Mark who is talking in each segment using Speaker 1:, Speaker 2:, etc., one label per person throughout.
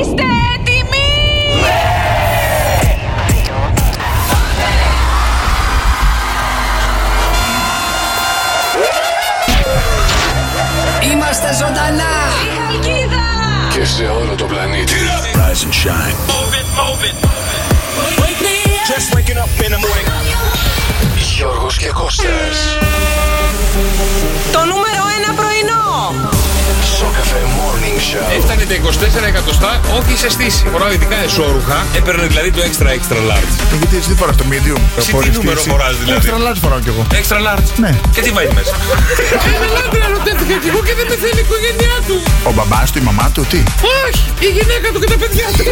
Speaker 1: Είστε έτοιμοι!
Speaker 2: Είμαστε ζωντανά!
Speaker 1: Η Χαλκίδα!
Speaker 3: Και σε όλο το πλανήτη.
Speaker 4: Rise and shine.
Speaker 5: Just waking up in the morning.
Speaker 3: Γιώργος και Κώστας.
Speaker 1: Το νούμερο ένα πρωινό!
Speaker 3: Σοκαφέ Morning Show.
Speaker 6: Έφτανε τα 24 εκατοστά, όχι σε στήση. Φοράω ειδικά εσόρουχα. Έπαιρνε δηλαδή το extra extra large.
Speaker 4: Γιατί εσύ τι φοράς το medium.
Speaker 6: Εσύ τι νούμερο φοράς δηλαδή.
Speaker 4: Extra large φοράω κι εγώ.
Speaker 6: Extra large.
Speaker 4: Ναι.
Speaker 6: Και τι βάζει μέσα.
Speaker 7: Ένα άντρα ρωτήθηκα κι εγώ και δεν με θέλει η οικογένειά του.
Speaker 4: Ο μπαμπάς του, η μαμά του, τι.
Speaker 7: Όχι, η γυναίκα του και τα παιδιά του.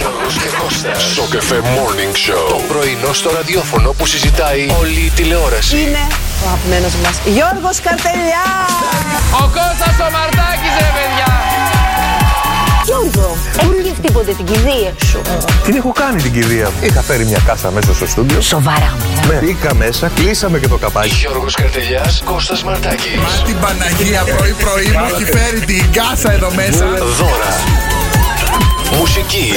Speaker 3: Γιώργος και Κώστας. Σοκαφέ Morning Show. Το πρωινό στο ραδιόφωνο που συζητάει όλη η τηλεόραση.
Speaker 8: είναι ο αγαπημένος μας Γιώργος Καρτελιάς.
Speaker 7: Ο Κώστας ο Μαρτάκης ρε παιδιά.
Speaker 8: Γιώργο, έχουν γευτεί ποτέ την κηδεία σου.
Speaker 9: Την έχω κάνει την κυρία μου. Είχα φέρει μια κάσα μέσα στο στούντιο.
Speaker 8: Σοβαρά μου.
Speaker 9: Με μπήκα μέσα, κλείσαμε και το καπάκι.
Speaker 3: Γιώργος Καρτελιάς, Κώστας Μαρτάκης.
Speaker 4: Την Παναγία πρωί-πρωί μου έχει φέρει την κάσα εδώ μέσα.
Speaker 3: Δώρα. Μουσική.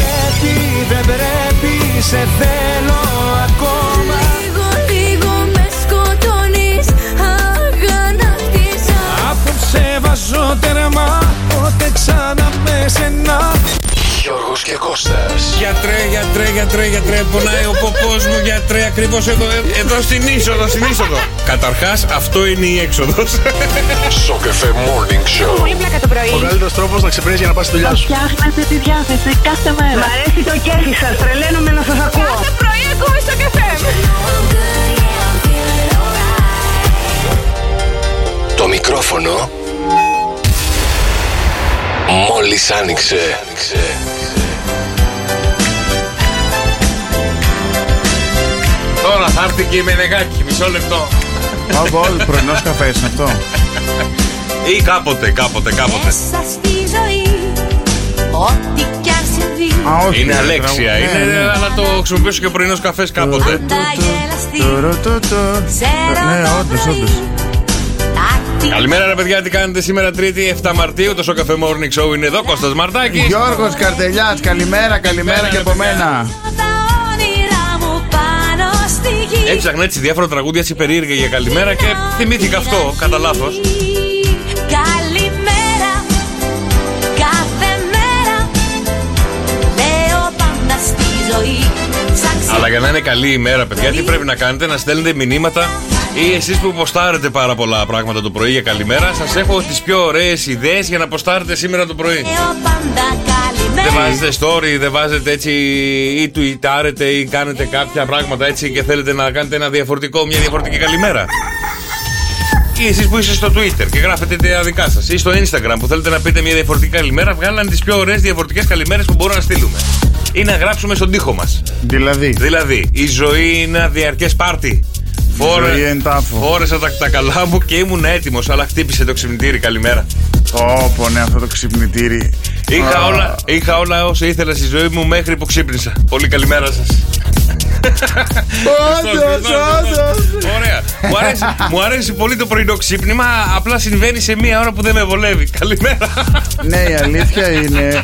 Speaker 1: Λίγο, λίγο με σκοτώνεις Αγανάκτησα
Speaker 5: Απόψε βάζω τέρμα, πότε ξανά με σένα.
Speaker 3: Γιώργος και Κώστας.
Speaker 6: Γιατρέ, γιατρέ, γιατρέ, γιατρέ. Πονάει ο ποπός μου, γιατρέ. Ακριβώς εδώ, ε- εδώ στην είσοδο, στην είσοδο. Καταρχάς, αυτό είναι η έξοδος.
Speaker 3: Σοκαφέ Morning Show.
Speaker 8: πλάκα το πρωί.
Speaker 4: Ο καλύτερος τρόπος να ξεπεράσει για να πας στη δουλειά σου.
Speaker 8: Φτιάχνετε τη διάθεση κάθε μέρα. Μ' αρέσει το κέφι σας, τρελαίνομαι να σας ακούω.
Speaker 1: Κάθε πρωί ακούω στο καφέ
Speaker 3: Το μικρόφωνο μόλις άνοιξε.
Speaker 6: Τώρα θα έρθει και η Μενεγάκη, μισό λεπτό.
Speaker 4: Από όλο πρωινός καφές είναι αυτό.
Speaker 6: Ή κάποτε, κάποτε, κάποτε.
Speaker 1: Μέσα στη ζωή Ό,τι κι αν συμβεί
Speaker 4: Α, όχι.
Speaker 6: Είναι
Speaker 4: ρε,
Speaker 6: Αλέξια,
Speaker 4: τραγούδι.
Speaker 6: είναι,
Speaker 4: Ναι, ναι.
Speaker 6: αλλά το χρησιμοποιήσω και ο πρωινός καφές κάποτε.
Speaker 1: Τα γελαστή
Speaker 4: Το ρο, το, το.
Speaker 1: Ξέρω
Speaker 4: Ναι,
Speaker 1: το
Speaker 4: όντως,
Speaker 1: πρωί
Speaker 4: όντως.
Speaker 1: Τάκτη
Speaker 6: Καλημέρα, ρε παιδιά, τι κάνετε σήμερα, Τρίτη 7 Μαρτίου. Το Σοκαφέ Morning Show είναι εδώ, Κώστας Μαρτάκης.
Speaker 4: Γιώργος Καρτελιάς, καλημέρα, καλημέρα και από μένα.
Speaker 1: τα όνειρά μου πάνω στη γη
Speaker 6: Έψαχνα έτσι διάφορα τραγούδια έτσι περίεργα για καλημέρα και θυμήθηκα αυτό, κατά λάθος.
Speaker 1: Καλημέρα, κάθε μέρα. Λέω πάντα στη ζωή. Σαν ξυπνά
Speaker 6: Αλλά για να είναι καλή ημέρα, παιδιά, τι πρέπει να κάνετε, να στέλνετε μηνύματα ή εσείς που ποστάρετε πάρα πολλά πράγματα το πρωί για καλημέρα, σας έχω τις πιο ωραίες ιδέες για να ποστάρετε σήμερα το πρωί.
Speaker 1: λέω πάντα
Speaker 6: Δεν
Speaker 1: καλημέρα.
Speaker 6: βάζετε story, δεν βάζετε έτσι ή tweetάρετε ή κάνετε κάποια πράγματα έτσι και θέλετε να κάνετε ένα διαφορετικό, μια διαφορετική καλημέρα. Ή εσείς που είστε στο Twitter και γράφετε τα δικά σας ή στο Instagram που θέλετε να πείτε μια διαφορετική καλημέρα, βγάλαν τις πιο ωραίες διαφορετικές καλημέρες που μπορούμε να στείλουμε. Ή να γράψουμε στον τοίχο μας.
Speaker 4: Δηλαδή,
Speaker 6: Δηλαδή, η ζωή είναι ένα διαρκές πάρτι.
Speaker 4: ζωή εν τάφο.
Speaker 6: Φόρεσα τα, τα καλά μου και ήμουν έτοιμος, αλλά χτύπησε το ξυπνητήρι. Καλημέρα.
Speaker 4: Όπο, ναι, αυτό το ξυπνητήρι.
Speaker 6: Είχα
Speaker 4: Α,
Speaker 6: όλα, είχα όλα όσα ήθελα στη ζωή μου μέχρι που ξύπνησα. Πολύ καλημέρα σας.
Speaker 4: Όντως, όντως.
Speaker 6: Ωραία. Μου αρέσει, μου αρέσει πολύ το πρωινό ξύπνημα. Απλά συμβαίνει σε μία ώρα που δεν με βολεύει. Καλημέρα.
Speaker 4: Ναι, η αλήθεια είναι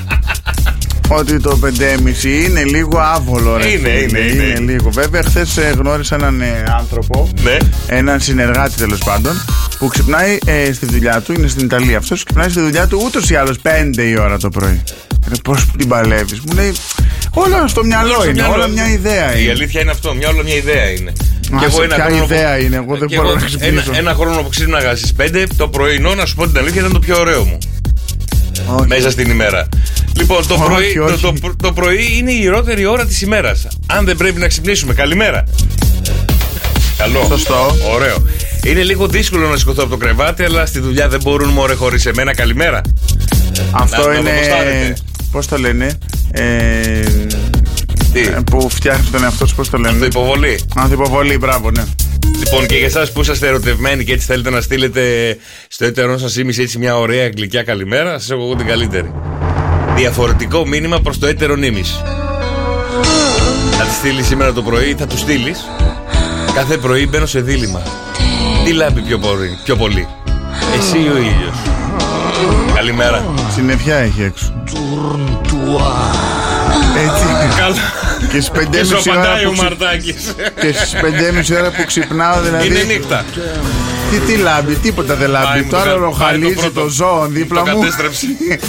Speaker 4: ότι το 5,5 είναι λίγο άβολο. Ρε,
Speaker 6: Είναι,
Speaker 4: φίλε,
Speaker 6: είναι, είναι.
Speaker 4: είναι, λίγο. Βέβαια, χθες γνώρισα έναν ε, άνθρωπο,
Speaker 6: ναι.
Speaker 4: έναν συνεργάτη τέλος πάντων, που ξυπνάει ε, στη δουλειά του, είναι στην Ιταλία αυτός, ξυπνάει στη δουλειά του ούτως ή άλλως 5 η ώρα το πρωί. Ρε, πώς την παλεύεις, μου λέει. Όλα στο μυαλό
Speaker 6: Στο
Speaker 4: είναι,
Speaker 6: μυαλό.
Speaker 4: όλα μια ιδέα
Speaker 6: Η
Speaker 4: είναι.
Speaker 6: αλήθεια είναι αυτό. Μια όλα μια ιδέα είναι.
Speaker 4: Μα
Speaker 6: Κι
Speaker 4: σε ποια
Speaker 6: χρόνο
Speaker 4: ιδέα είναι, εγώ δεν
Speaker 6: Κι
Speaker 4: μπορώ να ξυπνήσω.
Speaker 6: Ένα, ένα χρόνο που ξύπναγα στις 5 το πρωινό, να σου πω την αλήθεια, ήταν το πιο ωραίο μου.
Speaker 4: Όχι.
Speaker 6: μέσα στην ημέρα. Λοιπόν, το
Speaker 4: Όχι,
Speaker 6: πρωί, το-
Speaker 4: όχι.
Speaker 6: Το, πρω- το πρωί είναι η ιερότερη ώρα της ημέρας. Αν δεν πρέπει να ξυπνήσουμε, καλημέρα. Καλό.
Speaker 4: Σωστό.
Speaker 6: Ωραίο. Είναι λίγο δύσκολο να σηκωθώ από το κρεβάτι, αλλά στη δουλειά δεν μπορούν μωρέ χωρίς εμένα. Καλημέρα. Να
Speaker 4: Αυτό
Speaker 6: το
Speaker 4: είναι.
Speaker 6: αποστάρετε.
Speaker 4: Πώς το λένε. Ε,
Speaker 6: Τι,
Speaker 4: ε, που φτιάχνει τον εαυτό σου, πώς το
Speaker 6: το
Speaker 4: λένε.
Speaker 6: υποβολή.
Speaker 4: Ανθυποβολή, μπράβο, ναι.
Speaker 6: Λοιπόν, και για εσάς που είσαστε ερωτευμένοι και έτσι θέλετε να στείλετε στο έτερό σας ήμιση έτσι μια ωραία γλυκιά καλημέρα, σας έχω εγώ την καλύτερη. Διαφορετικό μήνυμα προς το έτερο νήμιση. Θα τη στείλεις σήμερα το πρωί, θα του στείλεις. Κάθε πρωί μπαίνω σε δίλημα. Τι λάμπει πιο πολύ, πιο πολύ. εσύ ή ο ήλιος. Καλημέρα.
Speaker 4: Συννεφιά έχει έξω. Έτσι.
Speaker 6: Καλά.
Speaker 4: Και στις
Speaker 6: Και
Speaker 4: 5.30 ώρα
Speaker 6: σοπατάει
Speaker 4: που
Speaker 6: ο
Speaker 4: ξυ-
Speaker 6: Μαρτάκη.
Speaker 4: και στις 5.30 ώρα που ξυπνάω, δηλαδή.
Speaker 6: Είναι νύχτα.
Speaker 4: Τι, τι λάμπει, τίποτα δεν
Speaker 6: Πάει,
Speaker 4: λάμπει.
Speaker 6: μου
Speaker 4: Το
Speaker 6: το
Speaker 4: άλλο
Speaker 6: κα- πάει το
Speaker 4: ροχαλίζει
Speaker 6: πρώτο.
Speaker 4: το ζώο δίπλα
Speaker 6: Το
Speaker 4: μου.
Speaker 6: κατέστρεψε.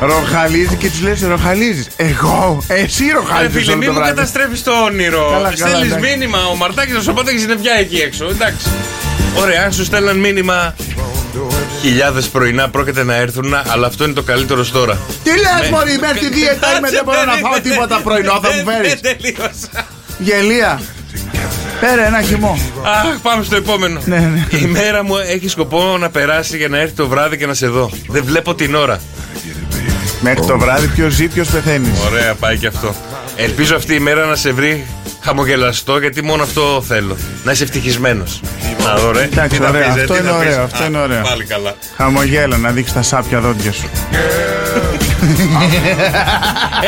Speaker 4: Ροχαλίζει και τους λες: Ροχαλίζεις. Εγώ, εσύ
Speaker 6: Ρε
Speaker 4: ροχαλίζει
Speaker 6: φίλε,
Speaker 4: όλο
Speaker 6: μη
Speaker 4: το
Speaker 6: μου
Speaker 4: βράδυ.
Speaker 6: καταστρέφεις το όνειρο.
Speaker 4: Καλά, καλά,
Speaker 6: Στέλνεις
Speaker 4: εντάξει.
Speaker 6: μήνυμα, ο Μαρτάκη ο Σοπατάκη είναι πια εκεί έξω. Εντάξει. Ωραία, αν σου στέλναν μήνυμα. Χιλιάδες πρωινά πρόκειται να έρθουν, αλλά αυτό είναι το καλύτερο στο τώρα.
Speaker 4: Τι λες,
Speaker 6: Ναι.
Speaker 4: Μωρή, μέχρι τη δίαιτα είμαι, δεν μπορώ να φάω τίποτα πρωινό, θα μου φέρεις.
Speaker 6: Δεν τελείωσα.
Speaker 4: Γελία. Πέρα ένα χυμό.
Speaker 6: Αχ, πάμε στο επόμενο.
Speaker 4: Ναι, ναι.
Speaker 6: Η μέρα μου έχει σκοπό να περάσει για να έρθει το βράδυ και να σε δω. Δεν βλέπω την ώρα.
Speaker 4: Μέχρι το βράδυ, ποιο ζει, ποιο πεθαίνεις.
Speaker 6: Ωραία, πάει και αυτό. Ελπίζω αυτή η μέρα να σε βρει χαμογελαστό, γιατί μόνο αυτό θέλω. Να είσαι ευτυχισμένος. Να δω, ρε.
Speaker 4: Εντάξει,
Speaker 6: Τι θα
Speaker 4: ωραίο.
Speaker 6: πεις, ρε,
Speaker 4: Αυτό
Speaker 6: τι
Speaker 4: είναι
Speaker 6: θα
Speaker 4: ωραίο,
Speaker 6: πεις.
Speaker 4: αυτό
Speaker 6: Α,
Speaker 4: είναι ωραίο.
Speaker 6: Πάλι καλά.
Speaker 4: Χαμογέλα να δείξεις τα σάπια δόντια σου.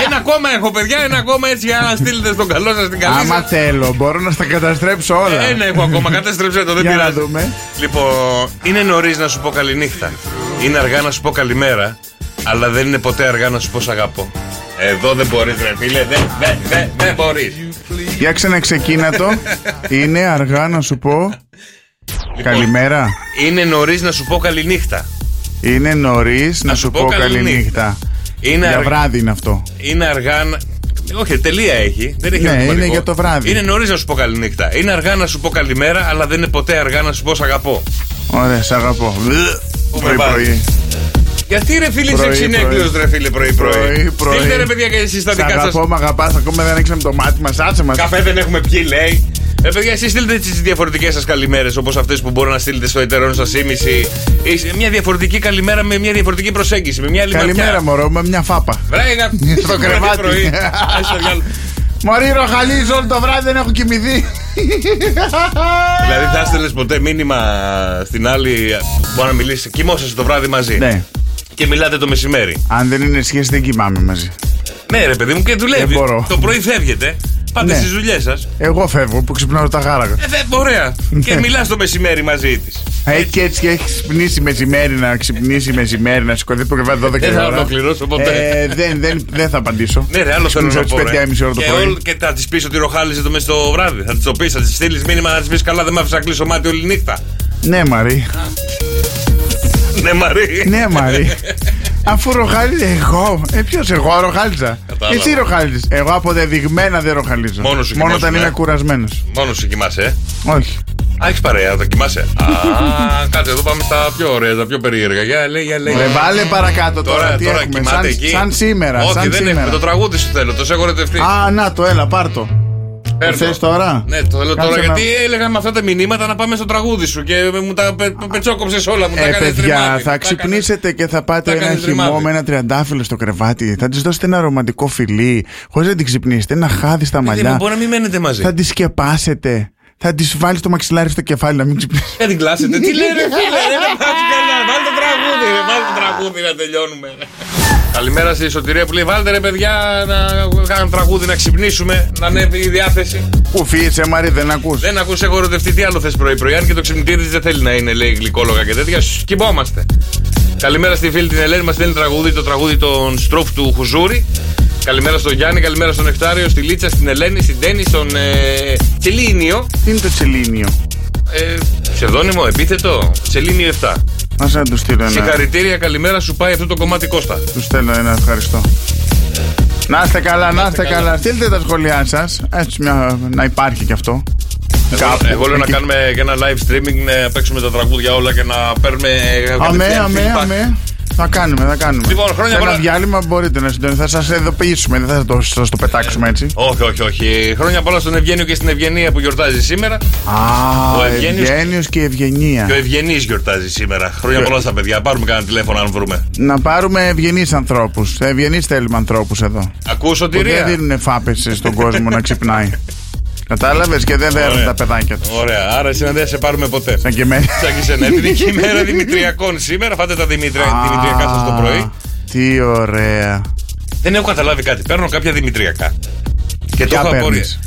Speaker 6: Ένα ακόμα έχω, παιδιά, ένα ακόμα έτσι για να στείλετε στον καλό σας την καλή
Speaker 4: Άμα
Speaker 6: σας. Ε,
Speaker 4: θέλω, μπορώ να στα καταστρέψω όλα.
Speaker 6: Ένα έχω ακόμα, κατέστρεψε το, δεν
Speaker 4: Για να
Speaker 6: πειράζει.
Speaker 4: δούμε.
Speaker 6: Λοιπόν, είναι νωρίς να σου πω καληνύχτα. Είναι αργά να σου πω καλημέρα. Αλλά δεν είναι ποτέ αργά να σου πω σ' αγαπώ. Εδώ δεν μπορείς, ρε φίλε. Δεν, δεν, δεν, δεν μπορείς.
Speaker 4: Για ξαναξεκίνα το. Είναι αργά να σου πω.
Speaker 6: Λοιπόν.
Speaker 4: Καλημέρα.
Speaker 6: Είναι νωρίς να σου πω καληνύχτα.
Speaker 4: Είναι νωρίς να σου πω καληνύχτα.
Speaker 6: Είναι,
Speaker 4: Για
Speaker 6: αργ-
Speaker 4: βράδυ είναι αυτό.
Speaker 6: είναι αργά να. Όχι, τελεία έχει. Δεν έχει
Speaker 4: Ναι,
Speaker 6: ερωτηματικό.
Speaker 4: είναι για το βράδυ.
Speaker 6: Είναι νωρίς να σου πω καληνύχτα. Είναι αργά να σου πω καλημέρα, αλλά δεν είναι ποτέ αργά να σου πω σ' αγαπώ.
Speaker 4: Ωραία, σ' αγαπώ.
Speaker 6: Πού με βάζεις.
Speaker 4: Πρωί-πρωί.
Speaker 6: Γιατί ρε φίλε είσαι
Speaker 4: Πρωί,
Speaker 6: ξυνέκλειο,
Speaker 4: πρωί.
Speaker 6: ρε φίλε, πρωί-πρωί.
Speaker 4: Πρωί, πρωί.
Speaker 6: Στείλτε ρε παιδιά και εσείς τα
Speaker 4: Σ'
Speaker 6: δικά σας.
Speaker 4: αγαπώ, μ' αγαπάς. Ακόμα δεν ανοίξαμε το μάτι μας. Άτσε μας.
Speaker 6: Καφέ δεν έχουμε πιει, λέει. Ε, παιδιά, εσείς στείλτε τις διαφορετικές σας καλημέρες όπως αυτές που μπορεί να στείλετε στο εταιρεόν σα ήμιση. Ή σε Μια διαφορετική καλημέρα με μια διαφορετική προσέγγιση. Με μια άλλη
Speaker 4: Καλημέρα,
Speaker 6: ματιά.
Speaker 4: μωρό, με μια φάπα.
Speaker 6: Βράγα,
Speaker 4: Στο κρεβάτι.
Speaker 6: πρωί. Άσε το διάλογο.
Speaker 4: Μωρή ροχαλίζω όλο το βράδυ, δεν έχω κοιμηθεί.
Speaker 6: Δηλαδή θα έστελνε ποτέ μήνυμα στην άλλη που να μιλήσεις. Κοιμόσαστε το βράδυ μαζί.
Speaker 4: Ναι.
Speaker 6: Και μιλάτε το μεσημέρι.
Speaker 4: Αν δεν είναι σχέση, δεν κοιμάμαι μαζί.
Speaker 6: Ναι, ρε παιδί μου, και δουλεύει.
Speaker 4: Δεν μπορώ.
Speaker 6: Το πρωί φεύγετε. Πάτε
Speaker 4: Ναι.
Speaker 6: στις δουλειές σας.
Speaker 4: Εγώ φεύγω που ξυπνάω τα γάραγα.
Speaker 6: Ε, δε, ωραία.
Speaker 4: Ναι.
Speaker 6: και μιλάς το μεσημέρι μαζί της.
Speaker 4: Έχει και έτσι και έχεις ξυπνήσει μεσημέρι να ξυπνήσει μεσημέρι να σηκωθεί που κρεβάτι 12
Speaker 6: Δεν θα
Speaker 4: ώρα.
Speaker 6: ολοκληρώσω ποτέ.
Speaker 4: Ε, δεν, δεν, δεν θα απαντήσω.
Speaker 6: Ναι, ρε, άλλο θέλω
Speaker 4: Ξυπνήσω
Speaker 6: να
Speaker 4: τις
Speaker 6: πω. Ρε.
Speaker 4: 5.30 ώρα το
Speaker 6: και,
Speaker 4: πρωί.
Speaker 6: όλ- και θα της πεις ότι ροχάλιζε το μέσα στο βράδυ. Θα της το πεις, θα της στείλεις μήνυμα να της πεις καλά, δεν με άφησες να κλείσω μάτι όλη νύχτα.
Speaker 4: Ναι, Μαρή.
Speaker 6: ναι, Μαρή.
Speaker 4: ναι, Μαρή. Αφού ροχάλιζε εγώ. Ε, ποιος εγώ ροχάλιζα.
Speaker 6: Κατάλαβα.
Speaker 4: Εσύ ροχάλιζες. Εγώ αποδεδειγμένα δεν ροχαλίζω.
Speaker 6: Μόνος σου
Speaker 4: Μόνο
Speaker 6: κοιμάσαι,
Speaker 4: όταν
Speaker 6: ναι.
Speaker 4: είμαι κουρασμένος.
Speaker 6: Μόνος σου κοιμάσαι, ε.
Speaker 4: Όχι.
Speaker 6: Α, έχεις παρέα, θα κοιμάσαι. Α, κάτσε εδώ πάμε στα πιο ωραία, τα πιο περίεργα. Για λέει, για λέει.
Speaker 4: Ρε βάλε παρακάτω τώρα.
Speaker 6: Τώρα,
Speaker 4: τι
Speaker 6: τώρα
Speaker 4: έχουμε.
Speaker 6: κοιμάται
Speaker 4: σαν,
Speaker 6: εκεί.
Speaker 4: σαν σήμερα.
Speaker 6: Όχι,
Speaker 4: σαν
Speaker 6: δεν
Speaker 4: σήμερα.
Speaker 6: έχουμε. Το τραγούδι σου θέλω, το σε έχω ρετευτεί.
Speaker 4: Α, να το, έλα, πάρτο.
Speaker 6: Παίρνω.
Speaker 4: θες τώρα?
Speaker 6: Ναι, το θέλω
Speaker 4: Κάτσε
Speaker 6: τώρα.
Speaker 4: να-
Speaker 6: Γιατί έλεγα με αυτά τα μηνύματα να πάμε στο τραγούδι σου και μου τα πε, πετσόκοψες όλα. Μου τα
Speaker 4: Ε,
Speaker 6: κάνεις
Speaker 4: παιδιά,
Speaker 6: τριμάδι.
Speaker 4: θα
Speaker 6: Τα κάνεις-
Speaker 4: ξυπνήσετε και θα πάτε
Speaker 6: τα
Speaker 4: ένα
Speaker 6: κάνεις
Speaker 4: χυμό
Speaker 6: ρημάδι.
Speaker 4: με ένα τριαντάφυλλο στο κρεβάτι. Θα της δώσετε ένα ρομαντικό φιλί, χωρίς να την ξυπνήσετε, ένα χάδι στα
Speaker 6: Παιδί μου,
Speaker 4: μαλλιά.
Speaker 6: Ε, Μπορεί να μην μένετε μαζί.
Speaker 4: Θα τη σκεπάσετε. Θα της βάλεις το μαξιλάρι στο κεφάλι να μην ξυπνήσει.
Speaker 6: Δεν την κλάσετε. Τι λέει, ρε φίλε, ρε παπάκι, καλά. Βάλτε το τραγούδι, ρε. Βάλτε το τραγούδι να τελειώνουμε. ρε. Καλημέρα στη σωτηρία που λέει: Βάλτε ρε παιδιά να κάνουμε τραγούδι, να ξυπνήσουμε, να ανέβει η διάθεση.
Speaker 4: Κουφίεσαι, Μαρή, δεν ακούς.
Speaker 6: Δεν ακούσε εγώ ερωτευτεί τι άλλο θες πρωί-πρωί. Αν και το ξυπνητήρι της δεν θέλει να είναι, λέει γλυκόλογα και τέτοια. Σ, Κοιμόμαστε. Καλημέρα στη φίλη την Ελένη, μας στέλνει τραγούδι, το τραγούδι των στρόφ του Χουζούρη. Καλημέρα στον Γιάννη, καλημέρα στον Εκτάριο, στη Λίτσα, στην Ελένη, στην Τέννη, στον ε, Τσελίνιο.
Speaker 4: Τι είναι το τσελίνιο.
Speaker 6: Ε, ψευδόνυμο, επίθετο, Τσελίνιο 7.
Speaker 4: Α να τους στείλω ένα.
Speaker 6: Συγχαρητήρια, καλημέρα σου πάει αυτό το κομμάτι Κώστα.
Speaker 4: Τους στέλνω ένα, ευχαριστώ. Να είστε καλά, να είστε καλά. Στείλτε τα σχόλιά σας. Έτσι, μια, να υπάρχει κι αυτό. Κάπου.
Speaker 6: Εγώ λέω να
Speaker 4: Εκεί.
Speaker 6: κάνουμε και ένα live streaming, να παίξουμε τα τραγούδια όλα και να παίρνουμε. ε,
Speaker 4: Αμέ,
Speaker 6: κατευθείαν
Speaker 4: αμέ,
Speaker 6: feedback.
Speaker 4: αμέ. Θα κάνουμε, θα κάνουμε.
Speaker 6: Λοιπόν, χρόνια
Speaker 4: Σε ένα
Speaker 6: πολλά.
Speaker 4: διάλειμμα μπορείτε να συντονίσετε. Θα σας ειδοποιήσουμε, δεν θα το, σας το πετάξουμε έτσι.
Speaker 6: Όχι, όχι, όχι. Χρόνια πολλά στον Ευγένιο και στην Ευγενία που γιορτάζει σήμερα.
Speaker 4: Α,
Speaker 6: Ο
Speaker 4: ο
Speaker 6: Ευγένιος-
Speaker 4: Ευγένιος και η Ευγενία.
Speaker 6: Και ο Ευγενής γιορτάζει σήμερα. Χρόνια πολλά στα παιδιά. Πάρουμε κανένα τηλέφωνο αν βρούμε.
Speaker 4: Να πάρουμε ευγενείς ανθρώπους. Ευγενείς θέλουμε ανθρώπους εδώ.
Speaker 6: Ακού
Speaker 4: Που δεν
Speaker 6: σωτηρία.
Speaker 4: δίνουν φάπες στον κόσμο να ξυπνάει. Κατάλαβες και δεν δέρνουν
Speaker 6: Ωραία.
Speaker 4: τα παιδάκια τους.
Speaker 6: Ωραία, άρα εσύ να δεν σε πάρουμε ποτέ.
Speaker 4: Σαν και εμένα.
Speaker 6: Σαν και σένα. Είναι και η μέρα Δημητριακών σήμερα. Φάτε τα Δημητρια... Δημητριακά σας το πρωί.
Speaker 4: Τι ωραία. Ε,
Speaker 6: Δεν έχω καταλάβει κάτι. Παίρνω κάποια Δημητριακά. Και το
Speaker 4: Ποια
Speaker 6: έχω απορία.
Speaker 4: παίρνεις?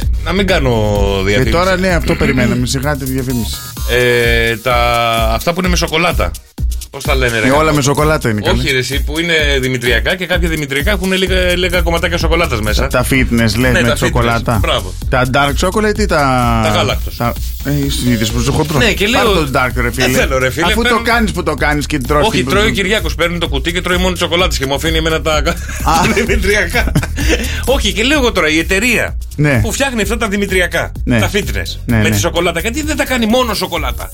Speaker 6: Ε, Να μην κάνω
Speaker 4: Και ναι.
Speaker 6: διαφήμιση.
Speaker 4: τώρα ναι, αυτό περιμέναμε. Σιγά τη διαφήμιση.
Speaker 6: ε, τα, αυτά που είναι με σοκολάτα. Πώς τα λένε, ρε.
Speaker 4: Ε, όλα
Speaker 6: γάμο.
Speaker 4: με σοκολάτα είναι
Speaker 6: Όχι,
Speaker 4: καλή.
Speaker 6: ρε, εσύ που είναι δημητριακά και κάποια δημητριακά έχουν λίγα, λίγα κομματάκια σοκολάτας μέσα.
Speaker 4: Τα fitness λες
Speaker 6: Ναι,
Speaker 4: με
Speaker 6: τα
Speaker 4: τη σοκολάτα.
Speaker 6: fitness, μπράβο.
Speaker 4: Τα dark chocolate ή τα.
Speaker 6: Τα γάλακτος.
Speaker 4: Τα... Ε, Στην ίδια που χοντρό.
Speaker 6: Ναι, και λέω-
Speaker 4: Πάρ' το dark ρε φίλε.
Speaker 6: Δεν θέλω, ρε, φίλε,
Speaker 4: Αφού
Speaker 6: παίρνω-
Speaker 4: το κάνεις που το κάνεις και τρώσει.
Speaker 6: Όχι, τρώει ο Κυριάκος. Παίρνει το κουτί και τρώει μόνο σοκολάτες και μου αφήνει εμένα τα δημητριακά. Όχι, και λέω εγώ τώρα η εταιρεία
Speaker 4: Ναι.
Speaker 6: που φτιάχνει αυτά τα δημητριακά,
Speaker 4: Ναι.
Speaker 6: τα fitness,
Speaker 4: Ναι,
Speaker 6: με
Speaker 4: ναι.
Speaker 6: τη σοκολάτα, γιατί δεν τα κάνει μόνο σοκολάτα.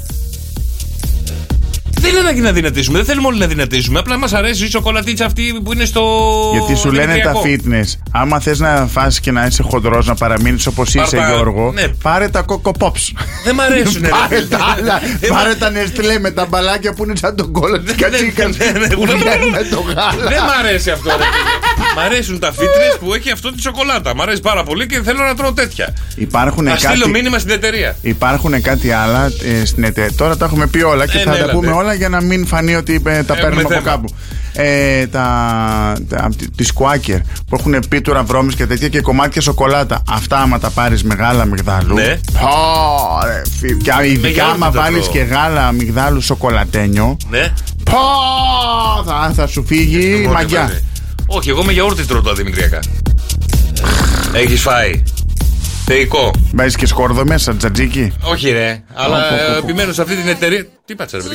Speaker 6: Δεν είναι ανάγκη να δυνατήσουμε, δεν θέλουμε όλοι να δυνατήσουμε. Απλά μας αρέσει η σοκολατίτσα αυτή που είναι στο.
Speaker 4: Γιατί σου λένε τα
Speaker 6: δημητριακό.
Speaker 4: fitness. Άμα θες να φας και να είσαι χοντρός, να παραμείνεις όπως είσαι,
Speaker 6: τα-
Speaker 4: Γιώργο,
Speaker 6: ναι.
Speaker 4: πάρε τα Coco Pops.
Speaker 6: Δεν μ' αρέσουν. ρε, Ε,
Speaker 4: Πάρε
Speaker 6: φίλε.
Speaker 4: τα άλλα.
Speaker 6: Δεν μ'
Speaker 4: Πάρε τα Nestlé με τα μπαλάκια που είναι σαν τον κόλλο της κατσίκας.
Speaker 6: ναι, ναι, ναι.
Speaker 4: Που βγαίνει με το γάλα.
Speaker 6: Δεν μ' αρέσει αυτό. ρε φίλε. μ' αρέσουν τα fitness που έχει αυτό τη σοκολάτα. Μ' αρέσει πάρα πολύ και θέλω να τρώω τέτοια.
Speaker 4: Υπάρχουν
Speaker 6: Να στείλω
Speaker 4: Ναι, κάτι,
Speaker 6: μήνυμα στην εταιρεία.
Speaker 4: υπάρχουν κάτι άλλα ε, στην εταιρεία. Τώρα τα έχουμε πει όλα και
Speaker 6: Ε,
Speaker 4: θα
Speaker 6: ναι,
Speaker 4: τα
Speaker 6: έλατε.
Speaker 4: πούμε όλα για να μην φανεί ότι ε, τα
Speaker 6: Έχουμε
Speaker 4: παίρνουμε από
Speaker 6: θέμα.
Speaker 4: κάπου. Ε, τα, τα, απ' τη- τη Squaker που έχουν πίτουρα, βρώμες και τέτοια και κομμάτια σοκολάτα. Αυτά άμα τα πάρεις με γάλα αμυγδάλου.
Speaker 6: Ναι.
Speaker 4: Πω, ρε, φι- και ειδικά
Speaker 6: γιαούρτι
Speaker 4: άμα
Speaker 6: τα
Speaker 4: βάλεις
Speaker 6: τρώω.
Speaker 4: και γάλα αμυγδάλου σοκολατένιο.
Speaker 6: Ναι.
Speaker 4: Πω, θα, θα σου φύγει η
Speaker 6: Μόνο
Speaker 4: μαγιά.
Speaker 6: εμένα. Όχι, εγώ με γιαούρτι τρώω τα δημητριακά. Έχεις φάει. Θεϊκό.
Speaker 4: Βάζεις και σκόρδο μέσα, τζατζίκι.
Speaker 6: Όχι, ρε. Αλλά επιμένω σε αυτή την εταιρεία. Τι πάτσε, ρε παιδί.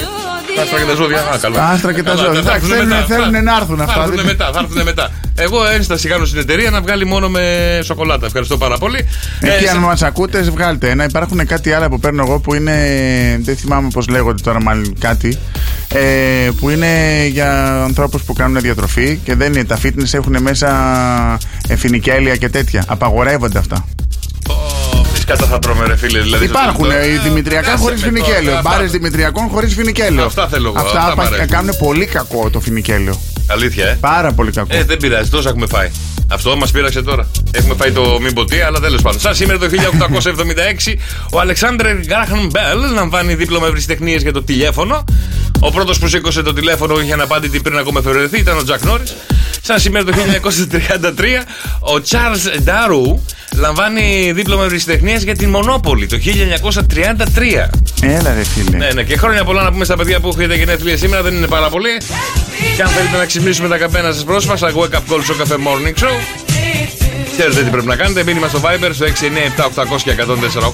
Speaker 6: Τα άστρα και τα ζώδια. Α, καλά.
Speaker 4: Τα άστρα και τα
Speaker 6: Ε, Καλά,
Speaker 4: ζώδια.
Speaker 6: θα
Speaker 4: Εντάξει,
Speaker 6: έρθουνε
Speaker 4: θέλουνε-
Speaker 6: μετά.
Speaker 4: θέλουνε να έρθουν
Speaker 6: Θα
Speaker 4: αυτά, δηλαδή.
Speaker 6: έρθουν
Speaker 4: δεν-
Speaker 6: μετά, θα έρθουν μετά. Εγώ ένσταση κάνω στην εταιρεία να βγάλει μόνο με σοκολάτα. Ευχαριστώ πάρα πολύ.
Speaker 4: Εκεί
Speaker 6: Ε,
Speaker 4: αν
Speaker 6: σε-
Speaker 4: μας ακούτε, βγάλτε ένα. Υπάρχουν κάτι άλλα που παίρνω εγώ που είναι. Δεν θυμάμαι πώς λέγονται τώρα, μάλλον κάτι. Ε, που είναι για ανθρώπους που κάνουν διατροφή και δεν είναι. Τα fitness έχουν μέσα εφηνικέλια και τέτοια. Απαγορεύονται αυτά.
Speaker 6: Ω, Φυσικά τα θα τρώμε, ρε φίλε. Δηλαδή, ναι, στο
Speaker 4: Υπάρχουν ε,
Speaker 6: κινητό.
Speaker 4: οι Δημητριακά
Speaker 6: Κάσε
Speaker 4: χωρίς
Speaker 6: με τώρα,
Speaker 4: φινικέλαιο.
Speaker 6: αυτά.
Speaker 4: Μπάρες Δημητριακών χωρίς φινικέλαιο.
Speaker 6: Αυτά θέλω εγώ,
Speaker 4: Αυτά,
Speaker 6: αυτά μ'
Speaker 4: πα-
Speaker 6: αρέσουν.
Speaker 4: κάνουν πολύ κακό το φινικέλαιο.
Speaker 6: Αλήθεια, ε.
Speaker 4: Πάρα πολύ κακό.
Speaker 6: Ε, δεν πειράζει, τόσα έχουμε φάει. Αυτό μας πείραξε τώρα. Έχουμε φάει το μην ποτέ, αλλά τέλος πάντων. Σαν σήμερα το 1876, ο Αλεξάνδρε Γκράχαμ Μπέλ λαμβάνει δίπλωμα ευρυσιτεχνίε για το τηλέφωνο. Ο πρώτος που σήκωσε το τηλέφωνο είχε αναπάντητη πριν ακόμα εφευρεθεί ήταν ο Τζακ Νόρις. Σαν σήμερα το 1933, ο Τσάρλ Ντάρου λαμβάνει δίπλωμα ευρυσιτεχνίας για την Μονόπολη το 1933.
Speaker 4: Έλα ρε φίλε.
Speaker 6: Ναι, ναι, και χρόνια πολλά να πούμε στα παιδιά που έχετε γενέθλια σήμερα, δεν είναι πάρα πολύ. Και αν θέλετε να ξυπνήσουμε τα καπένα σας πρόσφατα, στα Wake Up Call στο Cafe Morning Show. Ξέρετε τι πρέπει να κάνετε. Μήνυμα στο Viber στο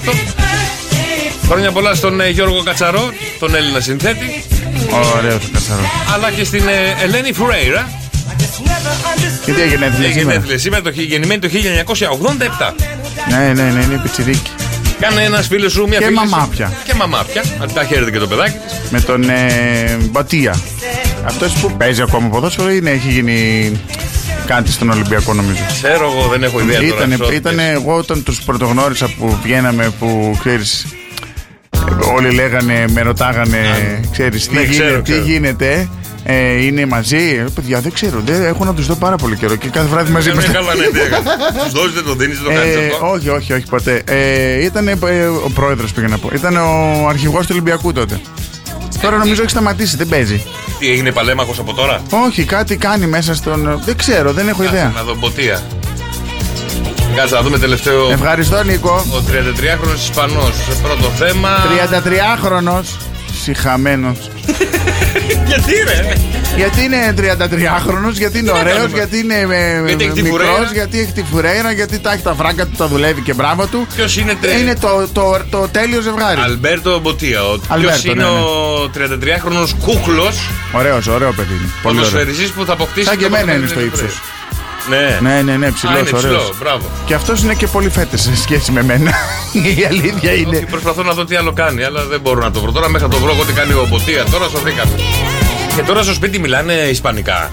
Speaker 6: 697-800-1048. Χρόνια πολλά στον ε, Γιώργο Κατσαρό, τον Έλληνα συνθέτη,
Speaker 4: Ωραίο το καθαρό.
Speaker 6: αλλά και στην ε, Ελένη Φουρέιρα.
Speaker 4: Και τι
Speaker 6: που
Speaker 4: έγινε, έφυγε Ναι, σήμερα.
Speaker 6: γενέθλια σήμερα, το, χι- γεννημένη το 1987.
Speaker 4: Ναι, ναι, ναι, είναι πιτσιρίκι.
Speaker 6: Κάνε ένας φίλος σου, μια
Speaker 4: Και
Speaker 6: φίλη σου-
Speaker 4: μαμάπια.
Speaker 6: Και μαμάπια. Αν τα χαίρετε και το παιδάκι της.
Speaker 4: με τον ε, Μπατία. Αυτός που παίζει ακόμα ποδόσφαιρο είναι, έχει γίνει κάτι στον Ολυμπιακό νομίζω.
Speaker 6: Ξέρω εγώ, δεν έχω ιδέα τώρα.
Speaker 4: Ήτανε,
Speaker 6: εξώτικες.
Speaker 4: ήτανε εγώ όταν τους πρωτογνώρισα που βγαίναμε που ξέρεις ε, όλοι λέγανε, με ρωτάγανε, ξέρεις τι
Speaker 6: ναι,
Speaker 4: γίνεται,
Speaker 6: ξέρω,
Speaker 4: τι
Speaker 6: ξέρω.
Speaker 4: γίνεται. Ε, είναι μαζί, Ε, παιδιά δεν ξέρω, δεν, έχω να τους δω πάρα πολύ καιρό και κάθε βράδυ μαζί
Speaker 6: Δεν
Speaker 4: είμαστε.
Speaker 6: είναι καλά, ναι, τι έκανε. Τους δώσεις, δεν το δίνεις, δεν το κάνει
Speaker 4: Ε,
Speaker 6: αυτό.
Speaker 4: όχι, όχι, όχι, ποτέ. Ε, ήταν ο πρόεδρος πήγα να πω. Ήταν ο αρχηγός του Ολυμπιακού τότε. Τώρα νομίζω έχει σταματήσει, δεν παίζει.
Speaker 6: Τι έγινε παλέμαχος από τώρα.
Speaker 4: Όχι, κάτι κάνει μέσα στον. Δεν ξέρω, δεν έχω ιδέα.
Speaker 6: Να δω ποτία. Κάτσε να δούμε τελευταίο.
Speaker 4: Ευχαριστώ, Νίκο.
Speaker 6: Ο 33χρονο Ισπανό. Πρώτο θέμα.
Speaker 4: 33χρονο. Συχαμένο.
Speaker 6: Γιατί ρε.
Speaker 4: Γιατί είναι 33χρονο, γιατί είναι ωραίος,
Speaker 6: κάνουμε.
Speaker 4: γιατί είναι
Speaker 6: Γιατί έχει τη
Speaker 4: μικρός,
Speaker 6: φουρέιρα.
Speaker 4: γιατί έχει τη φουρέιρα, γιατί τα έχει τα φράγκα του, τα δουλεύει και μπράβο του.
Speaker 6: Ποιος είναι. τε-
Speaker 4: Ε, Είναι το, το, το τέλειο ζευγάρι.
Speaker 6: Αλμπέρτο Μποτία. Ποιος
Speaker 4: Αλμπέρτο,
Speaker 6: είναι
Speaker 4: ναι, ναι.
Speaker 6: ο 33χρονο κούκλος.
Speaker 4: Ωραίος, ωραίο παιδί. είναι. Πολύ ωραίο.
Speaker 6: Ποδοσφαιριστή που θα αποκτήσει.
Speaker 4: Σαν και
Speaker 6: το
Speaker 4: εμένα είναι στο
Speaker 6: πρωτάθλημα
Speaker 4: ύψο.
Speaker 6: του Ισραήλ. Ναι.
Speaker 4: Ναι, ναι, ναι,
Speaker 6: Α,
Speaker 4: ψηλό,
Speaker 6: είναι
Speaker 4: ωραίος.
Speaker 6: ψηλό. Μπράβο.
Speaker 4: Και αυτός είναι και πολύ φέτε σε σχέση με μένα. Η αλήθεια είναι.
Speaker 6: Όχι, προσπαθώ να δω τι άλλο κάνει, αλλά δεν μπορώ να το βρω. Τώρα μέχρι να το βρω εγώ τι κάνει ο Μποτία. Τώρα σωθήκαμε. Και τώρα στο σπίτι μιλάνε Ισπανικά.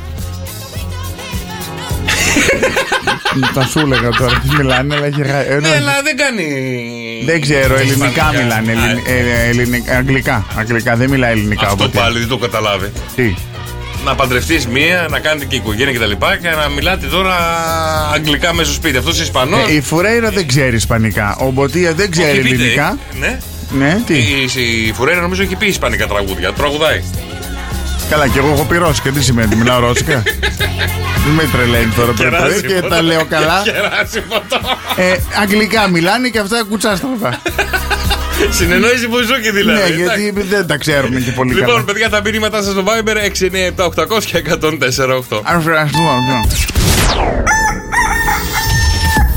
Speaker 4: Θα σου έλεγα τώρα τι μιλάνε, αλλά έχει γα-
Speaker 6: Ναι,
Speaker 4: ένα-
Speaker 6: αλλά δεν κάνει.
Speaker 4: Δεν ξέρω, ελληνικά
Speaker 6: Ισπανικά.
Speaker 4: μιλάνε.
Speaker 6: Α, ε,
Speaker 4: Ελληνικά, Ε, αγγλικά. Αγγλικά, δεν μιλάει ελληνικά.
Speaker 6: Αυτό
Speaker 4: οπότε.
Speaker 6: πάλι δεν το καταλάβει.
Speaker 4: Τι.
Speaker 6: Να παντρευτείς μία, να κάνετε και οικογένεια κτλ. Και, τα λοιπά και να μιλάτε τώρα αγγλικά μέσα στο σπίτι. Αυτός Ισπανός.
Speaker 4: Ε, η Φουρέιρα δεν ξέρει Ισπανικά. Ο Μποτία δεν ξέρει ελληνικά.
Speaker 6: Ναι.
Speaker 4: Ναι, τι.
Speaker 6: Η, η, η Φουρέρα νομίζω έχει πει Ισπανικά τραγούδια. Τραγουδάει.
Speaker 4: Καλά, και εγώ έχω πει Ρώσικα. Τι σημαίνει, ότι μιλάω Ρώσικα. Μην με τρελαίνει τώρα το πρωί και
Speaker 6: Κεράσιμο
Speaker 4: τα
Speaker 6: το-
Speaker 4: λέω καλά.
Speaker 6: Κεράσιμο το.
Speaker 4: Ε, αγγλικά μιλάνε και αυτά κουτσάστροφα.
Speaker 6: Συνεννόηση που ζούκι δηλαδή.
Speaker 4: Ναι,
Speaker 6: εντάξει.
Speaker 4: γιατί δεν τα ξέρουν και πολύ
Speaker 6: Λοιπόν,
Speaker 4: καλά.
Speaker 6: παιδιά, τα μηνύματά σας στο Viber 697 και 1048.
Speaker 4: Αν φραγμό,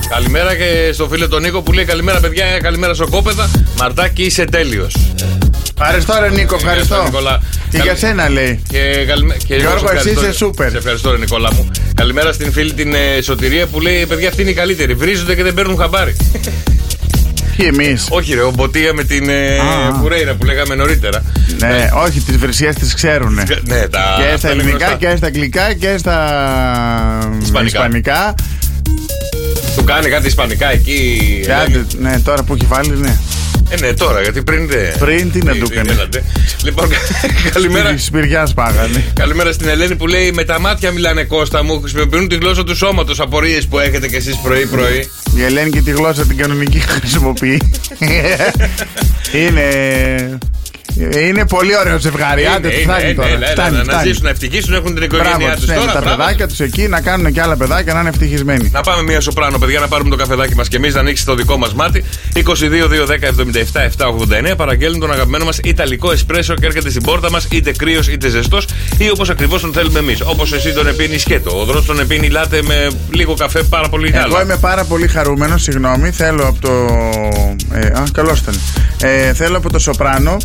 Speaker 6: Καλημέρα και στο φίλο τον Νίκο που λέει Καλημέρα, παιδιά, ε, καλημέρα σοκόπεδα. Μαρτάκι, είσαι τέλειος.
Speaker 4: Ευχαριστώ, ρε Νίκο,
Speaker 6: Ευχαριστώ,
Speaker 4: ευχαριστώ.
Speaker 6: Νικόλα.
Speaker 4: Και
Speaker 6: Καλή-
Speaker 4: για σένα λέει.
Speaker 6: Και καλημέ- και
Speaker 4: Γιώργο,
Speaker 6: εγώ σε
Speaker 4: εσύ
Speaker 6: ευχαριστώ.
Speaker 4: είσαι σούπερ.
Speaker 6: Σε ευχαριστώ, ρε Νικόλα μου. Καλημέρα στην φίλη την ε, Σωτηρία που λέει: Παιδιά, αυτή είναι η καλύτερη. Βρίζονται και δεν παίρνουν χαμπάρι.
Speaker 4: Και εμείς.
Speaker 6: Όχι, ρε, ο Μποτία με την ε,
Speaker 4: Α.
Speaker 6: Φουρέιρα που λέγαμε νωρίτερα.
Speaker 4: Ναι, όχι, τις βρυσιές τις ξέρουν.
Speaker 6: Ναι, τα.
Speaker 4: Και στα
Speaker 6: αυτά είναι
Speaker 4: ελληνικά
Speaker 6: γνωστά.
Speaker 4: και στα αγγλικά και στα
Speaker 6: Ισπανικά.
Speaker 4: ισπανικά.
Speaker 6: Του κάνει κάτι ισπανικά εκεί.
Speaker 4: Και άντε, ναι, τώρα που έχει βάλει, ναι.
Speaker 6: Ε, ναι, τώρα, γιατί πριν δεν.
Speaker 4: Πριν τι να
Speaker 6: Ε,
Speaker 4: του
Speaker 6: ε,
Speaker 4: κάνει.
Speaker 6: έλατε. Λοιπόν, καλημέρα.
Speaker 4: Της σπηριάς πάγανε.
Speaker 6: Καλημέρα στην Ελένη που λέει: Με τα μάτια μιλάνε Κώστα μου. Χρησιμοποιούν τη γλώσσα του σώματος. Απορίες που έχετε κι εσείς πρωί-πρωί.
Speaker 4: Η Ελένη και τη γλώσσα την κανονική χρησιμοποιεί. είναι. Είναι πολύ ωραίο ζευγάρι. Ε, Άντε,
Speaker 6: Είναι,
Speaker 4: του
Speaker 6: είναι,
Speaker 4: φτάνει
Speaker 6: είναι,
Speaker 4: τώρα.
Speaker 6: έλα, έλα,
Speaker 4: φτάνει,
Speaker 6: να- Να
Speaker 4: φτάνει.
Speaker 6: ζήσουν, να ευτυχήσουν, έχουν την οικογένειά
Speaker 4: Μπράβο
Speaker 6: τους
Speaker 4: του, ναι,
Speaker 6: τώρα.
Speaker 4: τα
Speaker 6: μπράβο.
Speaker 4: παιδάκια τους εκεί να κάνουν και άλλα παιδάκια να είναι ευτυχισμένοι.
Speaker 6: Να πάμε μία σοπράνο, παιδιά, να πάρουμε το καφεδάκι μας και εμείς, να ανοίξει το δικό μας μάτι. 22-210-77-789 παραγγέλνουν τον αγαπημένο μας Ιταλικό εσπρέσο και έρχεται στην πόρτα μας είτε κρύος είτε ζεστός ή όπως ακριβώς τον θέλουμε εμείς. Όπως εσύ τον πίνει σκέτο. Ο δρό τον πίνει λάτε με λίγο καφέ πάρα πολύ γάλα.
Speaker 4: Εγώ είμαι πάρα πολύ χαρούμενος, συγγνώμη. Θέλω από το. Ε, α, καλώς ήταν. Ε, θέλω από το Σοπράνο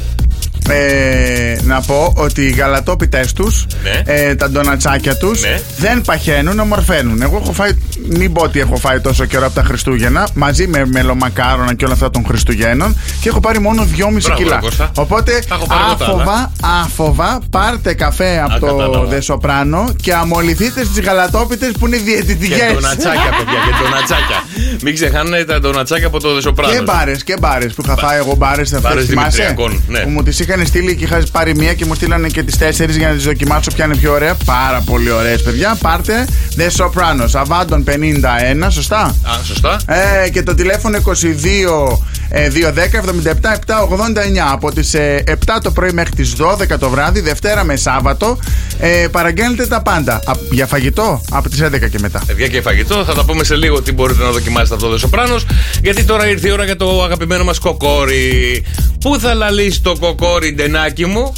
Speaker 4: ε, να πω ότι οι γαλατόπιτες τους,
Speaker 6: Ναι.
Speaker 4: ε, τα ντονατσάκια τους,
Speaker 6: Ναι.
Speaker 4: δεν παχαίνουν, ομορφαίνουν. Εγώ έχω φάει, μην πω ότι έχω φάει τόσο καιρό από τα Χριστούγεννα, μαζί με μελομακάρονα και όλα αυτά των Χριστουγέννων και έχω πάρει μόνο 2,5
Speaker 6: Μπράβο, ρε
Speaker 4: κιλά.
Speaker 6: Κώστα.
Speaker 4: Οπότε
Speaker 6: Τα έχω πάρει εγώ τα άλλα.
Speaker 4: άφοβα, άφοβα, πάρτε καφέ από το
Speaker 6: κατάλαβα.
Speaker 4: Δε Σοπράνο και αμολυθείτε στις γαλατόπιτες που είναι διαιτητικές.
Speaker 6: Και ντονατσάκια, παιδιά, και ντονατσάκια. Μην ξεχάνετε τα ντονατσάκια από το Δεσοπράνο.
Speaker 4: Και μπάρες, και μπάρες που είχα φάει εγώ μπάρες αυτέ
Speaker 6: Μπάρες
Speaker 4: θυμάσαι.
Speaker 6: Δημητριακών, ναι.
Speaker 4: Που μου τις είχαν στείλει και είχα πάρει μία και μου στείλανε και τις τέσσερις για να τις δοκιμάσω ποια είναι πιο ωραία. Πάρα πολύ ωραίες, παιδιά. Πάρτε The Sopranos, Avandon 51, σωστά.
Speaker 6: Α, σωστά.
Speaker 4: Ε, και το τηλέφωνο 22 ε, 210 77 789 από τις ε, 7 το πρωί μέχρι τις 12 το βράδυ, Δευτέρα με Σάββατο. Ε, παραγγέλνετε τα πάντα. Α, για φαγητό από τις 11 και μετά.
Speaker 6: Παιδιά Ε, και φαγητό, θα τα πούμε σε λίγο τι μπορείτε να δοκιμάσετε από το Δεσοπράνο. Γιατί τώρα ήρθε η ώρα για το αγαπημένο μας κοκόρι. Πού θα λαλείς το κοκόρι, ντενάκι μου.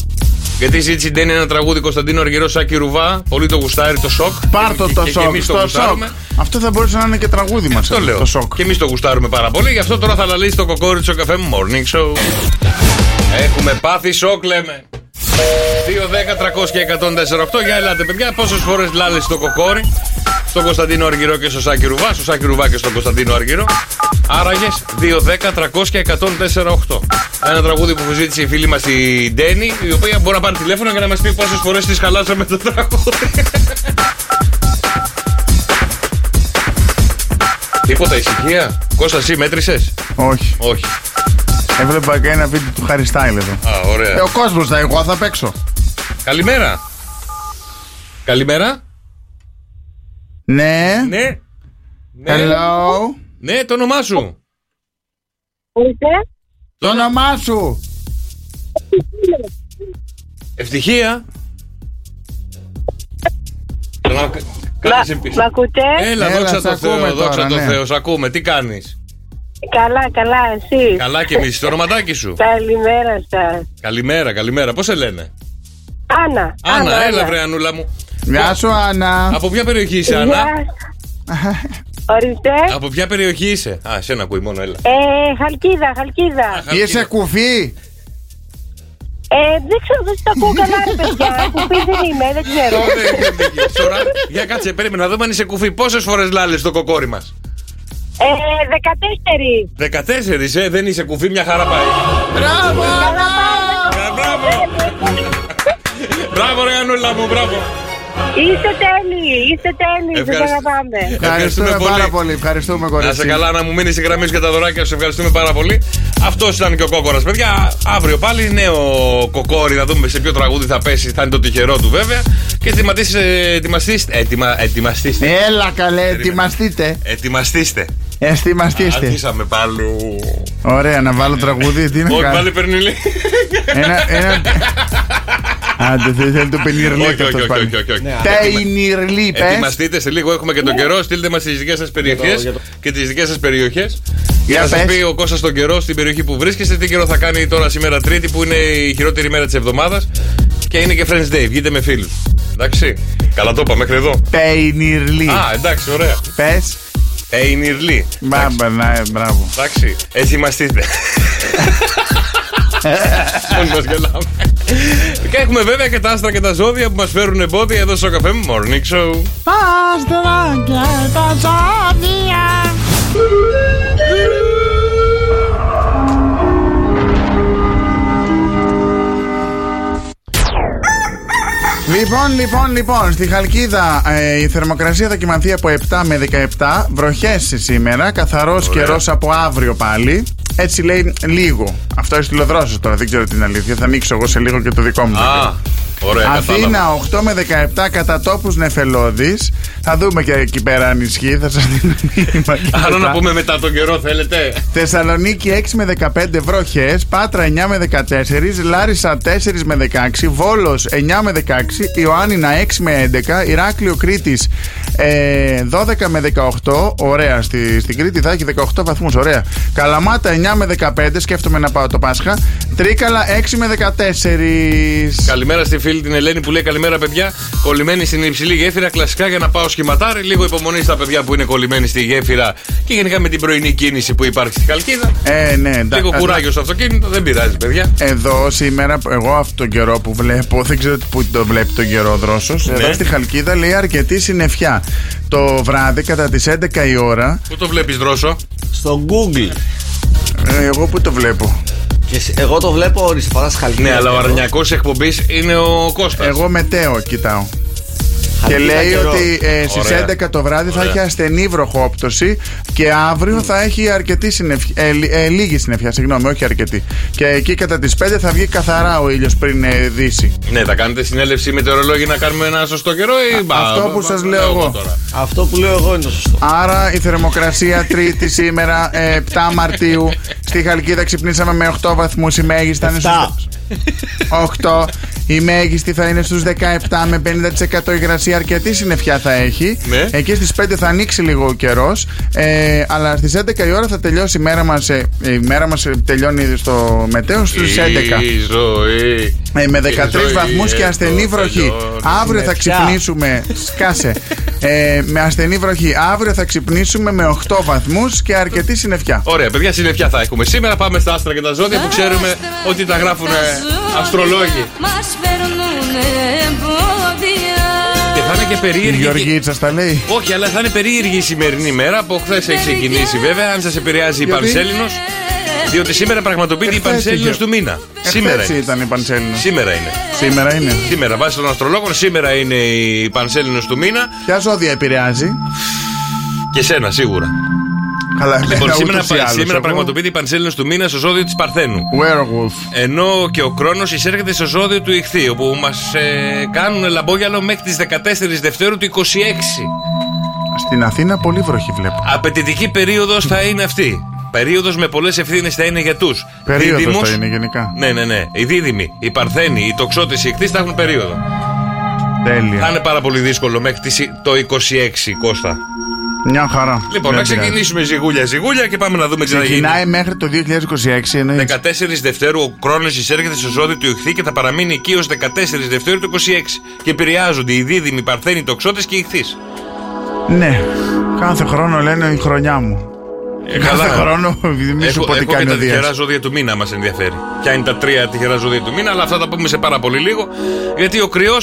Speaker 6: Γιατί ζήτησε δεν είναι ένα τραγούδι Κωνσταντίνο Αργυρό Σάκη Ρουβά. Πολύ το γουστάρει το σοκ.
Speaker 4: Πάρτο
Speaker 6: Και-
Speaker 4: το
Speaker 6: και- και
Speaker 4: σοκ.
Speaker 6: εμείς
Speaker 4: στο σοκ.
Speaker 6: γουστάρουμε.
Speaker 4: Αυτό θα μπορούσε να είναι και τραγούδι μας.
Speaker 6: Το λέω.
Speaker 4: Το σοκ.
Speaker 6: Και εμείς το γουστάρουμε πάρα πολύ. Γι' αυτό τώρα θα λαλείς το κοκόρι του καφέ Morning Show. Έχουμε πάθει σοκ, λέμε. 2, 10, 300 και 148. Για ελάτε, παιδιά. Πόσες φορές λάλεσαι το κοκόρι στον Κωνσταντίνο Αργυρό και στο Σάκη Ρουβά, στο Σάκη Ρουβά και στον Κωνσταντίνο Αργυρό. Άραγες 2, 10, 300 και 148. Ένα τραγούδι που ζήτησε η φίλη μας η Ντένι, η οποία μπορεί να πάρει τηλέφωνο και να μας πει πόσες φορές τη χαλάσαμε το τραγούδι. Τίποτα ησυχία. Κώστας, εσύ μέτρησες.
Speaker 4: Όχι.
Speaker 6: Όχι.
Speaker 4: Έβλεπα και ένα βίντεο του Harry Style εδώ.
Speaker 6: Α, ωραία.
Speaker 4: Ε, ο κόσμος θα εγώ θα παίξω.
Speaker 6: Καλημέρα. Καλημέρα.
Speaker 4: Ναι.
Speaker 6: Ναι. Ναι.
Speaker 4: Hello.
Speaker 6: Ναι, το όνομά σου.
Speaker 4: Το όνομά σου.
Speaker 6: Ευτυχία. Καλά, κάνεις επίσης.
Speaker 8: Μ' ακούτε.
Speaker 6: Έλα,
Speaker 4: Έλα,
Speaker 6: δόξα
Speaker 4: σ'
Speaker 6: τω
Speaker 4: ακούμε
Speaker 6: Θεώ, δόξα
Speaker 4: τώρα,
Speaker 6: τω
Speaker 4: ναι.
Speaker 6: Θεώ, σ' ακούμε. Τι κάνεις.
Speaker 8: Καλά, καλά, εσείς.
Speaker 6: Καλά και εμείς, το ονοματάκι σου.
Speaker 8: Καλημέρα σας.
Speaker 6: Καλημέρα, καλημέρα. Πώς σε λένε.
Speaker 8: Άννα.
Speaker 6: Άννα, έλα βρε Ανούλα μου.
Speaker 4: Γεια σου, Άννα.
Speaker 6: Από ποια περιοχή είσαι, Άννα.
Speaker 8: Γεια. Ορίστε.
Speaker 6: Από ποια περιοχή είσαι. Α, εσένα ακούει μόνο, έλα.
Speaker 8: Ε, χαλκίδα, χαλκίδα.
Speaker 4: Είσαι κουφί.
Speaker 8: Ε, δεν ξέρω, δεν τα ακούω καλά, ρε παιδιά. Κουπί δεν είμαι, δεν ξέρω.
Speaker 6: Τώρα, για κάτσε, περίμενα να δούμε αν είσαι κουφή. Πόσες φορές λάλες το κοκόρι μας.
Speaker 8: Ε, 14.
Speaker 6: 14, ε, δεν είσαι κουφή, μια χαρά πάει. Μπράβο! Κα- Μπράβο! Μπράβο, ρε Ανούλα μου, μπράβο.
Speaker 8: Είστε τέλειοι, είστε τέλειοι. Σας
Speaker 6: Ευχαριστώ.
Speaker 8: αγαπάμε.
Speaker 4: Ευχαριστούμε πάρα πολύ. Ευχαριστούμε,
Speaker 6: Να σε
Speaker 4: κορίτσι.
Speaker 6: καλά να μου μείνεις η γραμμή σου και τα δωράκια σου. Ευχαριστούμε πάρα πολύ. Αυτός ήταν και ο κόκορας. Παιδιά, αύριο πάλι νέο κοκόρι. Να δούμε σε ποιο τραγούδι θα πέσει. Θα είναι το τυχερό του βέβαια. Και ετοιμαστείστε. Ετοιμαστείστε. Ετοιμα, ετοιμαστείστε.
Speaker 4: Έλα, καλέ, ετοιμαστείτε.
Speaker 6: Ετοιμαστείστε.
Speaker 4: Ετοιμαστείστε.
Speaker 6: Αρχίσαμε πάλι.
Speaker 4: Ωραία, να βάλω τραγούδι. Τι να
Speaker 6: Όχι, πάλι
Speaker 4: κάνω.
Speaker 6: παίρνει λίγο.
Speaker 4: Ένα. ένα... Άντε, δεν θέλει το
Speaker 6: Όχι,
Speaker 4: πενιρλίπε
Speaker 6: όχι,
Speaker 4: αυτός
Speaker 6: όχι, όχι,
Speaker 4: πάλι.
Speaker 6: όχι, όχι.
Speaker 4: Πενιρλίπε.
Speaker 6: Ε,
Speaker 4: Ναι.
Speaker 6: Ετοιμαστείτε σε λίγο, έχουμε και τον καιρό. Στείλτε μας τις δικές σας περιοχέ και τις δικές σας περιοχές. Για
Speaker 4: Για
Speaker 6: να σας
Speaker 4: πες.
Speaker 6: πει ο Κώστας τον καιρό στην περιοχή που βρίσκεστε, τι καιρό θα κάνει τώρα σήμερα Τρίτη, που είναι η χειρότερη μέρα της εβδομάδας. Και είναι και Friends Day, βγείτε με φίλους. Εντάξει. Καλά το είπα μέχρι εδώ.
Speaker 4: Mm. Πέινιρλι.
Speaker 6: Α, εντάξει, ωραία.
Speaker 4: Πες.
Speaker 6: Εινιρλί.
Speaker 4: Μπάμπα, να, ε, μπράβο.
Speaker 6: Εντάξει, ετοιμαστείτε. Μόνοι μας γελάμε. Και έχουμε βέβαια και τα άστρα και τα ζώδια που μας φέρουν εμπόδια εδώ στο καφέ μου Morning Show.
Speaker 4: Λοιπόν, λοιπόν, λοιπόν, στη Χαλκίδα ε, η θερμοκρασία θα κοιμανθεί από 7 με 17. Βροχέ σήμερα, καθαρός καιρός από αύριο πάλι. Έτσι λέει λίγο. Αυτό έχει τηλεδρόσει τώρα, δεν ξέρω την αλήθεια. Θα ανοίξω εγώ σε λίγο και το δικό μου. το
Speaker 6: Α, ωραία, κατάλαβα.
Speaker 4: Αθήνα 8 με 17 κατά τόπους νεφελώδης. Θα δούμε και εκεί πέρα αν ισχύει. Θα σας δίνω μήνυμα. και
Speaker 6: Άρα να
Speaker 4: μετά.
Speaker 6: πούμε μετά τον καιρό θέλετε.
Speaker 4: Θεσσαλονίκη 6 με 15 βροχές. Πάτρα 9 με 14. Λάρισα 4 με 16. Βόλο 9 με 16. Ιωάννινα 6 με 11. Ηράκλειο Κρήτης 12 με 18. Ωραία. Στη, στην Κρήτη θα έχει 18 βαθμούς. Ωραία. Καλαμάτα 9 με 15. Σκέφτομαι να πάω το Πάσχα. Τρίκαλα 6 με 14.
Speaker 6: Καλημέρα στη φίλη την Ελένη που λέει καλημέρα παιδιά. Κολλημένη στην υψηλή γέφυρα, κλασικά για να πάω σχηματάρι. Λίγο υπομονή στα παιδιά που είναι κολλημένοι στη γέφυρα και γενικά με την πρωινή κίνηση που υπάρχει στη Χαλκίδα.
Speaker 4: Ε, ναι, εντάξει.
Speaker 6: Λίγο κουράγιο στο αυτοκίνητο, δεν πειράζει παιδιά.
Speaker 4: Εδώ σήμερα, εγώ αυτόν τον καιρό που βλέπω, δεν ξέρω που το βλέπει τον καιρό δρόσος. Εδώ στη Χαλκίδα λέει αρκετή συννεφιά. Το βράδυ κατά τις 11 η ώρα,
Speaker 6: Πού το βλέπεις δρόσο.
Speaker 2: Στο Google.
Speaker 4: ε, εγώ που το βλέπω.
Speaker 2: Και σ- εγώ το βλέπω ορισμένε φορέ χαλκίδα.
Speaker 6: Ναι, αλλά ο
Speaker 2: καιρό.
Speaker 6: αρνιακός εκπομπής είναι ο Κώστας
Speaker 4: Εγώ μετέω κοιτάω. Και
Speaker 2: Χαλκίδα
Speaker 4: λέει
Speaker 2: καιρό.
Speaker 4: ότι ε, στις
Speaker 6: Ωραία.
Speaker 4: 11 το βράδυ θα
Speaker 6: Ωραία.
Speaker 4: έχει ασθενή βροχόπτωση και αύριο θα έχει αρκετή συννεφιά. Ε, λι- ε, λίγη συννεφιά, συγγνώμη, όχι αρκετή. Και εκεί κατά τις 5 θα βγει καθαρά ο ήλιος πριν ε, δύσει.
Speaker 6: Ναι, θα κάνετε συνέλευση μετεωρολόγοι να κάνουμε ένα σωστό καιρό ή μπα,
Speaker 4: αυτό
Speaker 6: μπα,
Speaker 4: που
Speaker 6: μπα,
Speaker 4: σας
Speaker 6: μπα,
Speaker 4: λέω εγώ.
Speaker 6: τώρα.
Speaker 2: Αυτό που λέω εγώ είναι το σωστό.
Speaker 4: Άρα η θερμοκρασία τρίτη σήμερα, ε, 7 Μαρτίου. Στη Χαλκίδα ξυπνήσαμε με 8 βαθμούς. Η μέγιστη θα είναι
Speaker 2: Εφτά.
Speaker 4: στου 8. Η μέγιστη θα είναι στους 17 με 50% υγρασία. Αρκετή συννεφιά θα έχει.
Speaker 6: Ναι.
Speaker 4: Εκεί στις 5 θα ανοίξει λίγο ο καιρός. Ε, αλλά στις 11 η ώρα θα τελειώσει η μέρα μας ε, η μέρα μας ε, τελειώνει στο μετέο στους 11.
Speaker 6: Η ζωή.
Speaker 4: Ε, με 13
Speaker 6: ζωή,
Speaker 4: βαθμούς και
Speaker 6: ε,
Speaker 4: ασθενή
Speaker 6: το
Speaker 4: βροχή.
Speaker 6: τελειώνει.
Speaker 4: Αύριο θα
Speaker 2: Συννεφιά.
Speaker 4: ξυπνήσουμε. Σκάσε. Ε, με ασθενή βροχή. Αύριο θα ξυπνήσουμε με 8 βαθμούς και αρκετή συννεφιά.
Speaker 6: Ωραία, παιδιά, συννεφιά θα έχουμε. Σήμερα πάμε στα άστρα και τα ζώδια που ξέρουμε ότι τα γράφουν αστρολόγοι.
Speaker 1: Μας φέρνουν εμπόδια
Speaker 6: Και θα είναι και
Speaker 4: Η
Speaker 6: περίεργη.
Speaker 4: Γεωργίτσα τα λέει.
Speaker 6: Όχι, αλλά θα είναι περίεργη η σημερινή μέρα. Από χθες έχει ξεκινήσει βέβαια, αν σας επηρεάζει η
Speaker 4: Γιατί?
Speaker 6: Πανσέλινος. Διότι σήμερα πραγματοποιείται η
Speaker 4: Εχθές
Speaker 6: Πανσέλινο
Speaker 4: είχε.
Speaker 6: του μήνα.
Speaker 4: Εχθές
Speaker 6: Σήμερα είναι.
Speaker 4: ήταν η Πανσέλινος.
Speaker 6: Σήμερα είναι.
Speaker 4: Σήμερα είναι.
Speaker 6: Σήμερα, βάσει των αστρολόγων, σήμερα είναι η Πανσέλινος του μήνα
Speaker 4: Ποια ζώδια επηρεάζει.
Speaker 6: και σένα σίγουρα.
Speaker 4: Αλλά
Speaker 6: Λοιπόν,
Speaker 4: εμένα
Speaker 6: σήμερα,
Speaker 4: Ε, ούτως ή άλλως.
Speaker 6: σήμερα
Speaker 4: Εγώ-
Speaker 6: πραγματοποιείται η Πανσέλινος του μήνα στο ζώδιο της Παρθένου.
Speaker 4: Werewolf.
Speaker 6: Ενώ και ο χρόνο εισέρχεται στο ζώδιο του Ιχθύ, όπου μας ε, κάνουν λαμπόγιαλο μέχρι τις 14 Δευτέρου του 26.
Speaker 4: Στην Αθήνα πολύ βροχή βλέπω.
Speaker 6: Απαιτητική περίοδος θα είναι αυτή. Περίοδος με πολλές ευθύνες θα είναι για τους.
Speaker 4: Περίοδος θα είναι γενικά.
Speaker 6: Ναι, ναι, ναι. Οι δίδυμοι, οι παρθένοι, οι τοξότες, οι ιχθύς θα έχουν περίοδο. Θα
Speaker 4: Τέλεια.
Speaker 6: είναι πάρα πολύ δύσκολο μέχρι τις- το 26, Κώστα.
Speaker 4: Μια χαρά.
Speaker 6: Λοιπόν,
Speaker 4: Δεν
Speaker 6: να
Speaker 4: Ναι, πειράζει.
Speaker 6: ξεκινήσουμε ζιγούλια-ζιγούλια και πάμε να δούμε τι θα γίνει.
Speaker 4: Ξεκινάει μέχρι το 2026 εννοείς.
Speaker 6: 14 Δευτέρου ο χρόνο εισέρχεται στο ζώδιο του Ιχθύ και θα παραμείνει εκεί ως 14 Δευτέρου του 26. Και επηρεάζονται οι δίδυμοι, οι παρθένοι, οι τοξότες και οι Ιχθύ.
Speaker 4: Ναι. Κάθε χρόνο λένε η χρονιά μου. Κάθε χρόνο μη σου πω
Speaker 6: έχω, έχω
Speaker 4: τι
Speaker 6: και
Speaker 4: κάνει ο
Speaker 6: τα
Speaker 4: Δίας.
Speaker 6: τυχερά ζώδια του μήνα μας ενδιαφέρει. Ποια είναι τα τρία τυχερά ζώδια του μήνα, αλλά αυτά τα πούμε σε πάρα πολύ λίγο. Γιατί ο κρυός,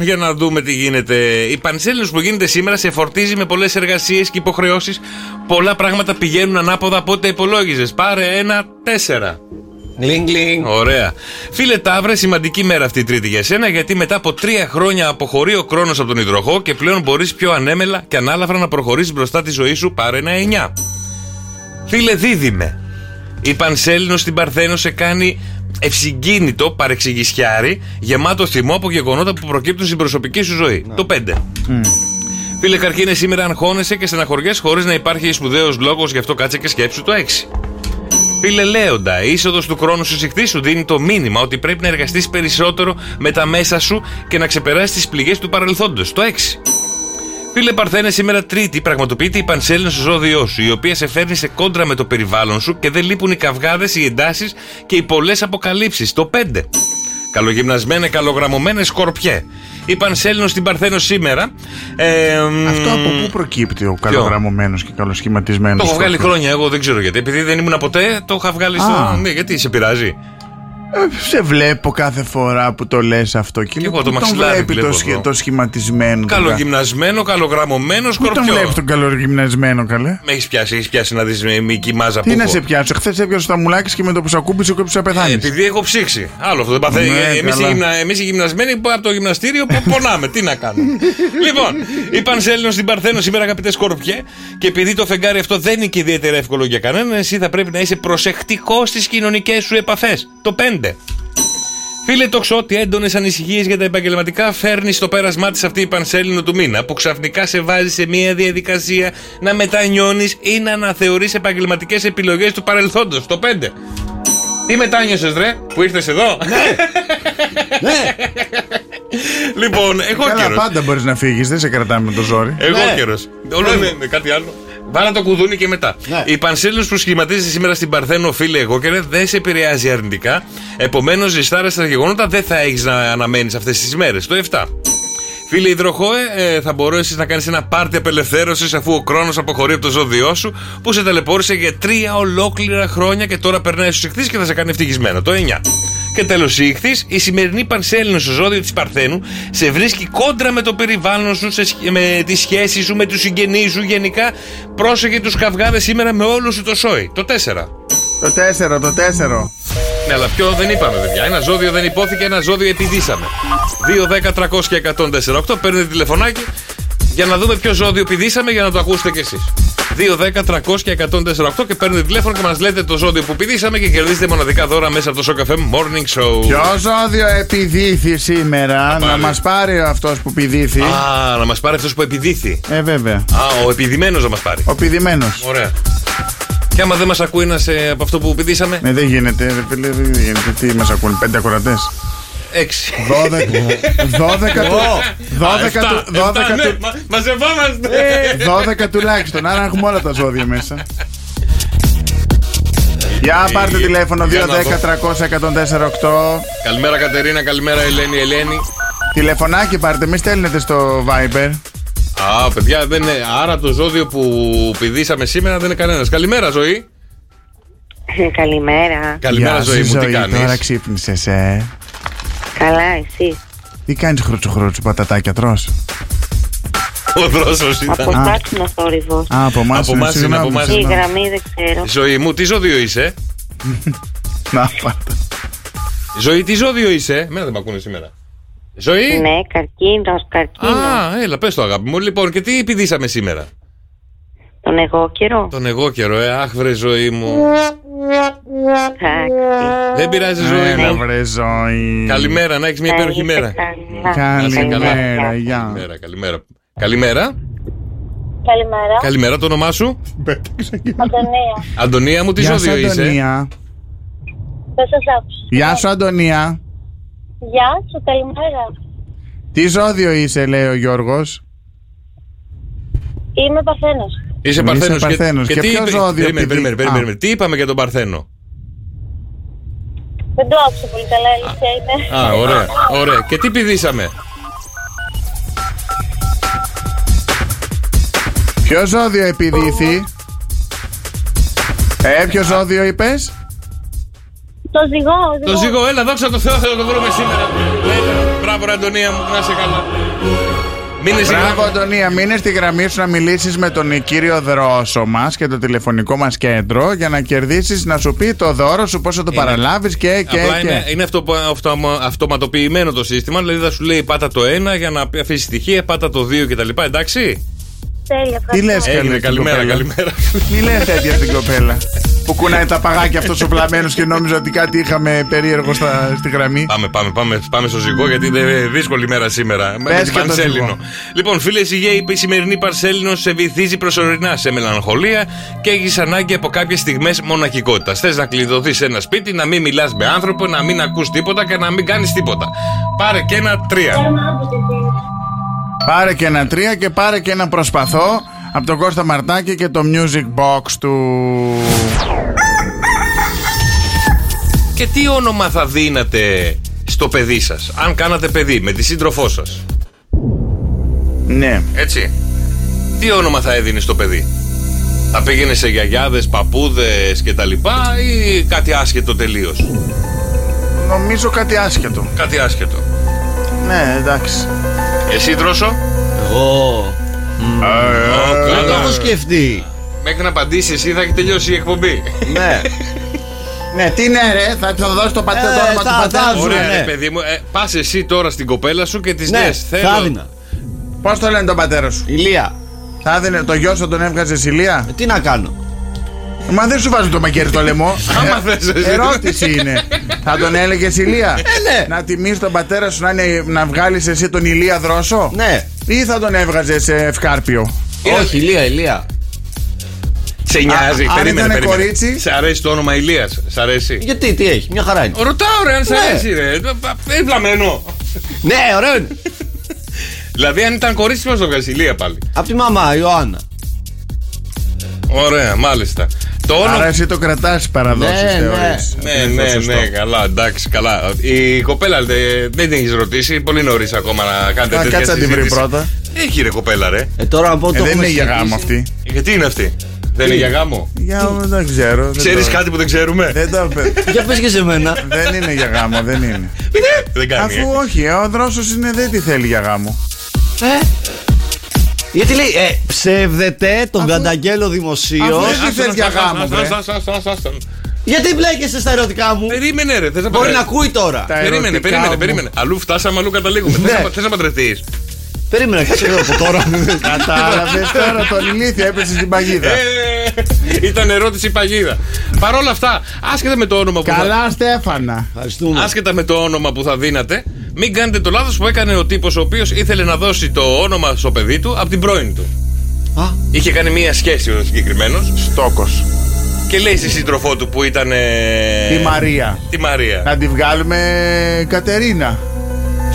Speaker 6: για να δούμε τι γίνεται. Η πανσέλινος που γίνεται σήμερα σε φορτίζει με πολλές εργασίες και υποχρεώσεις. Πολλά πράγματα πηγαίνουν ανάποδα από ό,τι υπολόγιζες. Πάρε ένα τέσσερα.
Speaker 2: Γκλινγκ, γκλινγκ.
Speaker 6: Ωραία. Φίλε Ταύρε, σημαντική μέρα αυτή η Τρίτη για σένα, γιατί μετά από τρία χρόνια αποχωρεί ο χρόνο από τον υδροχό και πλέον μπορείς πιο ανέμελα και ανάλαφρα να προχωρήσεις μπροστά τη ζωή σου. Πάρε ένα 9. Φίλε Δίδυμε, η Πανσέλινος στην Παρθένος σε κάνει ευσυγκίνητο παρεξηγησιάρι, γεμάτο θυμό από γεγονότα που προκύπτουν στην προσωπική σου ζωή. Το 5. Φίλε Καρκίνε, σήμερα αγχώνεσαι και στεναχωριές χωρίς να υπάρχει σπουδαίος λόγος, γι' αυτό κάτσε και σκέψου το 6. Φίλε Λέοντα, η είσοδος του χρόνου σου συχνή σου δίνει το μήνυμα ότι πρέπει να εργαστείς περισσότερο με τα μέσα σου και να ξεπεράσεις τις πληγές του παρελθόντος. Το 6. Φίλε Παρθένε, σήμερα Τρίτη πραγματοποιείται η πανσέλινο στο ζώδιό σου, η οποία σε φέρνει σε κόντρα με το περιβάλλον σου και δεν λείπουν οι καυγάδες, οι εντάσεις και οι πολλές αποκαλύψεις. Το 5. Καλογυμνασμένε, καλογραμμωμένε σκορπιέ. Η πανσέλινο στην Παρθένο σήμερα. ε, μ,
Speaker 4: Αυτό από πού προκύπτει ο καλογραμμωμένος και καλοσχηματισμένος.
Speaker 6: Το έχω βγάλει χρόνια, εγώ δεν ξέρω γιατί. Επειδή δεν ήμουν ποτέ, το είχα βγάλει
Speaker 4: Α.
Speaker 6: στο. Ναι, γιατί σε πειράζει.
Speaker 4: Σε βλέπω κάθε φορά που το λες αυτό και, λέω,
Speaker 6: εγώ το
Speaker 4: πού τον
Speaker 6: μαξιλάρι
Speaker 4: βλέπει
Speaker 6: βλέπω
Speaker 4: το,
Speaker 6: εδώ.
Speaker 4: σχε- το σχηματισμένο. τον κα-
Speaker 6: Καλογυμνασμένο, καλογραμμωμένο
Speaker 4: Πού τον βλέπει
Speaker 6: σκορπιό.
Speaker 4: τον καλογυμνασμένο, καλέ.
Speaker 6: Με έχεις πιάσει, έχεις πιάσει να δεις μική μάζα που
Speaker 4: Τι να
Speaker 6: έχω.
Speaker 4: σε πιάσω, χθες έπιασες τα μουλάκια και με το που σε ακούμπησε και να
Speaker 6: Ε,
Speaker 4: πεθάνει.
Speaker 6: Επειδή έχω ψήξει. Άλλο αυτό δεν παθαίνει.
Speaker 4: Ναι,
Speaker 6: Εμεί οι,
Speaker 4: καλά.
Speaker 6: γυμνα... εμείς οι γυμνασμένοι που από το γυμναστήριο που πονάμε. Τι να κάνουμε. λοιπόν, η Πανσέλινο στην Παρθένο σήμερα, αγαπητέ Σκορπιέ, και επειδή το φεγγάρι αυτό δεν είναι και ιδιαίτερα εύκολο για κανέναν, εσύ θα πρέπει να είσαι προσεκτικός στις κοινωνικές σου επαφές. Το 5. Φίλε Τοξότη, έντονες ανησυχίες για τα επαγγελματικά φέρνει στο πέρασμά της αυτή η πανσέλινο του μήνα, που ξαφνικά σε βάζει σε μια διαδικασία να μετανιώνεις ή να αναθεωρείς επαγγελματικές επιλογές του παρελθόντος. Το 5. Τι μετάνιωσες, ρε, που ήρθες εδώ.
Speaker 2: Ναι,
Speaker 6: λοιπόν, εγώ Ε-
Speaker 4: Καλά,
Speaker 6: καιρό.
Speaker 4: πάντα μπορείς να φύγεις, δεν σε κρατάμε με το ζόρι.
Speaker 6: Εγώ
Speaker 2: Ναι.
Speaker 6: καιρό. Όλο είναι κάτι άλλο. Βάλα το κουδούνι και μετά.
Speaker 2: Ναι.
Speaker 6: Η πανσέλινο που σχηματίζεται σήμερα στην Παρθένο, φίλε, εγώ και ρε, δεν σε επηρεάζει αρνητικά. Επομένως, ζεστάρα στα γεγονότα δεν θα έχεις να αναμένεις αυτές τις μέρες. Το 7. Φίλε Ιδροχώε, ε, θα μπορέσει να κάνεις ένα πάρτι απελευθέρωσης αφού ο χρόνο αποχωρεί από το ζώδιό σου που σε ταλαιπώρησε για τρία ολόκληρα χρόνια και τώρα περνάει στους ηχθείς και θα σε κάνει ευτυχισμένο. Το 9. Και τέλος, η ηχθής, η σημερινή πανσέλινο στο ζώδιο της Παρθένου σε βρίσκει κόντρα με το περιβάλλον σου, σε, σχ- με τη σχέση σου, με τους συγγενείς σου. Γενικά, πρόσεχε τους καυγάδες σήμερα με όλου σου το σόι. Το 4.
Speaker 4: Το 4, το 4.
Speaker 6: Ναι, αλλά πιο δεν είπαμε, παιδιά. Ένα ζώδιο δεν υπόθηκε, ένα ζώδιο επιδίσαμε. 2, 10, 300 και 148. Παίρνετε τηλεφωνάκι για να δούμε ποιο ζώδιο επιδίσαμε για να το ακούσετε κι εσείς. 2, 10, 300 και 148 και παίρνετε τηλέφωνο και μας λέτε το ζώδιο που πηδήσαμε και κερδίζετε μοναδικά δώρα μέσα από το Show Cafe Morning Show.
Speaker 4: Ποιο ζώδιο επιδίθη σήμερα να
Speaker 6: πάρει.
Speaker 4: μας πάρει αυτός που πηδήθη.
Speaker 6: Α, να μας πάρει αυτός που επιδήθη.
Speaker 4: Ε, βέβαια.
Speaker 6: Α, ο επιδημένος να μας πάρει.
Speaker 4: Ο πηδημένο.
Speaker 6: Ωραία. Και άμα δεν μας ακούει ένας από αυτό που πηδήσαμε,
Speaker 4: Ναι, δεν γίνεται, ρε φίλε, δεν γίνεται. Τι μας ακούνε, πέντε ακροατές. 12
Speaker 6: 6.
Speaker 4: 12 του- 12 του- 12
Speaker 6: ναι.
Speaker 4: του- Ε,
Speaker 6: Μαζευόμαστε!
Speaker 4: 12 τουλάχιστον, άρα έχουμε όλα τα ζώδια μέσα. Για πάρτε
Speaker 6: Ε,
Speaker 4: τηλέφωνο
Speaker 6: για να
Speaker 4: 210 300 1048.
Speaker 6: Καλημέρα Κατερίνα, καλημέρα Ελένη, Ελένη.
Speaker 4: Τηλεφωνάκι πάρτε, μη στέλνετε στο Viber.
Speaker 6: Α, παιδιά, δεν είναι. Άρα το ζώδιο που πηδήσαμε σήμερα δεν είναι κανένας. Καλημέρα, ζωή.
Speaker 8: Ε, Καλημέρα.
Speaker 6: Καλημέρα,
Speaker 4: Γεια σου,
Speaker 6: ζωή μου, τι
Speaker 4: Τώρα
Speaker 6: κάνει.
Speaker 4: ξύπνησες, ε.
Speaker 8: Καλά, εσύ.
Speaker 4: Τι κάνεις χρούτσου χρούτσου, πατατάκια τρώ.
Speaker 6: Ο δρόσο ήταν.
Speaker 8: Αποστάξινο θόρυβος.
Speaker 4: Α, από εμάς
Speaker 6: Από εμάς είναι, από εμάς
Speaker 8: Η γραμμή δεν ξέρω.
Speaker 6: Ζωή μου, τι ζώδιο είσαι.
Speaker 4: Να πάτε.
Speaker 6: Ζωή, τι ζώδιο είσαι. Μένα δεν με ακούνε σήμερα. Ζωή.
Speaker 8: Ναι, καρκίνος, καρκίνος.
Speaker 6: Α, έλα, πες το αγάπη μου. Λοιπόν, και τι πηδήσαμε σήμερα.
Speaker 8: Τον εγώ καιρό.
Speaker 6: Τον εγώ καιρό, ε, αχ, βρε ζωή μου.
Speaker 8: Εντάξει.
Speaker 6: Δεν πειράζει, ζωή
Speaker 4: Έλα,
Speaker 6: μου.
Speaker 4: βρε ζωή.
Speaker 6: Καλημέρα, να έχεις μια
Speaker 8: Να
Speaker 6: υπέροχη
Speaker 8: είστε
Speaker 6: μέρα.
Speaker 8: Ε, καλά.
Speaker 4: Καλημέρα, γεια.
Speaker 6: Καλημέρα, καλημέρα. Καλημέρα.
Speaker 8: Καλημέρα.
Speaker 6: Καλημέρα, το όνομά σου.
Speaker 8: Αντωνία.
Speaker 6: Αντωνία μου, τι
Speaker 4: Γεια σου,
Speaker 6: ζώδιο είσαι.
Speaker 4: Αντωνία.
Speaker 8: Δεν σας άκουσα.
Speaker 4: Γεια σου, Αντωνία.
Speaker 8: Γεια σου, καλημέρα.
Speaker 4: Τι ζώδιο είσαι, λέει ο Γιώργος.
Speaker 8: Είμαι Παθένο.
Speaker 6: Είσαι
Speaker 4: Είσαι
Speaker 6: Παρθένος.
Speaker 4: Παρθένος. Και
Speaker 6: τι
Speaker 4: ποιο
Speaker 6: είπε-
Speaker 4: ζώδιο
Speaker 6: Περίμενε,
Speaker 4: επειδή-
Speaker 6: περίμενε,
Speaker 4: Α.
Speaker 6: περίμενε. Τι είπαμε για τον Παρθένο.
Speaker 8: Δεν το άκουσα πολύ καλά, η αλήθεια είναι.
Speaker 6: Α, ωραία, ωραία. Και τι πηδήσαμε.
Speaker 4: Ποιο ζώδιο επιδίθη. Ε, ποιο ζώδιο είπες.
Speaker 8: Το ζυγό,
Speaker 6: Το ζύγο, έλα, δόξα τω Θεώ, θα το βρούμε σήμερα. Έλα, μπράβο, ρε Αντωνία μου, να είσαι καλά. Μην είσαι
Speaker 4: Μπράβο,
Speaker 6: καλά.
Speaker 4: Αντωνία, μείνε στη γραμμή σου να μιλήσεις με τον κύριο δρόσο μας και το τηλεφωνικό μας κέντρο για να κερδίσεις να σου πει το δώρο σου, πόσο το παραλάβεις και. και,
Speaker 6: Απλά είναι,
Speaker 4: και.
Speaker 6: είναι αυτό που, αυτομα- αυτοματοποιημένο το σύστημα, δηλαδή θα σου λέει πάτα το 1 για να αφήσει στοιχεία, πάτα το 2 κτλ. Εντάξει.
Speaker 8: Τέλεια,
Speaker 4: Τι λες,
Speaker 6: Έγινε, καλημέρα, καλημέρα.
Speaker 4: Μη λες τέτοια στην κοπέλα. Που κουνάει τα παγάκια αυτός ο πλαμένο και νόμιζα ότι κάτι είχαμε περίεργο στα, στη γραμμή.
Speaker 6: Πάμε, πάμε, πάμε, πάμε στο ζυγό γιατί είναι δύσκολη μέρα σήμερα. Με
Speaker 4: Πες
Speaker 6: την
Speaker 4: και το
Speaker 6: Πανσέλινο.
Speaker 4: ζυγό.
Speaker 6: Λοιπόν, φίλες, η γέη η σημερινή Πανσέλινο σε βυθίζει προσωρινά σε μελαγχολία και έχει ανάγκη από κάποιες στιγμές μοναχικότητας. Θες να κλειδωθείς σε ένα σπίτι, να μην μιλάς με άνθρωπο, να μην ακούς τίποτα και να μην κάνεις τίποτα. Πάρε και ένα τρία.
Speaker 4: Πάρε και ένα τρία και πάρε και ένα προσπαθώ από τον Κώστα Μαρτάκη και το music box του.
Speaker 6: Και τι όνομα θα δίνατε στο παιδί σας, αν κάνατε παιδί με τη σύντροφό σας,
Speaker 4: Ναι.
Speaker 6: έτσι. Τι όνομα θα έδινε στο παιδί. Θα πήγαινε σε γιαγιάδες, παππούδες και τα λοιπά ή κάτι άσχετο τελείως.
Speaker 4: Νομίζω κάτι άσχετο.
Speaker 6: Κάτι άσχετο.
Speaker 4: Ναι, εντάξει.
Speaker 6: Εσύ Δρόσο.
Speaker 2: Εγώ. μ,
Speaker 6: καλά.
Speaker 2: Δεν το έχω σκεφτεί.
Speaker 6: ε, Μέχρι να απαντήσει εσύ θα έχει τελειώσει η εκπομπή.
Speaker 2: Ναι.
Speaker 4: Ναι, τι ναι, ρε, θα το δώσω το πατέρα
Speaker 2: Ε,
Speaker 4: το όνομα
Speaker 2: θα-
Speaker 4: του πατέρα
Speaker 2: θα
Speaker 4: μου.
Speaker 2: δω.
Speaker 6: Ωραία,
Speaker 2: ναι.
Speaker 6: ρε παιδί μου. Ε, Πας εσύ τώρα στην κοπέλα σου και της
Speaker 2: Ναι,
Speaker 6: λες.
Speaker 2: θα έδινα.
Speaker 4: Πώς το λένε τον πατέρα σου.
Speaker 2: Ηλία.
Speaker 4: Θα έδινε το γιο σου τον έβγαζες ηλία.
Speaker 2: ε, Τι να κάνω.
Speaker 4: Μα δεν σου βάζουν το μαγκέρι στο λαιμό.
Speaker 6: Άμα
Speaker 4: Ε,
Speaker 6: θες εσύ.
Speaker 4: Ερώτηση είναι. θα τον έλεγε ηλία.
Speaker 2: ναι.
Speaker 4: Να τιμήσει τον πατέρα σου να, είναι, να βγάλεις εσύ τον ηλία δρόσο.
Speaker 2: Ναι.
Speaker 4: Ή θα τον έβγαζες σε ευκάρπιο.
Speaker 2: Όχι, Ηλία, Ηλία.
Speaker 6: Σε νοιάζει,
Speaker 4: Α, αν
Speaker 6: περίμενε,
Speaker 4: ήταν
Speaker 6: περίμενε.
Speaker 4: κορίτσι.
Speaker 6: Σε αρέσει το όνομα Ηλίας. Σε αρέσει.
Speaker 2: Γιατί, τι έχει, μια χαρά είναι.
Speaker 6: Ρωτάω ρε αν σε
Speaker 2: Ναι.
Speaker 6: αρέσει ρε. Δεν Ε, βλαμμένο.
Speaker 2: Ναι, ωραίο είναι.
Speaker 6: Δηλαδή αν ήταν κορίτσι πώς το βγάζει Ηλία πάλι.
Speaker 2: Απ' τη μαμά, Ιωάννα.
Speaker 6: Ωραία, μάλιστα. Το
Speaker 4: Άρα
Speaker 6: όνομα.
Speaker 4: εσύ το κρατάς παραδόσεις,
Speaker 2: Ναι, ναι.
Speaker 4: θεωρείς.
Speaker 6: Ναι, ναι, ναι, καλά, εντάξει, καλά. Η κοπέλα δε- δεν την έχεις ρωτήσει. Πολύ νωρίς ακόμα να κάνετε
Speaker 4: Α,
Speaker 6: τέτοια
Speaker 4: κάτσε να την βρει
Speaker 6: συζήτηση.
Speaker 4: πρώτα.
Speaker 6: Έχει ρε κοπέλα, ρε.
Speaker 2: Ε, τώρα να πω ότι
Speaker 4: Ε,
Speaker 2: το
Speaker 4: δεν
Speaker 2: έχουμε
Speaker 4: είναι για
Speaker 2: συζητήσει.
Speaker 4: γάμο αυτή.
Speaker 6: Γιατί είναι αυτή. Δεν είναι για γάμο.
Speaker 4: Για δεν ξέρω. δεν
Speaker 6: Ξέρεις
Speaker 4: το- Ναι.
Speaker 6: κάτι που δεν ξέρουμε.
Speaker 4: Δεν το.
Speaker 2: Για πες και σε μένα.
Speaker 4: Δεν είναι για γάμο, δεν είναι.
Speaker 6: Δεν κάνει. ε.
Speaker 4: Αφού όχι, ο δρόσος είναι δεν τη θέλει για γάμο.
Speaker 2: Ε. Γιατί λέει ε, ψεύδεται τον Κανταγγέλο δημοσίως.
Speaker 4: Αφού- Τι
Speaker 6: Άστον,
Speaker 4: θες για
Speaker 6: άστον,
Speaker 4: γάμο,
Speaker 6: άστον,
Speaker 4: βρε.
Speaker 6: άστον, άστον, άστον, άστον.
Speaker 2: Γιατί μπλέκεσαι στα ερωτικά μου.
Speaker 6: Περίμενε, ρε. Θες να
Speaker 2: Μπορεί
Speaker 6: παντρε-
Speaker 2: να ακούει τώρα.
Speaker 4: Τα
Speaker 6: Περίμενε,
Speaker 4: ερωτικά
Speaker 6: περίμενε,
Speaker 4: μου.
Speaker 6: περίμενε. Αλλού φτάσαμε, αλλού καταλήγουμε. Θες
Speaker 2: Ναι.
Speaker 6: να- Θες να παντρευτείς.
Speaker 2: Περίμενα, κάτσε εδώ από τώρα.
Speaker 4: Κατάλαβες τώρα τον ηλίθιο, έπεσε στην παγίδα.
Speaker 6: Ε, Ήταν ερώτηση παγίδα. Παρ' όλα αυτά, άσχετα με το όνομα που θα...
Speaker 4: Καλά, Στέφανα.
Speaker 2: Ευχαριστούμε.
Speaker 6: Άσχετα με το όνομα που θα δίνατε, μην κάνετε το λάθος που έκανε ο τύπος ο οποίος ήθελε να δώσει το όνομα στο παιδί του από την πρώην του.
Speaker 2: Α.
Speaker 6: Είχε κάνει μία σχέση ο συγκεκριμένος
Speaker 4: Στόκος.
Speaker 6: και λέει στη σύντροφό του που ήταν. ε,
Speaker 4: Τη Μαρία.
Speaker 6: Τη Μαρία.
Speaker 4: Να τη βγάλουμε Κατερίνα.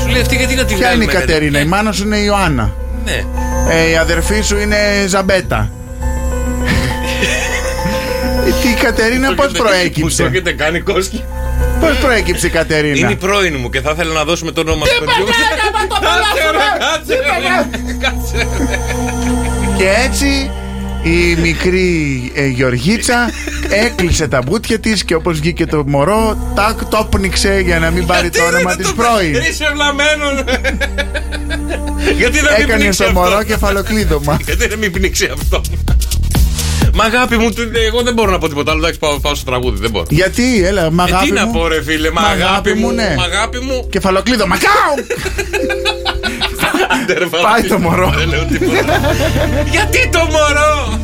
Speaker 6: Σου λέει αυτή γιατί να τη
Speaker 4: Ποια είναι η
Speaker 6: βγάλουμε, ρε.
Speaker 4: Κατερίνα, η μάνα σου είναι η Ιωάννα.
Speaker 6: Ναι.
Speaker 4: Ε, η αδερφή σου είναι Ζαμπέτα. Ε, Τι η Κατερίνα
Speaker 6: Το
Speaker 4: πώς
Speaker 6: έχετε- Μου το
Speaker 4: προέκυψε.
Speaker 6: έχετε κάνει κόσκι.
Speaker 4: Πώς προέκυψε η
Speaker 6: Είναι η
Speaker 4: Κατερίνα.
Speaker 6: πρώην μου και θα ήθελα να δώσουμε το όνομα του παιδιού. Κάτσε ρε, κάτσε ρε. Κάτσε
Speaker 4: Και έτσι η μικρή ε, Γεωργίτσα έκλεισε τα μπούτια της και όπως βγήκε το μωρό, τάκ το πνίξε για να μην πάρει το όνομα της πρώην.
Speaker 6: Είσαι βλαμμένον. Γιατί δεν μην
Speaker 4: Έκανες
Speaker 6: πνίξει
Speaker 4: στο
Speaker 6: αυτό.
Speaker 4: μωρό κεφαλοκλείδωμα.
Speaker 6: Γιατί δεν Ε, ναι, μην πνίξει αυτό. Μα αγάπη μου, του- ε, εγώ δεν μπορώ να πω τίποτα άλλο. Εντάξει, πάω, πάω στο τραγούδι, δεν μπορώ.
Speaker 4: Γιατί, έλα, μ'
Speaker 6: Ε,
Speaker 4: αγάπη
Speaker 6: τι
Speaker 4: μου.
Speaker 6: να πω, ρε φίλε, μα
Speaker 4: Μ'
Speaker 6: αγάπη μου,
Speaker 4: ναι.
Speaker 6: μα αγάπη μου.
Speaker 4: Κεφαλοκλείδωμα. Κάου!
Speaker 6: Άντε, ρε,
Speaker 4: Πάει το μωρό.
Speaker 6: Δεν λέω τίποτα. Γιατί το μωρό.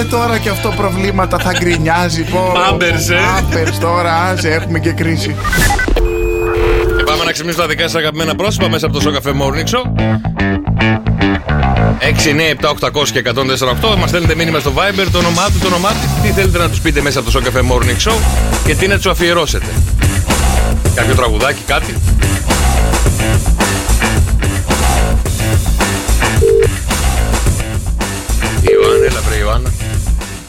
Speaker 4: Ε, τώρα και αυτό προβλήματα θα γκρινιάζει. Πω,
Speaker 6: Πάμπερς, ε.
Speaker 4: Πάμπερς τώρα, άσε, έχουμε και κρίση.
Speaker 6: Και πάμε να ξυπνήσουμε τα δικά σας αγαπημένα πρόσωπα μέσα από το Σοκαφέ Morning Show. 6, 9, 7, 800 και 148. Μας στέλνετε μήνυμα στο Viber, το όνομά του, το όνομά του. Τι θέλετε να τους πείτε μέσα από το Σοκαφέ Morning Show και τι να τους αφιερώσετε. Κάποιο τραγουδάκι, κάτι. Ιωάννα, έλα βρε Ιωάννα.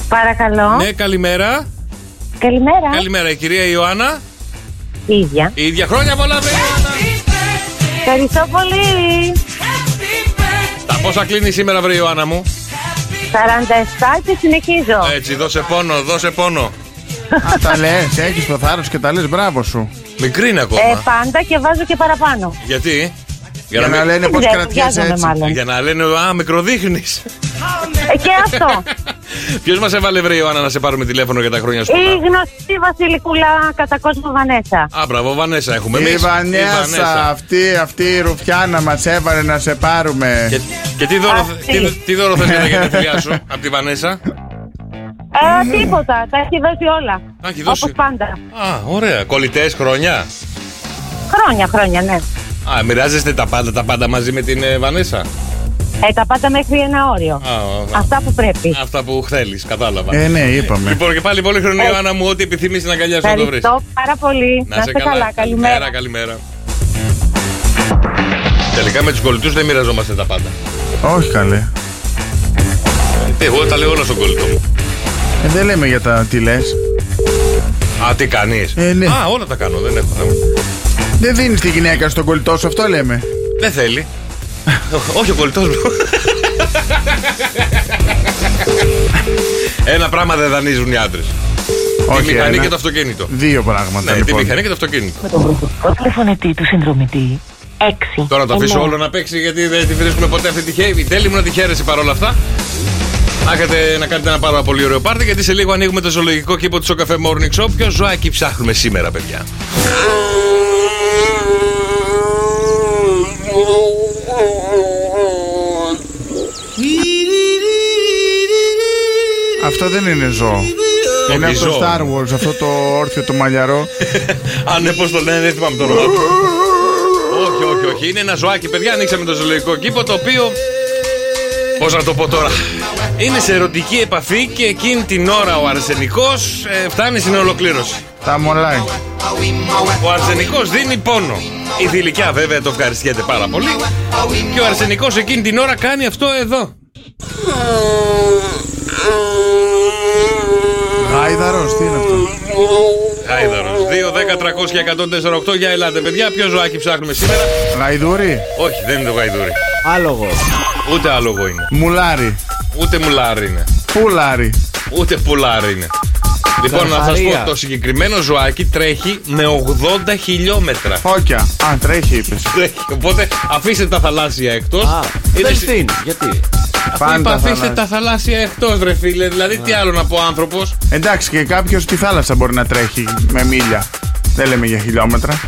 Speaker 8: Παρακαλώ.
Speaker 6: Ναι, καλημέρα.
Speaker 8: Καλημέρα.
Speaker 6: Καλημέρα, η κυρία Ιωάννα.
Speaker 8: Ίδια.
Speaker 6: Η ίδια χρόνια πολλά, βρε Ιωάννα.
Speaker 8: Ευχαριστώ πολύ.
Speaker 6: Τα πόσα κλείνει σήμερα, βρε Ιωάννα μου.
Speaker 8: 47 και συνεχίζω.
Speaker 7: Ε,
Speaker 6: Έτσι, δώσε πόνο, δώσε πόνο.
Speaker 4: Α, τα λες, έχεις το θάρρος και τα λες, μπράβο σου.
Speaker 6: Μικρή είναι ακόμα.
Speaker 8: Ε, πάντα και βάζω και παραπάνω.
Speaker 6: Γιατί?
Speaker 4: Για να
Speaker 6: μην-
Speaker 4: λένε
Speaker 8: Δεν
Speaker 4: πως
Speaker 8: ξέρω,
Speaker 4: κρατιέσαι
Speaker 8: βιάζομαι
Speaker 4: έτσι.
Speaker 8: μάλλον.
Speaker 6: για να λένε, α, μικροδείχνει.
Speaker 8: Ε, και αυτό.
Speaker 6: Ποιος μας έβαλε, βρε Ιωάννα, να σε πάρουμε τηλέφωνο για τα χρόνια σου.
Speaker 8: Η
Speaker 4: Ε.
Speaker 6: πολλά?
Speaker 8: γνωστή Βασιλικούλα κατά κόσμο Βανέσα.
Speaker 6: Α, μπράβο, Βανέσα έχουμε εμείς.
Speaker 4: Η Βανέσα, αυτή, αυτή η ρουφιάνα μας έβαλε να σε πάρουμε.
Speaker 6: Και, και τι δώρο,
Speaker 8: Αυτή.
Speaker 6: τι, τι δώρο θες για τα γενέθλιά σου από τη Βανέσα.
Speaker 8: Ε, τίποτα, τα έχει δώσει όλα.
Speaker 6: Τα έχει δώσει.
Speaker 8: Όπως πάντα.
Speaker 6: Α, ωραία. Κολλητές χρόνια.
Speaker 8: Χρόνια, χρόνια, ναι.
Speaker 6: Α, μοιράζεστε τα πάντα, τα πάντα μαζί με την ε, Βανέσα.
Speaker 8: Ε, τα πάντα μέχρι ένα όριο.
Speaker 6: Α, α, α,
Speaker 8: Αυτά που πρέπει.
Speaker 6: αυτά που θέλεις, κατάλαβα.
Speaker 4: Ε, ναι, είπαμε.
Speaker 6: Λοιπόν, και πάλι πολύ χρόνο,
Speaker 8: Ε.
Speaker 6: Ιωάννα μου, ό,τι επιθυμείς να αγκαλιάσει να το βρεις.
Speaker 8: Ευχαριστώ πάρα πολύ. Να, είστε καλά. Καλημέρα.
Speaker 6: καλημέρα. Τελικά με τους κολλητούς δεν μοιραζόμαστε τα πάντα. Λοιπόν.
Speaker 4: Όχι καλέ.
Speaker 6: Τι, εγώ τα λέω όλα στον κολλητό μου.
Speaker 4: Ε, δεν λέμε για τα τι λες.
Speaker 6: Α, τι κάνεις.
Speaker 4: Ε, ναι.
Speaker 6: Α, όλα τα κάνω, δεν έχω θέμα.
Speaker 4: Δεν δίνεις τη γυναίκα στον κολλητό σου, αυτό λέμε.
Speaker 6: Δεν θέλει. Ό- Όχι ο κολλητός μου. Ένα πράγμα δεν δανείζουν οι άντρες. Τη
Speaker 4: Όχι,
Speaker 6: μηχανή
Speaker 4: ένα.
Speaker 6: και το αυτοκίνητο.
Speaker 4: Δύο
Speaker 6: Ναι,
Speaker 4: πράγματα
Speaker 6: τη
Speaker 4: λοιπόν.
Speaker 6: μηχανή και το αυτοκίνητο.
Speaker 8: Ο τηλεφωνητή του συνδρομητή
Speaker 6: Ε,
Speaker 8: 6.
Speaker 6: Τώρα το αφήσω όλο να παίξει γιατί δεν τη βρίσκουμε ποτέ αυτή τη χέρι. Τέλει μου να τη χαίρεσαι παρόλα αυτά. Να, έχετε- να κάνετε ένα πάρα πολύ ωραίο πάρτι γιατί σε λίγο ανοίγουμε το ζωολογικό κήπο του Σοκαφέ Morning Show. Ποιο ζωάκι ψάχνουμε σήμερα, παιδιά.
Speaker 4: Αυτό δεν είναι ζώο. Είναι
Speaker 6: Όχι,
Speaker 4: από το
Speaker 6: ζώο.
Speaker 4: Star Wars, αυτό το όρθιο το μαλλιαρό.
Speaker 6: Αν ναι, πώς το λένε, δεν θυμάμαι το όνομα του. όχι, όχι, όχι. Είναι ένα ζωάκι, παιδιά. Ανοίξαμε το ζωολογικό κήπο το οποίο. Πώς να το πω τώρα. Είναι σε ερωτική επαφή και εκείνη την ώρα ο αρσενικός φτάνει στην ολοκλήρωση.
Speaker 4: Τα μολάει.
Speaker 6: Ο αρσενικός δίνει πόνο. Η θηλυκιά βέβαια το ευχαριστιέται πάρα πολύ. Και ο αρσενικός εκείνη την ώρα κάνει αυτό εδώ.
Speaker 4: Γάιδαρο, τι είναι αυτό.
Speaker 6: Χάιδαρος. 2, 10, 300 και 148 για ελάτε, παιδιά. Ποιο ζωάκι ψάχνουμε σήμερα.
Speaker 4: Γαϊδούρι,
Speaker 6: Όχι, δεν είναι το γαϊδούρι.
Speaker 2: Άλογο.
Speaker 6: Ούτε άλογο είναι.
Speaker 4: μουλάρι,
Speaker 6: Ούτε μουλάρι είναι.
Speaker 4: πουλάρι.
Speaker 6: Ούτε πουλάρι είναι. Λοιπόν, να σας
Speaker 2: Καρφαρία.
Speaker 6: πω, το συγκεκριμένο ζωάκι τρέχει με 80 χιλιόμετρα.
Speaker 4: Φώκια. Α, τρέχει είπες.
Speaker 6: Τρέχει. Οπότε αφήστε τα θαλάσσια εκτός.
Speaker 2: Α, δεν στην. Γιατί.
Speaker 4: Πάντα
Speaker 6: Αφήστε
Speaker 4: θάλασσα.
Speaker 6: τα θαλάσσια εκτός, ρε φίλε. Δηλαδή, τι άλλο να πω, άνθρωπος.
Speaker 4: Εντάξει, και κάποιος στη θάλασσα μπορεί να τρέχει με μίλια. Δεν λέμε για χιλιόμετρα.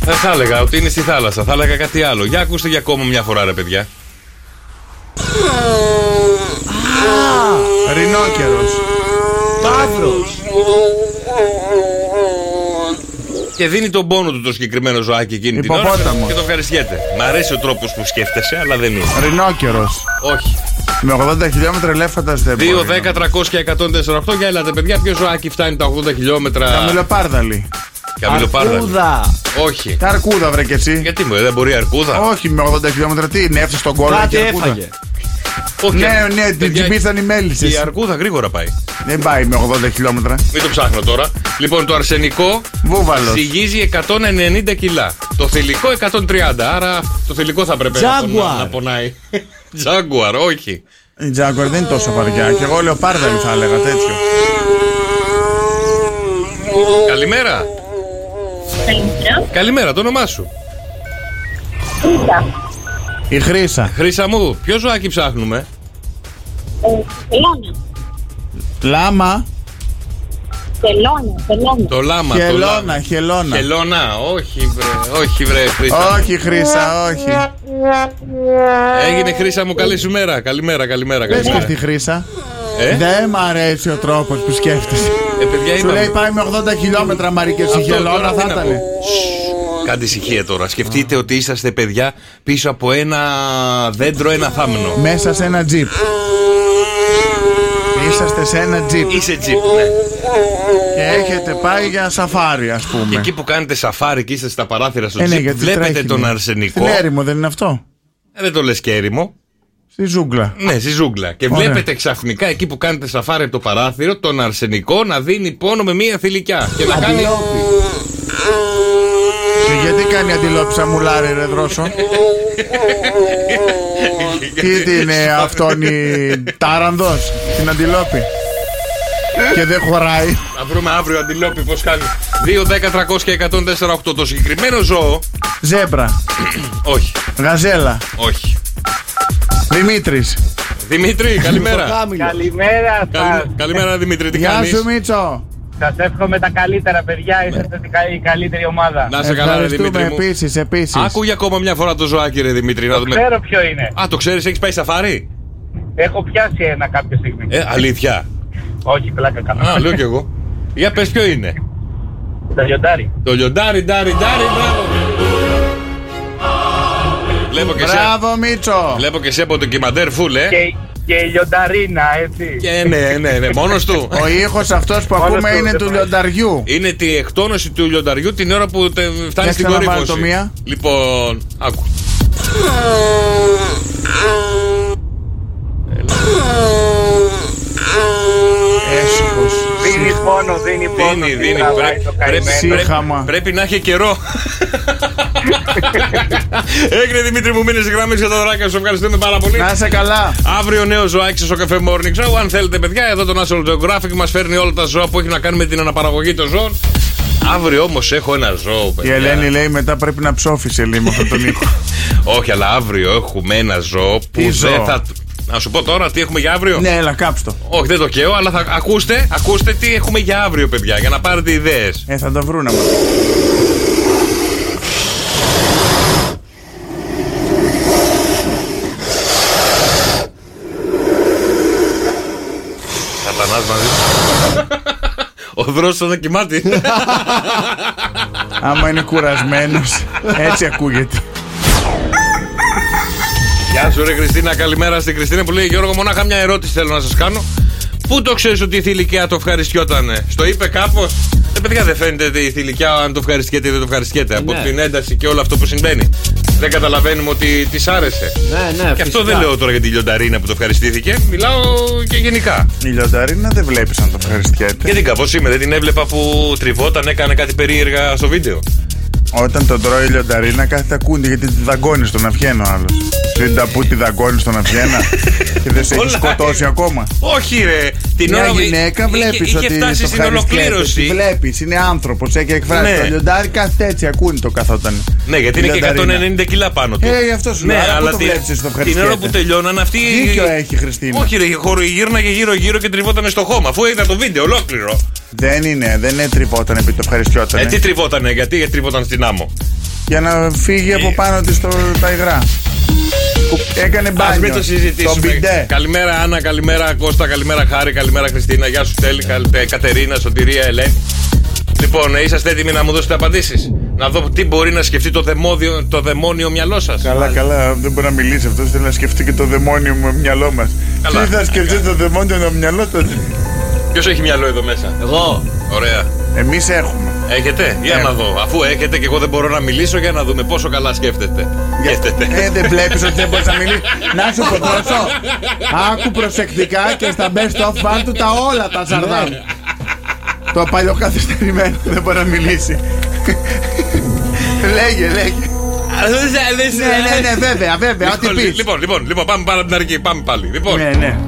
Speaker 6: Δεν Ε, θα έλεγα ότι είναι στη θάλασσα. Θα έλεγα κάτι άλλο. Για ακούστε για ακόμα μια φορά, ρε παιδιά.
Speaker 4: Ρινόκερος.
Speaker 6: Και δίνει τον πόνο του το συγκεκριμένο ζωάκι εκείνη την ώρα
Speaker 4: Υποπόταμος.
Speaker 6: και το ευχαριστιέται. Μ' αρέσει ο τρόπος που σκέφτεσαι, αλλά δεν είναι.
Speaker 4: Ρινόκερος.
Speaker 6: Όχι.
Speaker 4: Με 80 χιλιόμετρα ελέφαντα
Speaker 6: 2,
Speaker 4: δεν μπορεί. ναι.
Speaker 6: 10, 300 και 148. Για έλατε, παιδιά, ποιο ζωάκι φτάνει τα 80 χιλιόμετρα.
Speaker 4: Καμιλοπάρδαλη.
Speaker 6: Καμιλοπάρδαλη.
Speaker 2: Αρκούδα.
Speaker 6: Όχι.
Speaker 4: Τα αρκούδα βρε και εσύ.
Speaker 6: Γιατί μου, ε, δεν μπορεί η αρκούδα.
Speaker 4: Όχι με 80 χιλιόμετρα, τι είναι, έφτασε τον κόλλο
Speaker 2: Κάτι
Speaker 4: και αρκούδα.
Speaker 2: έφαγε.
Speaker 6: Όχι,
Speaker 4: Ναι,
Speaker 6: αρκούδα.
Speaker 4: ναι, την
Speaker 6: Παιδιά,
Speaker 4: τσιμπήσαν οι μέλισσες.
Speaker 6: Η αρκούδα γρήγορα πάει.
Speaker 4: Δεν πάει με 80 χιλιόμετρα.
Speaker 6: Μην το ψάχνω τώρα. Λοιπόν, το αρσενικό
Speaker 4: Βούβαλος.
Speaker 6: ζυγίζει 190 κιλά. Το θηλυκό 130. Άρα το θηλυκό θα πρέπει να, πονά,
Speaker 2: Jaguar.
Speaker 6: να πονάει. Τζάγκουαρ, όχι.
Speaker 4: Η Jaguar δεν είναι τόσο βαριά. Και εγώ λέω πάρδαλη θα έλεγα τέτοιο.
Speaker 6: Καλημέρα. Καλημέρα, το όνομά σου.
Speaker 4: Η Χρύσα.
Speaker 6: Χρήσα μου, ποιο ζωάκι ψάχνουμε.
Speaker 8: Ε,
Speaker 4: Λάμα.
Speaker 8: Τελώνια, τελώνια.
Speaker 6: Το λάμα. το λάμα.
Speaker 4: Χελώνα, χελώνα.
Speaker 6: Χελώνα, όχι βρε, όχι βρε Χρήσα.
Speaker 4: Όχι, Χρύσα, όχι.
Speaker 6: Έγινε Χρήσα μου, καλή σου μέρα. Καλημέρα, καλημέρα,
Speaker 4: Πες και
Speaker 6: καλημέρα.
Speaker 4: στη Χρύσα.
Speaker 6: Ε?
Speaker 4: Δεν μ' αρέσει ο τρόπος που σκέφτεσαι.
Speaker 6: Ε, παιδιά,
Speaker 4: Σου
Speaker 6: είπαμε.
Speaker 4: λέει πάει με 80 χιλιόμετρα μαρικέ η
Speaker 6: Αυτό τώρα
Speaker 4: χελώνα θα
Speaker 6: τι να
Speaker 4: ήταν.
Speaker 6: πω. Κάντε ησυχία τώρα. Σκεφτείτε ότι είσαστε παιδιά πίσω από ένα δέντρο, ένα θάμνο.
Speaker 4: Μέσα σε ένα τζιπ. Είσαστε σε ένα τζιπ
Speaker 6: Είσαι τζιπ, ναι.
Speaker 4: και έχετε πάει για σαφάρι, ας
Speaker 6: Και
Speaker 4: πούμε.
Speaker 6: εκεί που κάνετε σαφάρι και είστε στα παράθυρα στο
Speaker 4: Ναι. Ε, ναι,
Speaker 6: τζιπ,
Speaker 4: γιατί
Speaker 6: βλέπετε
Speaker 4: τρέχει,
Speaker 6: τον
Speaker 4: ναι.
Speaker 6: αρσενικό.
Speaker 4: Στην έρημο δεν είναι αυτό.
Speaker 6: Ε, Δεν το λες και έρημο.
Speaker 4: Στη ζούγκλα.
Speaker 6: Ναι, στη ζούγκλα. Και
Speaker 4: Ωραία.
Speaker 6: βλέπετε ξαφνικά εκεί που κάνετε σαφάρι από το παράθυρο τον αρσενικό να δίνει πόνο με μία θηλυκιά. Και να κάνει.
Speaker 4: Και γιατί κάνει αντιλόψα μουλάρι ρε δρόσο Τι τι είναι αυτόν η τάρανδος Την αντιλόπη Και δεν χωράει
Speaker 6: Να βρούμε αύριο αντιλόπι πώς κάνει. 2, 10, 300 και 148. Το συγκεκριμένο ζώο.
Speaker 4: Ζέμπρα
Speaker 6: Όχι,
Speaker 4: Γαζέλα
Speaker 6: όχι.
Speaker 4: Δημήτρης
Speaker 6: Δημήτρη, καλημέρα.
Speaker 2: Κάμιλο.
Speaker 10: Καλημέρα
Speaker 6: Καλη- Καλημέρα Δημήτρη, τι
Speaker 4: Γεια
Speaker 6: κάνεις.
Speaker 4: σου Μίτσο
Speaker 10: σας. Σα εύχομαι τα καλύτερα, παιδιά. Είστε η καλύτερη ομάδα.
Speaker 6: Να σε καλά, ρε
Speaker 4: Ευχαριστούμε
Speaker 6: Δημήτρη. Μου.
Speaker 4: επίσης επίσης
Speaker 6: Άκουγε ακόμα μια φορά το ζωάκι, ρε Δημήτρη, να δούμε.
Speaker 10: Ξέρω ποιο είναι.
Speaker 6: Α, το ξέρεις, έχεις πάει σαφάρι.
Speaker 10: Έχω πιάσει ένα κάποια στιγμή.
Speaker 6: Ε, αλήθεια.
Speaker 10: Όχι, πλάκα κάνω.
Speaker 6: Α, λέω κι εγώ. Για πες ποιο είναι.
Speaker 10: Τα λιοντάρι.
Speaker 6: Το λιοντάρι, ντάρι, ντάρι, μπράβο. Βλέπω
Speaker 4: ε?
Speaker 6: και σε.
Speaker 4: Μπράβο Μίτσο
Speaker 6: Βλέπω και σε από το κυμαντέρ φουλ, ε.
Speaker 10: Και, και η λιονταρίνα, έτσι.
Speaker 6: Και ναι, ναι, ναι, μόνος του.
Speaker 4: Ο ήχος αυτός που ακούμε
Speaker 10: του,
Speaker 4: είναι
Speaker 10: δεν
Speaker 4: του
Speaker 10: πάει.
Speaker 4: λιονταριού
Speaker 6: Είναι τη εκτόνωση του λιονταριού την ώρα που τε- φτάνει
Speaker 4: Για
Speaker 6: στην
Speaker 4: ξαναβάλω
Speaker 6: κορύφωση.
Speaker 4: το μία.
Speaker 6: Λοιπόν, άκου. Έσυχος.
Speaker 10: Δίνει πόνο, δίνει πόνο.
Speaker 6: Δίνει, δίνει.
Speaker 10: τραβάει
Speaker 6: Πρέπει,
Speaker 10: το
Speaker 6: πρέπει,
Speaker 10: καημένο.
Speaker 6: πρέπει, πρέπει να έχει καιρό. Έγινε Δημήτρη μου, μείνε γραμμέ για τα δωράκια σου. Ευχαριστούμε πάρα πολύ.
Speaker 4: Να είσαι καλά.
Speaker 6: Αύριο νέο ζωάκι στο καφέ Morning Show. Αν θέλετε, παιδιά, εδώ το National Geographic μας φέρνει όλα τα ζώα που έχει να κάνει με την αναπαραγωγή των ζώων. Αύριο όμως έχω ένα ζώο,
Speaker 4: Η
Speaker 6: παιδιά.
Speaker 4: Ελένη λέει μετά πρέπει να ψόφισε λέει με αυτόν τον ήχο.
Speaker 6: Όχι, αλλά αύριο έχουμε ένα ζώο που
Speaker 4: Τι
Speaker 6: δεν
Speaker 4: ζώο?
Speaker 6: θα. Να σου πω τώρα τι έχουμε για αύριο.
Speaker 4: ναι, έλα, κάψτο.
Speaker 6: Όχι, δεν το καίω, αλλά θα ακούστε, ακούστε τι έχουμε για αύριο, παιδιά, για να πάρετε ιδέες.
Speaker 4: Ε, θα τα βρουν άμα.
Speaker 6: Σατανάς μαζί. Ο δρόσος θα κοιμάται.
Speaker 4: Άμα είναι κουρασμένος, έτσι ακούγεται.
Speaker 6: Γεια σου, ρε Κριστίνα. Καλημέρα στην Κριστίνα που λέει Γιώργο, μονάχα μια ερώτηση θέλω να σας κάνω. Πού το ξέρεις ότι η θηλυκιά το ευχαριστιότανε, Στο είπε κάπως. Ε, παιδιά, δεν φαίνεται η θηλυκιά αν το ευχαριστιέται ή δεν το ευχαριστιέται. Από
Speaker 2: Ναι.
Speaker 6: την ένταση και όλο αυτό που συμβαίνει. Δεν καταλαβαίνουμε ότι της άρεσε.
Speaker 2: Ναι, ναι,
Speaker 6: και αυτό
Speaker 2: φυσικά.
Speaker 6: δεν λέω τώρα για τη λιονταρίνα που το ευχαριστήθηκε. Μιλάω και γενικά.
Speaker 4: Η λιονταρίνα δεν βλέπεις αν το ευχαριστιέται.
Speaker 6: Γιατί κάπως είμαι, δεν την έβλεπα που τριβόταν, έκανε κάτι περίεργα στο βίντεο.
Speaker 4: Όταν τον τρώει η λιονταρίνα, κάθεται ακούνε γιατί τη δαγκώνεις στον αυχένα ο άλλος. Δεν τα που τη δαγκώνεις στον αυχένα και δεν σε έχει
Speaker 6: Κολλάει.
Speaker 4: σκοτώσει ακόμα.
Speaker 6: Όχι, ρε. Την
Speaker 4: Μια
Speaker 6: ώρα που-
Speaker 4: γυναίκα
Speaker 6: είχε-
Speaker 4: βλέπεις
Speaker 6: είχε
Speaker 4: ότι
Speaker 6: φτάσει
Speaker 4: το
Speaker 6: στην
Speaker 4: ευχαριστιέται.
Speaker 6: ολοκλήρωση.
Speaker 4: Τη βλέπεις, είναι άνθρωπος, έχει εκφράσει
Speaker 6: Ναι.
Speaker 4: το λιοντάρι, κάθεται έτσι, ακούνε το καθόταν.
Speaker 6: Ναι, γιατί
Speaker 4: Η
Speaker 6: είναι και
Speaker 4: λιονταρίνα.
Speaker 6: 190 κιλά πάνω του.
Speaker 4: Ε, γι' αυτό σου λέω.
Speaker 6: Ναι,
Speaker 4: Άρα πού
Speaker 6: αλλά
Speaker 4: το
Speaker 6: την-
Speaker 4: βλέπεις εσύ το
Speaker 6: την
Speaker 4: ευχαριστιέται.
Speaker 6: ώρα που τελειώναν αυτή.
Speaker 4: Δίκιο έχει, Χριστίνα.
Speaker 6: Όχι, ρε, χωρο- γύρναγε γύρω-γύρω και τριβότανε στο χώμα. Αφού είδα το βίντεο ολόκληρο.
Speaker 4: Δεν είναι, δεν είναι τριβόταν επειδή το ευχαριστιόταν.
Speaker 6: Ε, τι τριβότανε, γιατί γιατί τριβόταν στην άμμο.
Speaker 4: Για να φύγει
Speaker 6: Ε.
Speaker 4: από πάνω της τα υγρά. Έκανε
Speaker 6: Α
Speaker 4: μπάνιο.
Speaker 6: μην το
Speaker 4: Το
Speaker 6: συζητήσουμε.
Speaker 4: μπιντέ.
Speaker 6: Καλημέρα, Άννα, καλημέρα Κώστα, καλημέρα Χάρη, καλημέρα Χριστίνα. Γεια σου, Τέλη, καλ- ε, Κατερίνα, Σωτηρία, Ελένη. Λοιπόν, ε, είσαστε έτοιμοι να μου δώσετε απαντήσεις. Να δω τι μπορεί να σκεφτεί το, δαιμόδιο, το δαιμόνιο μυαλό σας.
Speaker 4: Καλά, καλά, δεν μπορεί να μιλήσει αυτός. Θέλει να σκεφτεί και το δαιμόνιο με μυαλό μας.
Speaker 6: Καλά.
Speaker 4: Τι θα σκεφτεί το δαιμόνιο με μυαλό τότε.
Speaker 6: Ποιος έχει μυαλό εδώ μέσα.
Speaker 2: Εγώ.
Speaker 6: Ωραία.
Speaker 4: Εμείς έχουμε.
Speaker 6: Έχετε,
Speaker 4: Ναι.
Speaker 6: για να δω. Αφού έχετε και εγώ δεν μπορώ να μιλήσω, για να δούμε πόσο καλά σκέφτεται. Σκέφτεται.
Speaker 4: Ε, δεν βλέπεις ότι δεν μπορείς να μιλήσεις. Να σου πω τόσο. Άκου προσεκτικά και στα best of βάλ του τα όλα τα σαρδάμ.
Speaker 6: Ναι.
Speaker 4: Το παλιό καθυστερημένο δεν μπορεί να μιλήσει. λέγε, λέγε. ναι, ναι, ναι, βέβαια, βέβαια. Ό,τι
Speaker 6: Λοιπόν,
Speaker 4: πεις.
Speaker 6: λοιπόν, λοιπόν, λοιπόν, πάμε πάλι από την αρχή. Πάμε πάλι. Λοιπόν,
Speaker 4: Ναι, ναι.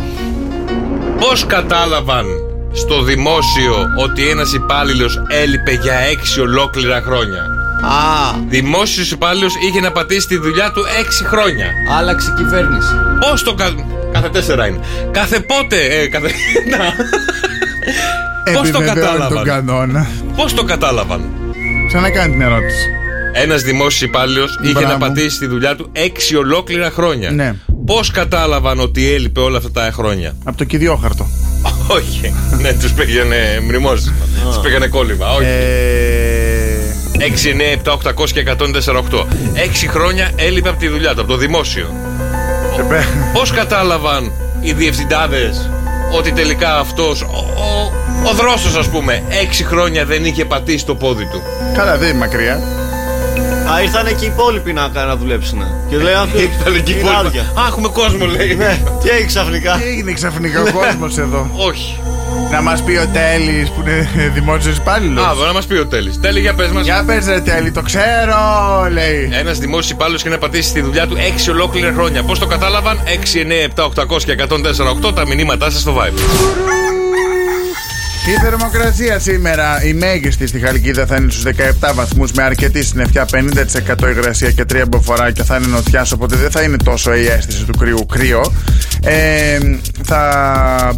Speaker 6: πώς κατάλαβαν στο δημόσιο ότι ένας υπάλληλος έλειπε για έξι ολόκληρα χρόνια.
Speaker 2: Α,
Speaker 6: Δημόσιος υπάλληλος είχε να πατήσει τη δουλειά του έξι χρόνια.
Speaker 2: άλλαξε η κυβέρνηση.
Speaker 6: Πώς το. Κα... Κάθε τέσσερα είναι. Κάθε πότε. Ε, κάθε... Να. Πώς το
Speaker 4: Επιβεβαιώνει τον
Speaker 6: κατάλαβαν.
Speaker 4: κανόνα.
Speaker 6: Πώς το κατάλαβαν.
Speaker 4: Ξανακάνει την ερώτηση.
Speaker 6: Ένας δημόσιος υπάλληλος είχε
Speaker 4: Μπράβο.
Speaker 6: να πατήσει τη δουλειά του έξι ολόκληρα χρόνια.
Speaker 4: Ναι.
Speaker 6: Πώς κατάλαβαν ότι έλειπε όλα αυτά τα χρόνια.
Speaker 4: Από το κυριόχαρτο.
Speaker 6: Όχι. ναι, τους πήγαινε μνημόσυνο. τους πήγαινε κόλλημα. Όχι.
Speaker 4: Ε,
Speaker 6: 6, 9, 7, 800 και 148. Έξι χρόνια έλειπε από τη δουλειά του, από το δημόσιο.
Speaker 4: Ε, επέ-
Speaker 6: Πώς κατάλαβαν οι διευθυντάδες ότι τελικά αυτός ο, ο, ο δρόσος, ας πούμε, έξι χρόνια δεν είχε πατήσει το πόδι του.
Speaker 4: Καλά, δεν είναι μακριά.
Speaker 2: Α, ήρθαν και οι υπόλοιποι να, να δουλέψουν. Και λέει αυτό.
Speaker 6: Ήταν εκεί
Speaker 2: είναι
Speaker 6: που-
Speaker 2: άδεια.
Speaker 6: Α, έχουμε κόσμο, λέει.
Speaker 2: Ναι, τι έγινε ξαφνικά.
Speaker 4: Τι έγινε ξαφνικά ο κόσμος εδώ.
Speaker 6: Όχι.
Speaker 4: Να μας πει ο Τέλης που είναι δημόσιος υπάλληλος.
Speaker 6: Α, εδώ να μας πει ο Τέλης. Τέλη, για πες μας.
Speaker 4: Για πες ρε Τέλη, το ξέρω, λέει.
Speaker 6: Ένας δημόσιος υπάλληλος είχε να πατήσει τη δουλειά του 6 ολόκληρα χρόνια. Πώς το κατάλαβαν, 6, 9, 7, 800 και 148 τα μηνύματά σας στο Vibe.
Speaker 4: Η θερμοκρασία σήμερα, η μέγιστη στη Χαλκίδα θα είναι στους 17 βαθμούς με αρκετή συννεφιά, 50% υγρασία και 3 μποφοράκια θα είναι νοτιάς, οπότε δεν θα είναι τόσο η αίσθηση του κρύου κρύο. Ε, θα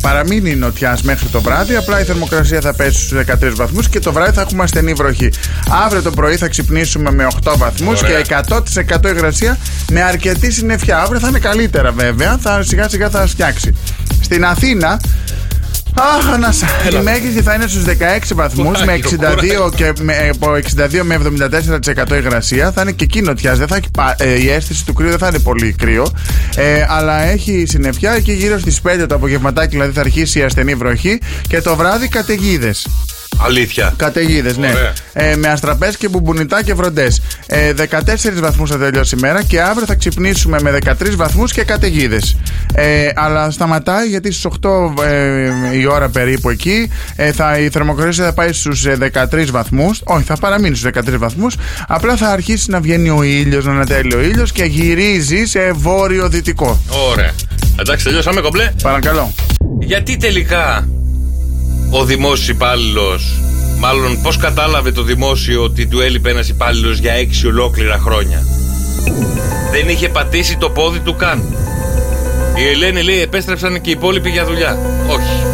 Speaker 4: παραμείνει νοτιάς μέχρι το βράδυ, απλά η θερμοκρασία θα πέσει στους 13 βαθμούς και το βράδυ θα έχουμε ασθενή βροχή. Αύριο το πρωί θα ξυπνήσουμε με 8 βαθμού
Speaker 6: Ωραία.
Speaker 4: και 100% υγρασία με αρκετή συννεφιά. Αύριο θα είναι καλύτερα βέβαια, θα σιγά σιγά θα φτιάξει. Στην Αθήνα Αχ, ανάσα. Η μέγιστη θα είναι στους 16 βαθμού
Speaker 6: Κουράγιο,
Speaker 4: με 62 και με, ε, από 62 με 74% υγρασία. Θα είναι και εκεί νοτιάς. Δεν θα έχει πα- ε, η αίσθηση του κρύου, δεν θα είναι πολύ κρύο. Ε, αλλά έχει συννεφιά και γύρω στις 5 το απογευματάκι δηλαδή θα αρχίσει η ασθενή βροχή και το βράδυ καταιγίδες.
Speaker 6: Αλήθεια.
Speaker 4: Καταιγίδες, ναι.
Speaker 6: Ωραία.
Speaker 4: Ε, με αστραπές και μπουμπουνιτά και βροντές. Ε, 14 βαθμούς θα τελειώσει η μέρα και αύριο θα ξυπνήσουμε με 13 βαθμούς και καταιγίδες. Ε, αλλά σταματάει γιατί στις 8 ε, η ώρα περίπου εκεί ε, θα, η θερμοκρασία θα πάει στους 13 βαθμούς. Όχι, θα παραμείνει στους 13 βαθμούς. Απλά θα αρχίσει να βγαίνει ο ήλιος, να ανατέλει ο ήλιος και γυρίζει σε βόρειο-δυτικό.
Speaker 6: Ωραία. Εντάξει, τελειώσαμε κομπλέ.
Speaker 4: Παρακαλώ.
Speaker 6: Γιατί τελικά ο δημόσιος υπάλληλος, μάλλον πώς κατάλαβε το δημόσιο ότι του έλειπε ένας υπάλληλος για έξι ολόκληρα χρόνια. Δεν είχε πατήσει το πόδι του καν. Η Ελένη λέει επέστρεψαν και οι υπόλοιποι για δουλειά. Όχι.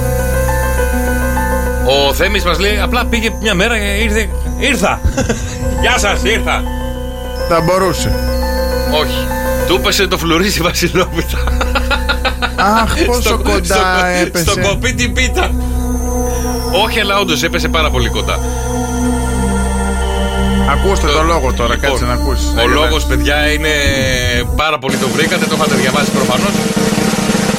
Speaker 6: Ο Θέμης μας λέει απλά πήγε μια μέρα και ήρθε. Ήρθα! Γεια σας, ήρθα!
Speaker 4: Θα μπορούσε.
Speaker 6: Όχι. Του έπεσε το φλουρί στη Βασιλόπιτα.
Speaker 4: Αχ, πόσο
Speaker 6: Στο-
Speaker 4: κοντά
Speaker 6: στο-
Speaker 4: έπεσε.
Speaker 6: Στο κοπί την πίτα. Όχι, αλλά όντως έπεσε πάρα πολύ κοντά.
Speaker 4: Ακούστε το λόγο τώρα,
Speaker 6: Λοιπόν,
Speaker 4: κάτσε να ακούσεις.
Speaker 6: Ο λόγος, παιδιά, είναι πάρα πολύ το βρήκατε, το είχατε διαβάσει προφανώς.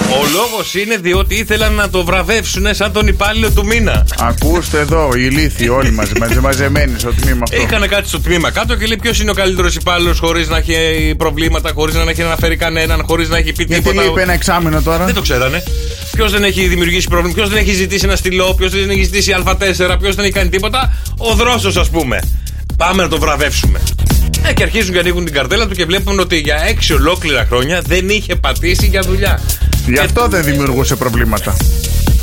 Speaker 6: Ο λόγος είναι διότι ήθελαν να το βραβεύσουν σαν τον υπάλληλο του μήνα.
Speaker 4: Ακούστε εδώ, οι ηλίθιοι όλοι μαζί, μαζε- μαζεμένοι στο τμήμα αυτό.
Speaker 6: Είχαν κάτι στο τμήμα κάτω και λέει ποιος είναι ο καλύτερος υπάλληλος χωρίς να έχει προβλήματα, χωρίς να έχει αναφέρει κανέναν, χωρίς να έχει πει
Speaker 4: Γιατί
Speaker 6: τίποτα.
Speaker 4: λείπει ένα εξάμεινο τώρα.
Speaker 6: Δεν το ξέρανε. Ποιος δεν έχει δημιουργήσει πρόβλημα, ποιος δεν έχει ζητήσει ένα στυλό, ποιος δεν έχει ζητήσει Α4, ποιος δεν έχει κάνει τίποτα. Ο δρόσος, ας πούμε. Πάμε να το βραβεύσουμε. Ε, και αρχίζουν και ανοίγουν την καρτέλα του και βλέπουν ότι για έξι ολόκληρα χρόνια δεν είχε πατήσει για δουλειά.
Speaker 4: Γι' αυτό δεν δημιουργούσε προβλήματα.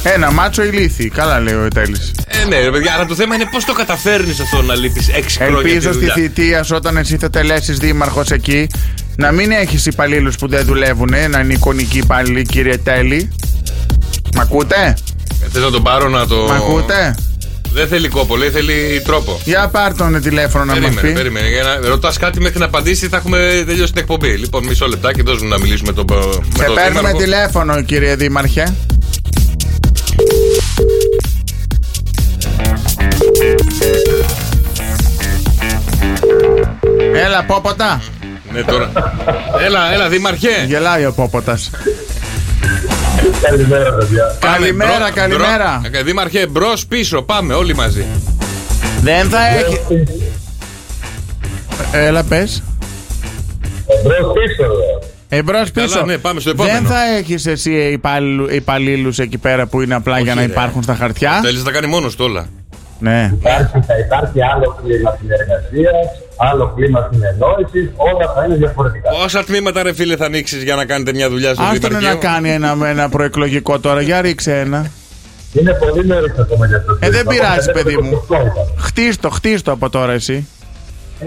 Speaker 4: Ένα μάτσο ηλίθιοι. Καλά λέει ο Ετέλη.
Speaker 6: Ε, ναι, ρε παιδιά, αλλά το θέμα είναι πώς το καταφέρνεις αυτό να λείπεις έξι χρόνια.
Speaker 4: Ελπίζω
Speaker 6: τη
Speaker 4: στη
Speaker 6: δουλειά.
Speaker 4: θητεία σου, όταν εσύ θα τελέσεις δήμαρχος εκεί να μην έχεις υπαλλήλους που δεν δουλεύουν, να είναι εικονικοί υπαλλήλοι, κύριε Τέλη. Μ' ακούτε,
Speaker 6: Ε, Θες να τον πάρω να το.
Speaker 4: μ' ακούτε.
Speaker 6: Δεν θέλει κόπο, λέει, θέλει τρόπο.
Speaker 4: Για πάρ' τον τηλέφωνο να μας
Speaker 6: Περίμενε,
Speaker 4: πεις.
Speaker 6: περίμενε. Για να ρωτάς κάτι μέχρι να απαντήσει, θα έχουμε τελειώσει την εκπομπή. Λοιπόν, μισό λεπτάκι, δώσουμε να μιλήσουμε τον. με
Speaker 4: Σε
Speaker 6: τον
Speaker 4: παίρνουμε
Speaker 6: δήμαρχο.
Speaker 4: τηλέφωνο, κύριε Δήμαρχε. Έλα, Πόποτας.
Speaker 6: Ναι, τώρα. Έλα, έλα, Δήμαρχε.
Speaker 4: Γελάει ο Πόποτας.
Speaker 10: Καλημέρα, παιδιά.
Speaker 6: Πάμε,
Speaker 4: Καλημέρα,
Speaker 6: μπρο-
Speaker 4: καλημέρα.
Speaker 6: μπρο- Ε, Δήμαρχε, μπρος πίσω, πάμε όλοι μαζί.
Speaker 4: Δεν θα έχει. Έλα, πες.
Speaker 10: Μπρος πίσω,
Speaker 4: Εμπρό Ε, πίσω.
Speaker 6: ναι, πάμε στο
Speaker 4: Δεν
Speaker 6: επόμενο.
Speaker 4: θα έχεις εσύ υπαλλήλου εκεί πέρα που είναι απλά για να
Speaker 6: ρε.
Speaker 4: υπάρχουν στα χαρτιά.
Speaker 6: ε. Θέλεις να τα κάνει μόνος του όλα.
Speaker 4: Ναι.
Speaker 10: θα υπάρχει άλλο κλίμα συνεργασίας, άλλο κλίμα συνεννόησης, όλα θα είναι διαφορετικά.
Speaker 6: Πόσα τμήματα, ρε φίλε, θα ανοίξεις για να κάνετε μια δουλειά στο
Speaker 4: Άστον
Speaker 6: Δήμαρχείο.
Speaker 4: να κάνει ένα, ένα προεκλογικό τώρα. Για ρίξε ένα.
Speaker 10: Είναι πολύ νωρίς ακόμα για αυτό.
Speaker 4: Ε, δεν πειράζει,
Speaker 10: Ακόμα
Speaker 4: παιδί μου.
Speaker 10: 28 ήταν.
Speaker 4: Χτίστο, χτίστο από τώρα εσύ.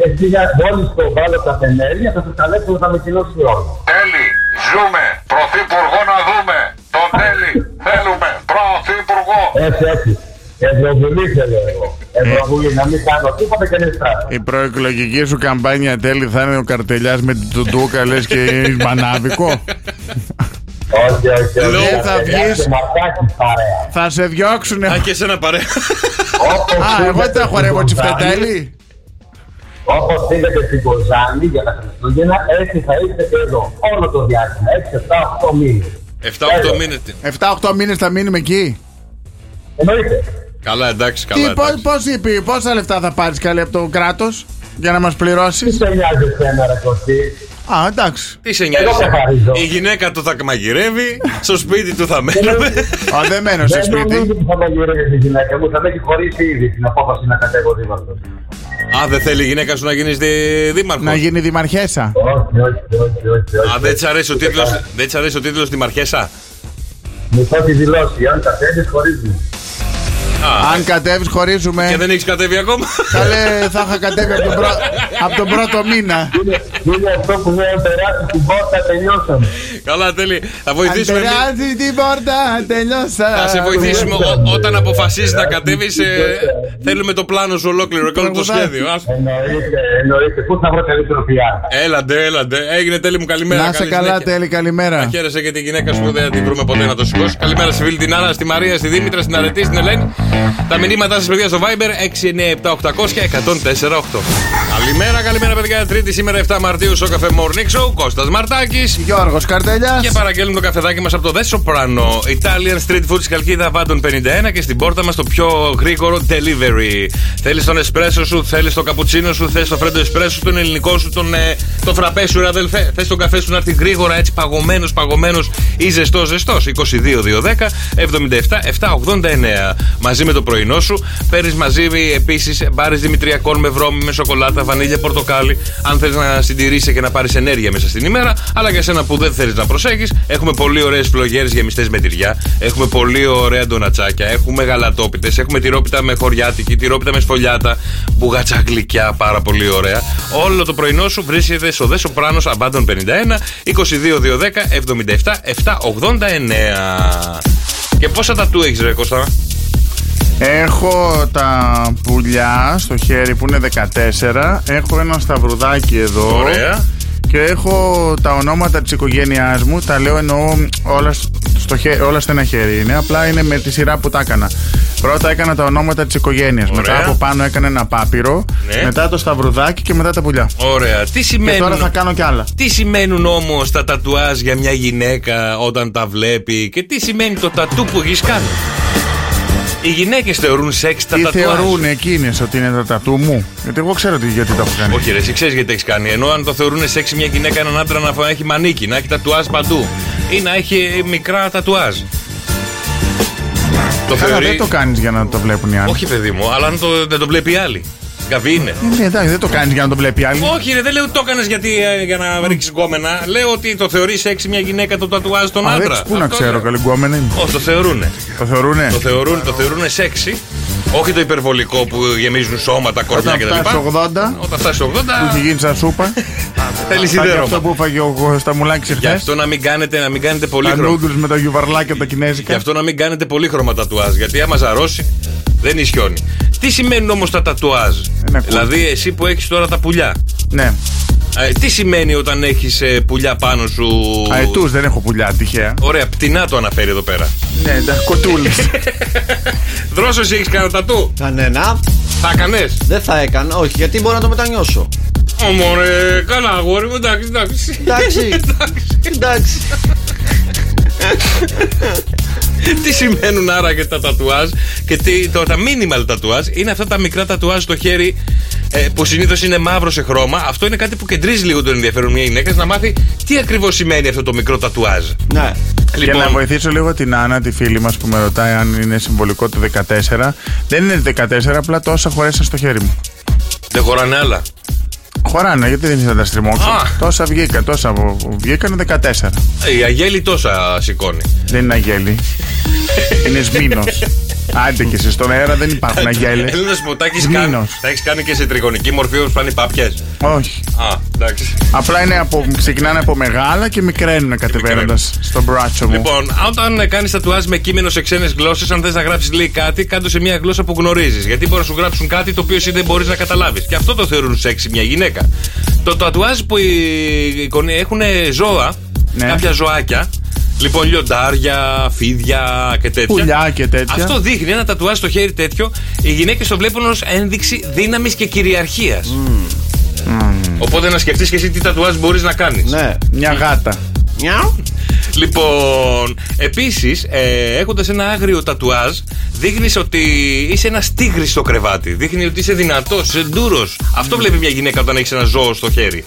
Speaker 10: Εσύ για μόλις το βάλω τα θεμέλια, θα σα καλέσω να τα μετακινώσει όλα.
Speaker 3: Τέλει, ζούμε. Πρωθυπουργό να δούμε. Τον τέλει, θέλουμε. Πρωθυπουργό.
Speaker 10: Έτσι, έτσι. Ευρωβουλή θέλω εγώ. Ευρωβουλή, να μην κάνω τίποτα και να στράτω.
Speaker 4: Η προεκλογική σου καμπάνια τέλει θα είναι ο καρτελιάς με την τουντούκα λες και είναι μανάβικο.
Speaker 10: Όχι, όχι, όχι.
Speaker 4: Δεν θα βγεις.
Speaker 10: Μαρτάκι παρέα.
Speaker 4: θα σε διώξουν.
Speaker 6: Α, και εσένα παρέα.
Speaker 10: Όπως
Speaker 4: Α,
Speaker 10: είναι
Speaker 4: εγώ τα
Speaker 10: στην
Speaker 4: χορεύω
Speaker 10: Κοζάνη,
Speaker 4: τσιφτετέλη.
Speaker 10: Όπως πήγατε στην Κοζάνη για τα Χριστούγεννα, έτσι θα είστε και εδώ. Όλο το διάστημα, 6, 7, 8 μήνες.
Speaker 6: 7-8 μήνε.
Speaker 4: 7-8 μήνες θα μείνουμε εκεί.
Speaker 10: Εννοείται.
Speaker 6: Καλά, εντάξει, καλά.
Speaker 4: Τι,
Speaker 6: εντάξει.
Speaker 4: πώς είπε, πόσα λεφτά θα πάρεις καλή από το κράτος για να μας
Speaker 10: Τι
Speaker 4: πληρώσει.
Speaker 10: σε νοιάζει εσένα, ρε Κωστή.
Speaker 4: Α, εντάξει.
Speaker 6: Τι σε
Speaker 10: Εγώ
Speaker 6: νοιάζει.
Speaker 10: καθαρίζω.
Speaker 6: Η γυναίκα του θα μαγειρεύει, στο σπίτι του θα μένουμε.
Speaker 4: Α, δεν μένω σε
Speaker 10: Δεν
Speaker 4: σπίτι.
Speaker 10: νομίζω που θα με γυρίσει η γυναίκα μου, θα με έχει χωρίσει ήδη την απόφαση να κατέβω δήμαρχος.
Speaker 6: Α, δεν θέλει η γυναίκα σου να γίνεις δήμαρχος.
Speaker 4: Να γίνει δημαρχέσα.
Speaker 10: Όχι, όχι, όχι, όχι. όχι.
Speaker 6: Α, δεν της αρέσει ο τίτλος. Δεν της αρέσει ο τίτλος Δημαρχέσα.
Speaker 10: Μισό τη δηλώση, αν κατέβεις χωρίς μου.
Speaker 4: Αν κατέβεις,
Speaker 6: Και
Speaker 4: χωρίζουμε.
Speaker 6: δεν έχεις κατέβει ακόμα.
Speaker 4: Καλέ, θα είχα κατέβει από τον, πρω- από τον πρώτο μήνα.
Speaker 10: Είναι- Είναι αυτό που δεν περάσει την πόρτα, τελειώσαμε.
Speaker 6: Καλά, τέλει. Θα
Speaker 4: Αν
Speaker 6: βοηθήσουμε. εμείς.
Speaker 4: περάσει την πόρτα, τελειώσα.
Speaker 6: Θα σε βοηθήσουμε
Speaker 10: Τραγουδάκι.
Speaker 6: ό- όταν αποφασίσεις να κατέβεις. θέλουμε το πλάνο σου ολόκληρο και όλο το
Speaker 4: Τραγουδάκι.
Speaker 6: σχέδιο. Ας-
Speaker 10: Εννοείται, εννοείται. Πού θα βρω καλύτερο PR.
Speaker 6: Έλαντε, έλαντε. Έγινε τέλει μου, καλημέρα.
Speaker 4: Να σε
Speaker 6: καλή
Speaker 4: καλά,
Speaker 6: συνέχεια.
Speaker 4: τέλει, καλημέρα.
Speaker 6: Να χαίρεσαι και τη γυναίκα σου που δεν θα την βρούμε ποτέ να το σηκώσει. Καλημέρα στη φίλη την Άρα, στη Μαρία, στη Δήμητρα, στην Αρετή, στην Ελένη. Τα μηνύματά σας, παιδιά, στο Viber 697-800-1048. Καλημέρα, καλημέρα, παιδιά. Τρίτη σήμερα 7 Μαρτίου στο καφέ Morning Show. Κώστας Μαρτάκης.
Speaker 11: Γιώργος Καρτελιά.
Speaker 6: Και παραγγέλνουμε το καφεδάκι μας από το The Soprano. Italian Street Food τη Καλκίδα Βάντων 51 και στην πόρτα μας το πιο γρήγορο delivery. Θέλεις τον εσπρέσο σου, θέλεις το καπουτσίνο σου, θες το φρέντο εσπρέσο σου, τον ελληνικό σου, τον, ε, το φραπέ σου, ρε αδελφέ. Θες τον καφέ σου να έρθει γρήγορα έτσι παγωμένος, παγωμένος ή ζεστός, ζεστός. 22-210-77-789. Μαζί με το πρωινό σου παίρνεις μαζί επίσης μπάρες Δημητριακών με βρώμη, με σοκολάτα, βανίλια, πορτοκάλι. Αν θέλει να συντηρήσει και να πάρεις ενέργεια μέσα στην ημέρα, αλλά για σένα που δεν θέλεις να προσέχεις, έχουμε πολύ ωραίες φλογέρες γεμιστέ με τυριά, έχουμε πολύ ωραία ντονατσάκια, έχουμε γαλατόπιτες, έχουμε τυρόπιτα με χωριάτικη, τυρόπιτα με σφολιάτα, μπουγάτσα γλυκιά, πάρα πολύ ωραία. Όλο το πρωινό σου βρίσκεται στο Δέσο Πράνο Αμπάντων 51 22 210 77 789. Και πόσα τα του έχεις, Ρε Κώστα.
Speaker 4: Έχω τα πουλιά στο χέρι που είναι 14. Έχω ένα σταυρουδάκι εδώ.
Speaker 6: Ωραία.
Speaker 4: Και έχω τα ονόματα της οικογένειάς μου. Τα λέω εννοώ όλα, σ- στο χέ, όλα στο ένα χέρι. Είναι απλά είναι με τη σειρά που τα έκανα. Πρώτα έκανα τα ονόματα της οικογένειας. Μετά από πάνω έκανα ένα πάπυρο.
Speaker 6: Ναι.
Speaker 4: Μετά το σταυρουδάκι και μετά τα πουλιά.
Speaker 6: Ωραία. Τι σημαίνει.
Speaker 4: Και τώρα θα κάνω κι άλλα.
Speaker 6: Τι σημαίνουν όμως τα τατουάζ για μια γυναίκα όταν τα βλέπει και τι σημαίνει το τατού που έχεις κάνει. Οι γυναίκες θεωρούν σεξ τα
Speaker 4: Τι
Speaker 6: τατουάζ.
Speaker 4: θεωρούν εκείνες ότι είναι τα τατού μου. Γιατί εγώ ξέρω τι, γιατί τα έχω κάνει.
Speaker 6: Όχι, ρε, εσύ ξέρεις γιατί έχεις κάνει. Ενώ αν το θεωρούν σεξ μια γυναίκα, έναν άντρα να έχει μανίκι, να έχει τατουάζ παντού ή να έχει μικρά τατουάζ. Το
Speaker 4: Καλά,
Speaker 6: θεωρεί.
Speaker 4: δεν το κάνεις για να το βλέπουν οι άλλοι.
Speaker 6: Όχι, παιδί μου, αλλά αν το, δεν το βλέπει η άλλη. Καβή είναι.
Speaker 4: Ε, ναι, εντάξει, δεν το κάνεις για να το βλέπει η άλλη.
Speaker 6: Όχι, ρε, δεν λέω ότι το έκανες γιατί ε, για να ρίξεις γκόμενα. Λέω ότι το θεωρείς σεξ μια γυναίκα το τατουάζ τον
Speaker 4: Α, δεν
Speaker 6: άντρα.
Speaker 4: ξέρω, πού να
Speaker 6: Αυτό
Speaker 4: ξέρω,
Speaker 6: λέω.
Speaker 4: καλυγκόμενα είναι.
Speaker 6: Όχι, το θεωρούνε.
Speaker 4: Το θεωρούνε.
Speaker 6: Το θεωρούν, το θεωρούνε σεξι. Όχι το υπερβολικό που γεμίζουν σώματα, κορμιά
Speaker 4: Όταν
Speaker 6: κτλ.
Speaker 4: φτάσει 80,
Speaker 6: Όταν φτάσει 80.
Speaker 4: που έχει γίνει σαν σούπα.
Speaker 6: Θέλεις
Speaker 4: θα είναι Αυτό
Speaker 6: σιδέρωμα.
Speaker 4: που έφαγε ο Σταμουλάκη
Speaker 6: Γι'
Speaker 4: εχθέ.
Speaker 6: αυτό να μην κάνετε, να μην κάνετε πολύ
Speaker 4: Τα
Speaker 6: χρώμα.
Speaker 4: νούντλ με τα γιουβαρλάκια τα
Speaker 6: Γι'
Speaker 4: κινέζικα.
Speaker 6: αυτό να μην κάνετε πολύ χρώμα τατουάζ. Γιατί άμα ζαρώσει, δεν ισιώνει. Τι σημαίνουν όμως τα τατουάζ. Δηλαδή, εσύ που έχεις τώρα τα πουλιά.
Speaker 4: Ναι.
Speaker 6: Ε, τι σημαίνει όταν έχεις πουλιά πάνω σου.
Speaker 4: Αετού ε, δεν έχω πουλιά, τυχαία.
Speaker 6: Ωραία, πτηνά το αναφέρει εδώ πέρα.
Speaker 4: Ναι, εντάξει, κοτούλες.
Speaker 6: Δρόσο, έχει κανένα τατού.
Speaker 12: Κανένα.
Speaker 6: Θα έκανες.
Speaker 12: Δεν θα έκανα, όχι, γιατί μπορώ να το μετανιώσω.
Speaker 6: Ωμορε, καλά, αγόρι μου, εντάξει, εντάξει.
Speaker 12: Εντάξει. Εντάξει.
Speaker 6: τι σημαίνουν άραγε τα τατουάζ και τι, το, τα minimal τατουάζ είναι αυτά τα μικρά τατουάζ στο χέρι ε, που συνήθως είναι μαύρο σε χρώμα. Αυτό είναι κάτι που κεντρίζει λίγο τον ενδιαφέρον μια γυναίκα να μάθει τι ακριβώς σημαίνει αυτό το μικρό τατουάζ.
Speaker 12: Ναι.
Speaker 6: Λοιπόν.
Speaker 4: Για να βοηθήσω λίγο την Άννα, τη φίλη μας που με ρωτάει αν είναι συμβολικό το 14. Δεν είναι 14, απλά τόσα χωρέσαν στο χέρι μου.
Speaker 6: Δεν χωράνε άλλα.
Speaker 4: Χωράνε, γιατί δεν ήθελα να τα στριμώξω.
Speaker 6: Α.
Speaker 4: Τόσα βγήκαν, τόσα βγήκαν 14.
Speaker 6: Ε, Η Αγέλη τόσα σηκώνει.
Speaker 4: Δεν είναι αγέλη. είναι σμήνος. Άντε και εσύ στον αέρα δεν υπάρχουν αγέλε.
Speaker 6: Θέλω να σου πω, Ε, τα έχεις κάνει, τα έχεις κάνει και σε τριγωνική μορφή όπως πάνε οι πάπιες.
Speaker 4: Όχι.
Speaker 6: Α, εντάξει.
Speaker 4: Απλά είναι από, ξεκινάνε από μεγάλα και μικραίνουν κατεβαίνοντα στον μπράτσο μου.
Speaker 6: Λοιπόν, όταν κάνεις τατουάζ με κείμενο σε ξένες γλώσσες, αν θες να γράψεις λέει κάτι, κάντο σε μια γλώσσα που γνωρίζεις. Γιατί μπορεί να σου γράψουν κάτι το οποίο εσύ δεν μπορείς να καταλάβεις. Και αυτό το θεωρούν σεξ μια γυναίκα. Το τατουάζ που έχουν ζώα,
Speaker 4: Ναι.
Speaker 6: κάποια ζωάκια. Λοιπόν, λιοντάρια, φίδια και τέτοια.
Speaker 4: Πουλιά και τέτοια.
Speaker 6: Αυτό δείχνει ένα τατουάζ στο χέρι τέτοιο. Οι γυναίκες το βλέπουν ως ένδειξη δύναμης και κυριαρχίας. Οπότε να σκεφτείς και εσύ τι τατουάζ μπορείς να κάνεις.
Speaker 12: Ναι.
Speaker 4: Μια γάτα.
Speaker 6: Λοιπόν, επίσης, ε, έχοντας ένα άγριο τατουάζ, δείχνεις ότι είσαι ένας τίγρης στο κρεβάτι. Δείχνει ότι είσαι δυνατός, είσαι ντούρος. Αυτό βλέπει μια γυναίκα όταν έχεις ένα ζώο στο χέρι.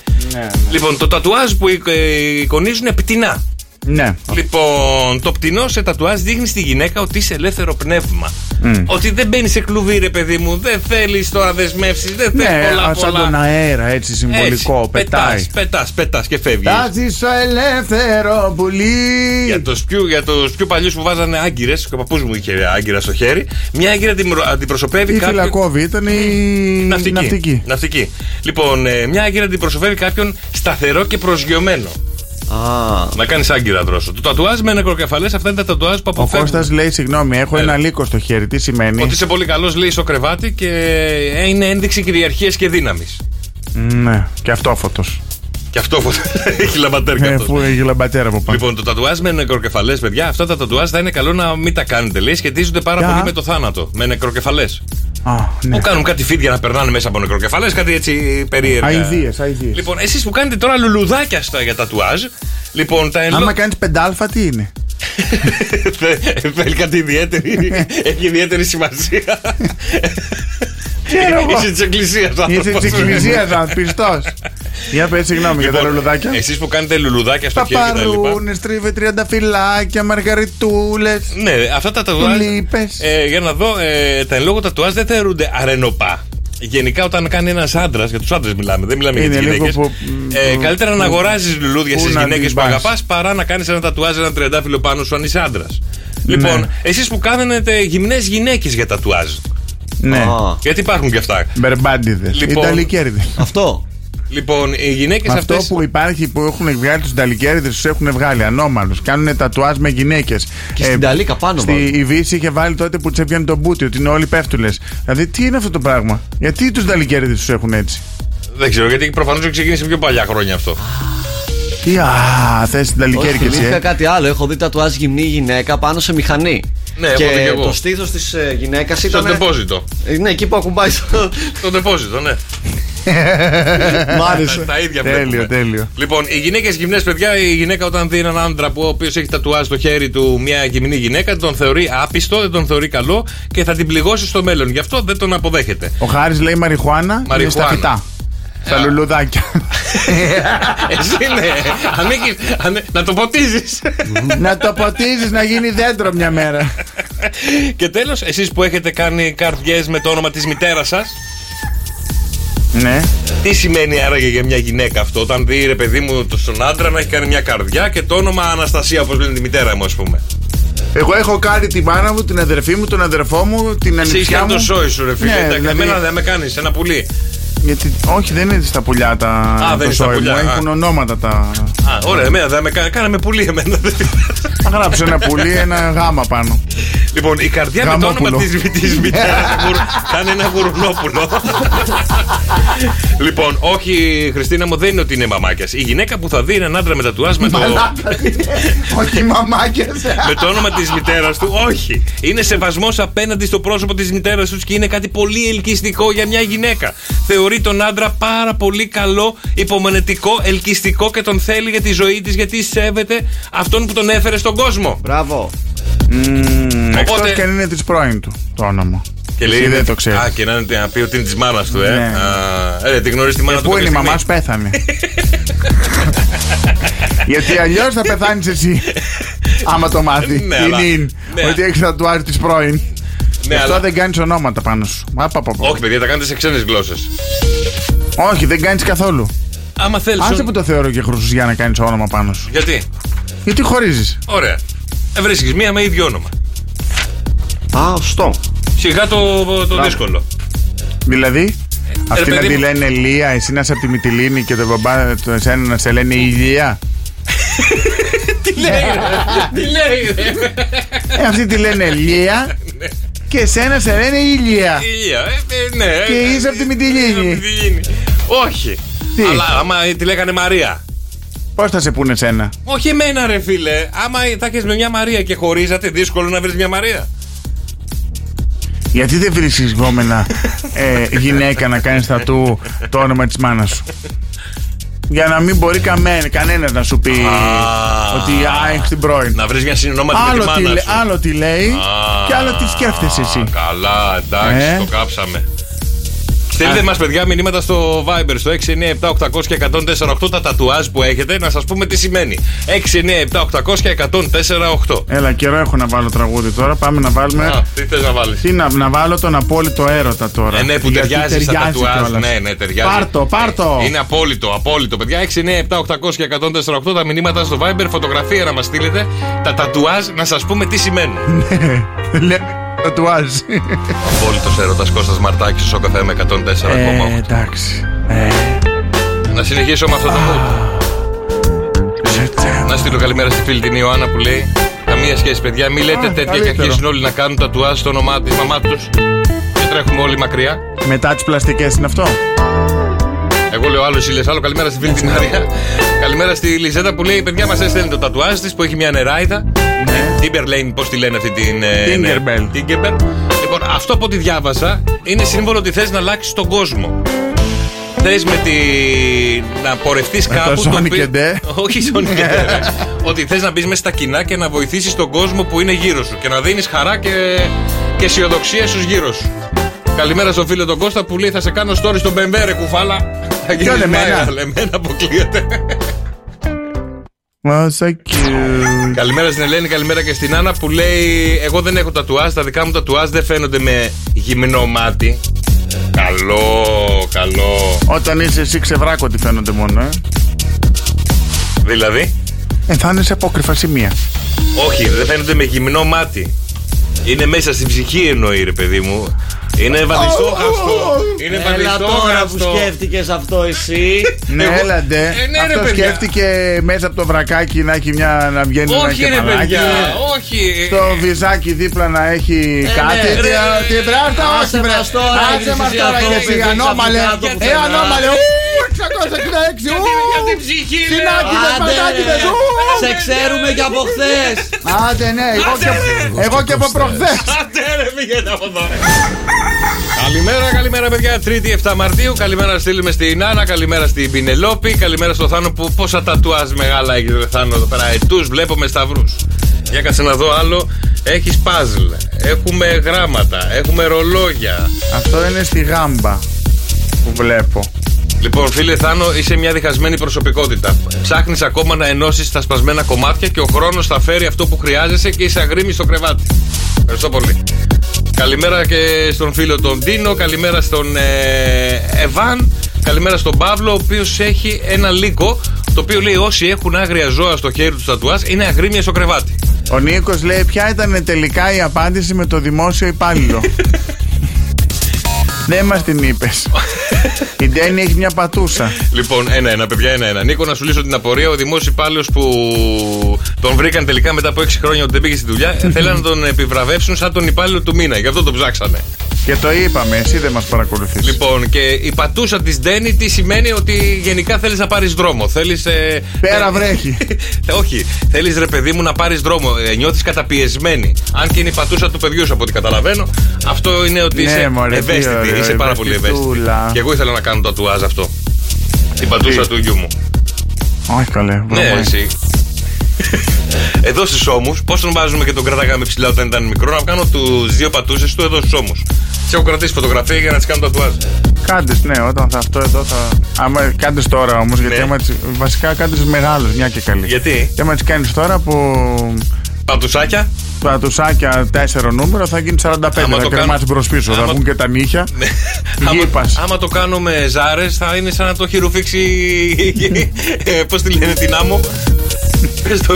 Speaker 6: Λοιπόν, το τατουάζ που εικ- ε, εικονίζουν πτηνά.
Speaker 4: Ναι.
Speaker 6: Λοιπόν, το πτηνό σε τατουάζ δείχνει στη γυναίκα ότι είσαι ελεύθερο πνεύμα.
Speaker 4: Μμ.
Speaker 6: Ότι δεν μπαίνει σε κλουβί, ρε παιδί μου. Δεν θέλεις τώρα δεσμεύσει, δεν θέλει
Speaker 4: Ναι,
Speaker 6: πολλά
Speaker 4: α, σαν τον
Speaker 6: πολλά.
Speaker 4: αέρα, έτσι συμβολικό. πετάει.
Speaker 6: πετάς, πετάς και φεύγεις.
Speaker 4: Τάζει στο ελεύθερο πουλί.
Speaker 6: Για του πιο, για τους πιο παλιούς που βάζανε άγκυρες, και ο παππούς μου είχε άγκυρα στο χέρι, μια άγκυρα αντιμρο- αντιπροσωπεύει
Speaker 4: Η
Speaker 6: κάποιον.
Speaker 4: φυλακόβη ήταν η
Speaker 6: Ναυτική.
Speaker 4: ναυτική.
Speaker 6: Ναυτική. Λοιπόν, ε, μια άγκυρα αντιπροσωπεύει κάποιον σταθερό και προσγειωμένο. Να κάνεις άγκυρα δρόσο. Το τατουάζ με νεκροκεφαλέ, αυτά είναι τα τατουάζ που
Speaker 4: Ο
Speaker 6: αποφεύγουν.
Speaker 4: Κώστας λέει: Συγγνώμη, έχω ένα λύκο στο χέρι. Τι σημαίνει.
Speaker 6: Ε. Ότι είσαι πολύ καλός, λέει στο κρεβάτι και ε, είναι ένδειξη κυριαρχίας και δύναμης.
Speaker 4: Ναι, και αυτό φωτος.
Speaker 6: Και αυτό που έχει λαμπατέρκα.
Speaker 4: Ε,
Speaker 6: αυτός.
Speaker 4: Αφού έγινε λαμπατέρα από πάνω.
Speaker 6: Λοιπόν, το τατουάζ με νεκροκεφαλές, παιδιά, αυτά τα τατουάζ θα είναι καλό να μην τα κάνετε. Λέει σχετίζονται πάρα
Speaker 4: Για.
Speaker 6: πολύ με το θάνατο. Με νεκροκεφαλές.
Speaker 4: ναι.
Speaker 6: Που κάνουν κάτι φίδια να περνάνε μέσα από νεκροκεφαλές, κάτι έτσι περίεργα.
Speaker 4: Αιδίες, αιδίες.
Speaker 6: Λοιπόν, εσείς που κάνετε τώρα λουλουδάκια στα, για τα τουάζ. Λοιπόν, τα εν
Speaker 4: Άμα κάνεις πεντάλφα, τι είναι.
Speaker 6: Θε- Θέλει κάτι ιδιαίτερη. Έχει ιδιαίτερη σημασία.
Speaker 4: Ξέρω εγώ.
Speaker 6: Είσαι της εκκλησίας άνθρωπος.
Speaker 4: Είσαι της εκκλησίας, θα πιστός. Για πες, συγγνώμη για τα λουλουδάκια.
Speaker 6: Εσείς Λοιπόν, που κάνετε λουλουδάκια στο χέρι και τα λοιπά.
Speaker 4: Παπαρούνες, τρίβε τριανταφυλάκια, μαργαριτούλες.
Speaker 6: Ναι, αυτά τα τατουάζ.
Speaker 4: Λίπες.
Speaker 6: Ε, για να δω, ε, τα εν λόγω τατουάζ δεν θεωρούνται αρενοπά. Γενικά, όταν κάνει ένας άντρας, για τους άντρες μιλάμε, δεν μιλάμε
Speaker 4: Είναι
Speaker 6: για τις
Speaker 4: λίγο
Speaker 6: γυναίκες.
Speaker 4: που-
Speaker 6: Ε,
Speaker 4: που-
Speaker 6: καλύτερα να αγοράζεις λουλούδια
Speaker 4: που
Speaker 6: στις
Speaker 4: να
Speaker 6: γυναίκες που
Speaker 4: διπάς.
Speaker 6: αγαπάς παρά να κάνεις ένα τατουάζ, ένα τριαντάφυλλο πάνω σου αν είσαι άντρας.
Speaker 4: Ναι.
Speaker 6: Λοιπόν, εσείς που κάνετε γυμνές γυναίκες για τατουάζ.
Speaker 4: Ναι,
Speaker 6: Γιατί υπάρχουν και αυτά.
Speaker 4: μπερμπάντιδες.
Speaker 6: Λοιπόν,
Speaker 4: Ιταλικέρδε.
Speaker 2: Αυτό.
Speaker 6: Λοιπόν, οι γυναίκες
Speaker 4: Αυτό
Speaker 6: αυτές.
Speaker 4: που υπάρχει που έχουν βγάλει τους Νταλικέριδες, τους έχουν βγάλει ανώμαλους. Κάνουν τατουάζ με γυναίκες.
Speaker 2: Και στην Ταλίκα πάνω
Speaker 4: Στη
Speaker 2: μάλλον.
Speaker 4: η Βύση είχε βάλει τότε που τσέπιανε τον μπούτι, ότι είναι όλοι πέφτουλες. Δηλαδή, τι είναι αυτό το πράγμα. Γιατί τους Νταλικέριδες τους έχουν έτσι.
Speaker 6: Δεν ξέρω, γιατί προφανώς ξεκίνησε πιο παλιά χρόνια αυτό.
Speaker 4: Τι, α, θες την
Speaker 2: Όχι,
Speaker 4: Νταλικέρη και εσύ.
Speaker 2: θυμήθηκα
Speaker 4: ε.
Speaker 2: κάτι άλλο. Έχω δει τατουάζ γυμνή γυναίκα πάνω σε μηχανή.
Speaker 6: Ναι, έχω δει κι
Speaker 2: και
Speaker 6: εγώ.
Speaker 2: το ε, στήθος της γυναίκα
Speaker 6: Στο
Speaker 2: ήταν.
Speaker 6: τεπόζιτο.
Speaker 2: Ναι, εκεί που ακουμπάει. στο-
Speaker 6: Στο τεπόζιτο, ναι.
Speaker 4: Μ' άρεσε.
Speaker 6: Τα- τα ίδια
Speaker 4: Τέλειο,
Speaker 6: βλέπουμε.
Speaker 4: τέλειο.
Speaker 6: Λοιπόν, οι γυναίκες γυμνές, παιδιά, η γυναίκα όταν δει έναν άντρα που ο οποίος έχει τατουάζ στο χέρι του μια γυμνή γυναίκα, τον θεωρεί άπιστο, δεν τον θεωρεί καλό και θα την πληγώσει στο μέλλον. Γι' αυτό δεν τον αποδέχεται.
Speaker 4: Ο Χάρης λέει Μαριχουάνα, είναι στα
Speaker 6: Μαριχουάνα. Ε.
Speaker 4: φυτά. Στα λουλουδάκια.
Speaker 6: Εσύ ναι, ανήκει. να το ποτίζεις.
Speaker 4: να το ποτίζεις να γίνει δέντρο μια μέρα.
Speaker 6: και τέλος, εσείς που έχετε κάνει καρδιές με το όνομα της μητέρας σας,
Speaker 4: ναι.
Speaker 6: τι σημαίνει άραγε για μια γυναίκα αυτό, όταν δει ρε παιδί μου το- στον άντρα να έχει κάνει μια καρδιά και το όνομα Αναστασία, όπως λένε τη μητέρα μου, ας πούμε.
Speaker 4: Εγώ έχω κάνει τη μάνα μου, την αδερφή μου, τον αδερφό μου, την
Speaker 6: Εσύ είχες
Speaker 4: ανιψιά μου.
Speaker 6: το σόι σου, ρε φίλε.
Speaker 4: Ναι,
Speaker 6: Ναι,
Speaker 4: δηλαδή-
Speaker 6: Εμένα δεν με κάνεις ένα πουλί.
Speaker 4: Γιατί, όχι, δεν είναι στα πουλιά τα
Speaker 6: δεν
Speaker 4: το
Speaker 6: είναι στα
Speaker 4: σόι
Speaker 6: πουλιά,
Speaker 4: μου.
Speaker 6: α.
Speaker 4: Έχουν ονόματα τα.
Speaker 6: Α, ωραία, εμένα δεν με κάνει. Κάναμε πουλί εμένα.
Speaker 4: Θα γράψω ένα πουλί, ένα γάμα πάνω.
Speaker 6: λοιπόν, η καρδιά με το όνομα
Speaker 4: Γαμόπουλο.
Speaker 6: της της μητέρας κάνει ένα γουρνόπουλο. λοιπόν, όχι, Χριστίνα μου, δεν είναι ότι είναι μαμάκιας. Η γυναίκα που θα δει έναν άντρα με τα με το,
Speaker 4: όχι, μαμάκιας.
Speaker 6: με το όνομα της μητέρας του, όχι. Είναι σεβασμός απέναντι στο πρόσωπο της μητέρας τους και είναι κάτι πολύ ελκυστικό για μια γυναίκα. Θεωρεί τον άντρα πάρα πολύ καλό, υπομονετικό, ελκυστικό και τον θέλει για τη ζωή της γιατί σέβεται αυτόν που τον έφερε στον κόσμο.
Speaker 2: Μπράβο.
Speaker 4: Εκτός
Speaker 6: Οπότε-
Speaker 4: και αν είναι της πρώην του το όνομα.
Speaker 6: Και
Speaker 4: Εσύ
Speaker 6: λέει,
Speaker 4: δεν το ξέρει.
Speaker 6: Α, και να, είναι- να πει ότι είναι της μάνας του, ε.
Speaker 4: Ναι.
Speaker 6: Α, ε, τη γνωρίζει τη μάνα του.
Speaker 4: Πού είναι η
Speaker 6: κάποια
Speaker 4: μαμά σου,
Speaker 6: στιγμή.
Speaker 4: πέθανε. Γιατί αλλιώς θα πεθάνεις εσύ. Άμα το μάθει.
Speaker 6: Ναι,
Speaker 4: Είναι
Speaker 6: αλλά-
Speaker 4: in.
Speaker 6: ναι.
Speaker 4: Ότι έχεις τατουάρι της πρώην.
Speaker 6: Ναι,
Speaker 4: Γι' αυτό
Speaker 6: αλλά-
Speaker 4: δεν κάνεις ονόματα πάνω σου. Α, πα, πα, πα.
Speaker 6: Όχι, παιδιά, τα κάνετε σε ξένες γλώσσες.
Speaker 4: Όχι, δεν κάνεις καθόλου.
Speaker 6: Άμα θέλεις.
Speaker 4: Άσε που το θεωρώ και χρυσούς για να κάνεις όνομα πάνω σου.
Speaker 6: Γιατί.
Speaker 4: Γιατί χωρίζεις.
Speaker 6: Ωραία. Ε, Βρίσκεις μία με ίδιο όνομα.
Speaker 2: Α, σωστό.
Speaker 6: Σιγά το, το δύσκολο.
Speaker 4: Δηλαδή, αυτοί να
Speaker 6: Ε, παιδί
Speaker 4: τη
Speaker 6: μου.
Speaker 4: λένε Λία, εσύ να είσαι από τη Μυτιλίνη και το μπαμπά το εσένα να σε λένε Ηλία.
Speaker 6: Τι λέει, ρε. Τι λέει, ρε.
Speaker 4: Ε, αυτοί τη λένε Λία και εσένα σε λένε Ηλία.
Speaker 6: Ηλία, Ναι. ε, ε, ναι. ε,
Speaker 4: Και
Speaker 6: ε,
Speaker 4: είσαι
Speaker 6: ε,
Speaker 4: απ' τη Μυτιλίνη.
Speaker 6: είσαι απ' τη Μυτιλίνη. Όχι.
Speaker 4: Τι?
Speaker 6: Αλλά άμα ε, τη λέγανε Μαρία.
Speaker 4: Πώς θα σε πούνε εσένα.
Speaker 6: Όχι εμένα, ρε φίλε. Άμα ε, τα έχεις με μια Μαρία και χωρίζατε, δύσκολο να βρεις μια Μαρία.
Speaker 4: Γιατί δεν βρίσκει γκόμενα ε, γυναίκα να κάνεις τατού το όνομα της μάνας σου. Για να μην μπορεί καμέ, κανένας να σου πει ότι α, έχει την πρώην.
Speaker 6: Να βρεις μια συνεννόματη με τη
Speaker 4: Ε. Άλλο τι,
Speaker 6: μάνα
Speaker 4: λέ-
Speaker 6: σου.
Speaker 4: άλλο τι λέει
Speaker 6: Α,
Speaker 4: και άλλο τι σκέφτεσαι εσύ.
Speaker 6: Καλά, εντάξει,
Speaker 4: Ε.
Speaker 6: το κάψαμε. Στείλτε μας, παιδιά, μηνύματα στο Viber στο 697 και 148 τα τατουάζ που έχετε να σας πούμε τι σημαίνει. 697 και 148.
Speaker 4: Έλα, καιρό έχω να βάλω τραγούδι τώρα. Πάμε να βάλουμε.
Speaker 6: Α, τι θες να βάλεις.
Speaker 4: Ε. Τι να, να βάλω τον απόλυτο έρωτα τώρα.
Speaker 6: Ε, ναι, που
Speaker 4: Γιατί
Speaker 6: ταιριάζει στα τατουάζ.
Speaker 4: κιόλας.
Speaker 6: Ναι, ναι, ταιριάζει.
Speaker 4: Πάρτο, πάρτο.
Speaker 6: Ε, Είναι απόλυτο, απόλυτο, παιδιά. 6, 9, 7, 800 και 148 τα μηνύματα στο Viber, φωτογραφία να μας στείλετε. Τα τατουάζ να σας πούμε τι σημαίνουν.
Speaker 4: Ε.
Speaker 6: ναι.
Speaker 4: Λέμε τατουάζ.
Speaker 6: Απόλυτος έρωτας Κώστας Μαρτάκης, στο καφέ με 104,8.
Speaker 4: Ε, εντάξει. Ε,
Speaker 6: Να συνεχίσω με αυτό το mood. Να στείλω καλημέρα στη φίλη την Ιωάννα που λέει Καμία σχέση, παιδιά. Μην λέτε
Speaker 4: Α,
Speaker 6: τέτοια και
Speaker 4: καλύτερο.
Speaker 6: αρχίζουν όλοι να κάνουν τατουάζ στο όνομά της μαμά τους. Και τρέχουμε όλοι μακριά.
Speaker 4: μετά τι πλαστικές είναι αυτό.
Speaker 6: Εγώ λέω άλλο, εσύ λες άλλο. Καλημέρα στη φίλη την Μαρία. καλημέρα στη Λιζέτα που λέει: Παιδιά, μας έστελνε το τατουάζ της που έχει μια νεράιδα. Ε,
Speaker 4: Ναι.
Speaker 6: Timberlane, πώς τη λένε αυτή την. ε,
Speaker 4: Tinkerbell.
Speaker 6: ναι, Tinkerbell. Λοιπόν, αυτό από ό,τι διάβασα είναι σύμβολο ότι θες να αλλάξεις τον κόσμο. Θες με τη. να πορευτείς
Speaker 4: Με το
Speaker 6: κάπου.
Speaker 4: Sonic
Speaker 6: οποίο-
Speaker 4: and Dare.
Speaker 6: Όχι Sonic and Dare, ρε. Ότι θες να μπεις μέσα στα κοινά και να βοηθήσεις τον κόσμο που είναι γύρω σου. Και να δίνεις χαρά και, και αισιοδοξία στους γύρω σου. Καλημέρα στον φίλο τον Κώστα που λέει θα σε κάνω story στον Μπεμβέρε κουφάλα. Θα
Speaker 4: Ποιο
Speaker 6: γίνεις
Speaker 4: εμένα?
Speaker 6: viral. Εμένα αποκλείεται.
Speaker 4: Oh, so cute.
Speaker 6: Καλημέρα στην Ελένη, καλημέρα και στην Άννα που λέει: Εγώ δεν έχω τατουάζ, τα δικά μου τατουάζ δεν φαίνονται με γυμνό μάτι. Καλό, καλό.
Speaker 4: Όταν είσαι εσύ ξεβράκο, τι φαίνονται μόνο, ε.
Speaker 6: Δηλαδή,
Speaker 4: Ενθάνεσαι απόκριφα σημεία.
Speaker 6: όχι, δεν φαίνονται με γυμνό μάτι. Είναι μέσα στην ψυχή εννοεί, ρε παιδί μου. Είναι βαδιστόχαστο. Είναι
Speaker 2: Έλα τώρα που
Speaker 6: βαδιστόχαστο.
Speaker 2: σκέφτηκες αυτό εσύ.
Speaker 4: Ναι,
Speaker 6: Εγώ-
Speaker 4: έλαντε.
Speaker 6: Ε, ναι, ρε,
Speaker 4: Αυτό
Speaker 6: παιδιά.
Speaker 4: σκέφτηκε μέσα από το βρακάκι να έχει μια να βγαίνει ένα
Speaker 6: Όχι, ρε
Speaker 4: κεφαλάκι.
Speaker 6: παιδιά, όχι.
Speaker 4: Το βυζάκι δίπλα να έχει κάτι.
Speaker 2: ναι,
Speaker 4: Τι-
Speaker 2: ρε.
Speaker 4: Τι πράγμα,
Speaker 2: Άσε
Speaker 4: όχι, βρε.
Speaker 2: μας τώρα,
Speaker 4: Άσε
Speaker 2: έχεις
Speaker 4: μας
Speaker 2: εσύ
Speaker 4: τώρα,
Speaker 2: αυτό
Speaker 4: είναι
Speaker 2: που
Speaker 4: εσύ,
Speaker 2: παίζεις
Speaker 4: ανώμαλε.
Speaker 2: από το
Speaker 4: Ε,
Speaker 2: πουθενά.
Speaker 4: ανώμαλε. Ου, 666, ου.
Speaker 6: την ψυχή,
Speaker 4: Συνάκηδες,
Speaker 2: Άντε,
Speaker 4: πατάκηδες, ου.
Speaker 2: Σε ξέρουμε και από χθες.
Speaker 4: Άντε, ναι, εγώ και- εγώ και από προχθές.
Speaker 6: Άντε ρε, πηγαίνετε από εδώ. ρε. Καλημέρα, καλημέρα παιδιά. Τρίτη 7 Μαρτίου. Καλημέρα στείλουμε στην Άννα, καλημέρα στην Πινελόπη, καλημέρα στο Θάνο που πόσα τατουάζ μεγάλα έχει ρε Θάνο εδώ πέρα. Ετούς βλέπω με σταυρούς. Για κάτσε να δω άλλο. Έχεις παζλ, έχουμε γράμματα, έχουμε ρολόγια.
Speaker 4: Αυτό είναι στη γάμπα που βλέπω.
Speaker 6: Λοιπόν, φίλε Θάνο, είσαι μια διχασμένη προσωπικότητα. Ψάχνεις ακόμα να ενώσεις τα σπασμένα κομμάτια και ο χρόνος θα φέρει αυτό που χρειάζεσαι και είσαι αγρίμης στο κρεβάτι. Ευχαριστώ πολύ. Καλημέρα και στον φίλο τον Ντίνο, καλημέρα στον ε, Εβάν, καλημέρα στον Παύλο, ο οποίος έχει ένα λύκο το οποίο λέει όσοι έχουν άγρια ζώα στο χέρι τους τατουάζ είναι αγρίμια στο κρεβάτι.
Speaker 4: Ο Νίκος λέει: Ποια ήταν τελικά η απάντηση με το δημόσιο υπάλληλο. Δεν μας την είπες. Η Ντένι έχει μια πατούσα.
Speaker 6: Λοιπόν, ένα-ένα, παιδιά, ένα-ένα. Νίκο, να σου λύσω την απορία. Ο δημόσιος υπάλληλος που τον βρήκαν τελικά μετά από 6 χρόνια ότι δεν πήγε στη δουλειά, ε, θέλαν να τον επιβραβεύσουν σαν τον υπάλληλο του μήνα. Γι' αυτό τον ψάξανε.
Speaker 4: Και το είπαμε, εσύ δεν μας παρακολουθείς.
Speaker 6: Λοιπόν, και η πατούσα της Ντένι τι σημαίνει ότι γενικά θέλεις να πάρεις δρόμο. Θέλεις. Ε,
Speaker 4: Πέρα βρέχει.
Speaker 6: ε, όχι, θέλεις ρε παιδί μου να πάρεις δρόμο. Ε, Νιώθεις καταπιεσμένη. Αν και είναι η πατούσα του παιδιού σου, από ό,τι καταλαβαίνω, αυτό είναι ότι
Speaker 4: Ναι,
Speaker 6: είσαι
Speaker 4: μωρέ, τι
Speaker 6: ευαίσθητη.
Speaker 4: ωραίο,
Speaker 6: είσαι πάρα πολύ ευαίσθητη.
Speaker 4: ευαισθητούλα.
Speaker 6: Και εγώ ήθελα να κάνω το τατουάζ αυτό. Την πατούσα του γιού μου.
Speaker 4: Όχι καλέ.
Speaker 6: Ναι,
Speaker 4: βρωμάει.
Speaker 6: εσύ. εδώ στους ώμους, πώς τον βάζουμε και τον κρατάγαμε ψηλά όταν ήταν μικρό, να κάνω τους δύο πατούσες του εδώ στους ώμους. Τι έχω κρατήσει φωτογραφία για να τις κάνω τατουάζ.
Speaker 4: Κάντε, ναι, όταν θα αυτό εδώ θα. Άμα κάντε τώρα όμως, γιατί
Speaker 6: Ναι.
Speaker 4: άμα τις- Βασικά κάντε μεγάλο, μια και καλή.
Speaker 6: Γιατί?
Speaker 4: Και άμα τι κάνεις τώρα από
Speaker 6: Πατουσάκια.
Speaker 4: πατουσάκια 4 νούμερο θα γίνει 45.
Speaker 6: Άμα
Speaker 4: θα
Speaker 6: το
Speaker 4: κρεμάσει
Speaker 6: κάνω-
Speaker 4: προ πίσω. Θα
Speaker 6: άμα-
Speaker 4: βγουν και τα νύχια.
Speaker 6: άμα,
Speaker 4: Γήπας.
Speaker 6: άμα το κάνω με ζάρες, θα είναι σαν να το χειρουφίξει. Πώ ε, τη λένε την άμμο. Πες το.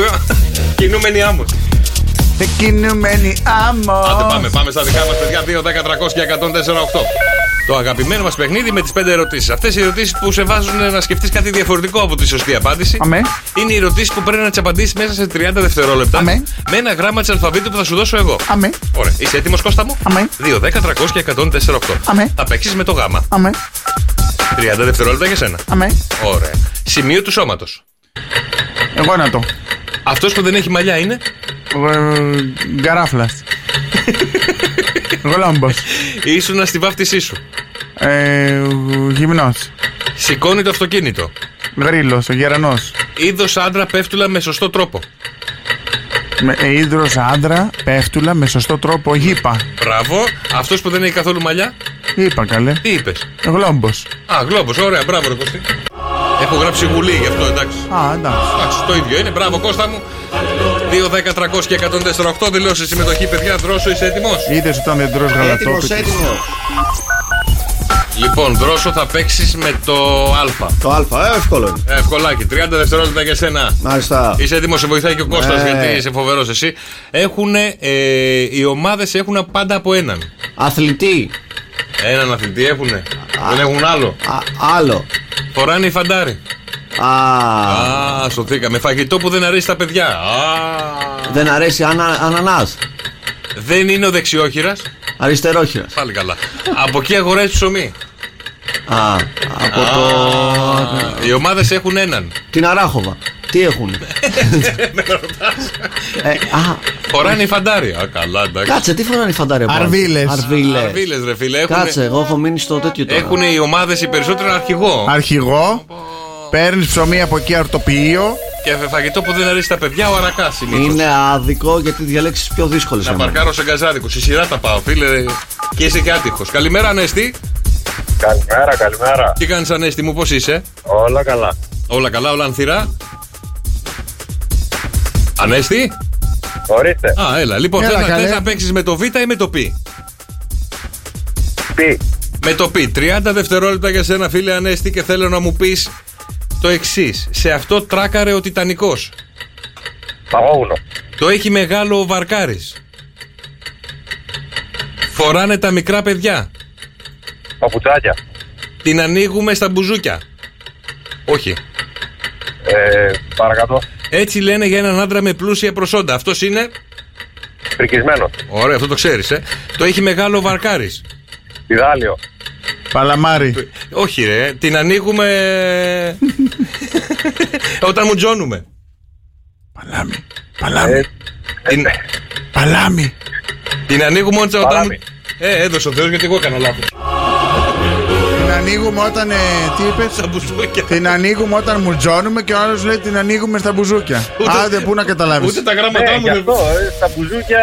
Speaker 6: Κινούμενη άμμο.
Speaker 4: Ε, Κινούμενη άμμο.
Speaker 6: Άντε πάμε, πάμε στα δικά μας παιδιά. 2, 10, 300 και 104,8. Το αγαπημένο μας παιχνίδι με τις 5 ερωτήσεις. Αυτές οι ερωτήσεις που σε βάζουν να σκεφτείς κάτι διαφορετικό από τη σωστή απάντηση.
Speaker 4: Αμέ.
Speaker 6: Είναι οι ερωτήσεις που πρέπει να τις απαντήσεις μέσα σε 30 δευτερόλεπτα.
Speaker 4: Αμέ.
Speaker 6: Με ένα γράμμα της αλφαβήτου που θα σου δώσω εγώ.
Speaker 4: Αμέ.
Speaker 6: Ωραία. Είσαι έτοιμος, Κώστα μου.
Speaker 4: Αμέ.
Speaker 6: 2, 10, 300 και 104,8.
Speaker 4: Αμέ.
Speaker 6: Θα παίξεις με το γάμα.
Speaker 4: Αμέ.
Speaker 6: 30 δευτερόλεπτα για σένα.
Speaker 4: Αμέ.
Speaker 6: Ωραία. Σημείο του σώματος.
Speaker 4: Εγώ να το. ε,
Speaker 6: Αυτός που δεν έχει μαλλιά είναι.
Speaker 4: Γκαράφλας. Γολάμπος.
Speaker 6: Ήσουνα στη βάφτισή σου.
Speaker 4: Ε, Γυμνός.
Speaker 6: Σηκώνει το αυτοκίνητο.
Speaker 4: Γρήλος. Ο γερανός.
Speaker 6: Είδος άντρα πέφτουλα με σωστό τρόπο.
Speaker 4: Ήδρο ε, άντρα. Πέφτουλα με σωστό τρόπο. Γήπα.
Speaker 6: Μπράβο. Αυτός που δεν έχει καθόλου μαλλιά.
Speaker 4: Είπα καλέ.
Speaker 6: Τι είπες.
Speaker 4: Γλόμπος.
Speaker 6: Α, γλόμπος. Ωραία. Μπράβο, ρε Κωστή. Έχω γράψει γουλή γι' αυτό, εντάξει.
Speaker 4: Α, εντάξει.
Speaker 6: Εντάξει, το ίδιο είναι. Μπράβο, Κώστα μου. 2, 10, 300 και 148 δηλώσεις συμμετοχή, παιδιά. Δρόσο, είσαι έτοιμος.
Speaker 4: Είδε όταν δεν τρώ
Speaker 2: Έτοιμο,
Speaker 4: γαλατόπιτα.
Speaker 2: έτοιμος.
Speaker 6: Λοιπόν, δρόσο θα παίξεις με το Α.
Speaker 2: Το Α, εύκολο. είναι.
Speaker 6: Ε, Ευκολάκι, 30 δευτερόλεπτα για σένα.
Speaker 2: Μάλιστα.
Speaker 6: Είσαι έτοιμος, σε βοηθάει και ο Κώστας
Speaker 2: Ναι.
Speaker 6: γιατί είσαι φοβερός εσύ. Έχουν, ε, οι ομάδες έχουν πάντα από έναν.
Speaker 2: Αθλητή.
Speaker 6: Έναν αθλητή έχουν. Δεν έχουν άλλο.
Speaker 2: Α, άλλο.
Speaker 6: Φοράνε οι φαντάροι.
Speaker 2: Α,
Speaker 6: Α, σωθήκαμε. Φαγητό που δεν αρέσει τα παιδιά. Α,
Speaker 2: δεν αρέσει ανα, ανανάς.
Speaker 6: δεν είναι ο δεξιόχειρας.
Speaker 2: Αριστερόχειρας.
Speaker 6: Πάλι καλά. από εκεί αγοράζει ψωμί.
Speaker 2: Α, από το...
Speaker 6: Οι ομάδες έχουν έναν.
Speaker 2: Την Αράχοβα. Τι Ε, έχουν.
Speaker 6: Φοράνε η φαντάρια. Καλά, εντάξει.
Speaker 2: Κάτσε, τι φοράνε οι φαντάρια πάνω.
Speaker 6: Αρβίλες.
Speaker 2: Αρβίλες.
Speaker 6: Αρβίλες, ρε φίλε. Έχουνε-
Speaker 2: Κάτσε, εγώ έχω μείνει στο τέτοιο τώρα.
Speaker 6: Έχουν οι ομάδες οι περισσότεροι ένα αρχηγό.
Speaker 4: Αρχηγό. Παίρνεις ψωμί από εκεί αρτοποιείο.
Speaker 6: Και φαγητό που δεν αρέσει τα παιδιά, ο αρακάς συνήθως.
Speaker 2: Είναι άδικο γιατί διαλέξεις πιο δύσκολες.
Speaker 6: Να παρκάρω σε γκαζάδικο. Στη σειρά τα πάω, φίλε. Και είσαι και άτυχος. Καλημέρα, Ανέστη.
Speaker 11: Καλημέρα, καλημέρα.
Speaker 6: Τι κάνεις, Ανέστη μου, πώς είσαι.
Speaker 11: Όλα καλά.
Speaker 6: Όλα καλά, όλα ανθυρά. Ανέστη.
Speaker 11: Ορίστε.
Speaker 6: Α, έλα. Λοιπόν,
Speaker 11: Έλα,
Speaker 6: θες να-
Speaker 11: καλέ.
Speaker 6: θες να παίξεις με το Β ή με το Π.
Speaker 11: Π.
Speaker 6: Με το Π. 30 δευτερόλεπτα για σένα, φίλε Ανέστη, και θέλω να μου πεις το εξής. Σε αυτό τράκαρε ο Τιτανικός.
Speaker 11: Παγόγουνο.
Speaker 6: Το έχει μεγάλο ο Βαρκάρης. Φοράνε τα μικρά παιδιά.
Speaker 11: Παπουτσάκια.
Speaker 6: Την ανοίγουμε στα μπουζούκια. Όχι.
Speaker 11: Ε, παρακάτω.
Speaker 6: Έτσι λένε για έναν άντρα με πλούσια προσόντα. Αυτός είναι.
Speaker 11: Φρικισμένος.
Speaker 6: Ωραία, αυτό το ξέρεις, ε. Το έχει μεγάλο ο Βαρκάρης.
Speaker 11: Πιδάλιο.
Speaker 4: Παλαμάρι.
Speaker 6: Όχι, ρε. Την ανοίγουμε. Όταν μου τζώνουμε.
Speaker 4: Παλάμι.
Speaker 6: Την...
Speaker 4: Παλάμι.
Speaker 6: Την ανοίγουμε όταν. όταν
Speaker 4: Παλάμι.
Speaker 6: μου- Ε, έδωσε ο Θεός γιατί εγώ έκανα λάθος.
Speaker 4: Την ανοίγουμε όταν. ε, τι είπες. Στα
Speaker 6: μπουζούκια.
Speaker 4: Την ανοίγουμε όταν μουρτζώνουμε και ο άλλος λέει την ανοίγουμε στα μπουζούκια. Άντε, πού να καταλάβεις.
Speaker 6: ούτε τα γράμματά
Speaker 11: Ε, μου γι' δεν- αυτό, ε, στα μπουζούκια.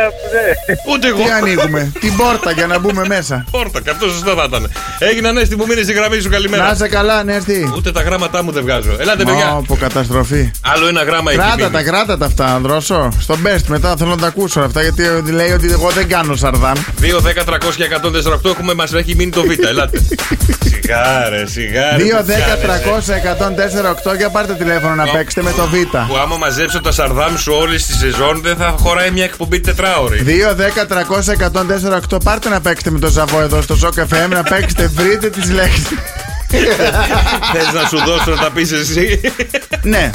Speaker 6: Ούτε εγώ.
Speaker 4: Τι ανοίγουμε. την πόρτα για να μπούμε μέσα.
Speaker 6: Πόρτα, και αυτό σωστά θα ήταν. Έγιναν Ανέστη μου μείνει στη γραμμή σου, καλημέρα.
Speaker 4: Να είσαι καλά, ναι, Νέστη.
Speaker 6: Ούτε τα γράμματά μου δεν βγάζω. Ελάτε, παιδιά.
Speaker 4: Όπω καταστροφή.
Speaker 6: Άλλο ένα γράμμα έχει
Speaker 4: Κράτα
Speaker 6: μείνει.
Speaker 4: τα, κράτα τα αυτά, Ανδρόσο. Στο best μετά θέλω να τα ακούσω αυτά γιατί ε, λέει ότι εγώ δεν κάνω σαρδάμ.
Speaker 6: 2, 10, 300 και 148 έχουμε, μας έχει μείνει το Β. Ελάτε. σιγάρε, σιγάρε.
Speaker 4: 2-10-300-104-8 για πάρτε τηλέφωνο να παίξετε με το Β.
Speaker 6: Που άμα μαζέψω τα σαρδάμ σου όλη τη σεζόν δεν θα χωράει μια εκπομπή τετράωρη.
Speaker 4: 2-10-300-104-8 πάρτε να παίξετε με το Ζαβό εδώ στο Shock FM να παίξετε, βρείτε τις λέξεις.
Speaker 6: Θες να σου δώσω να τα πεις εσύ.
Speaker 4: ναι,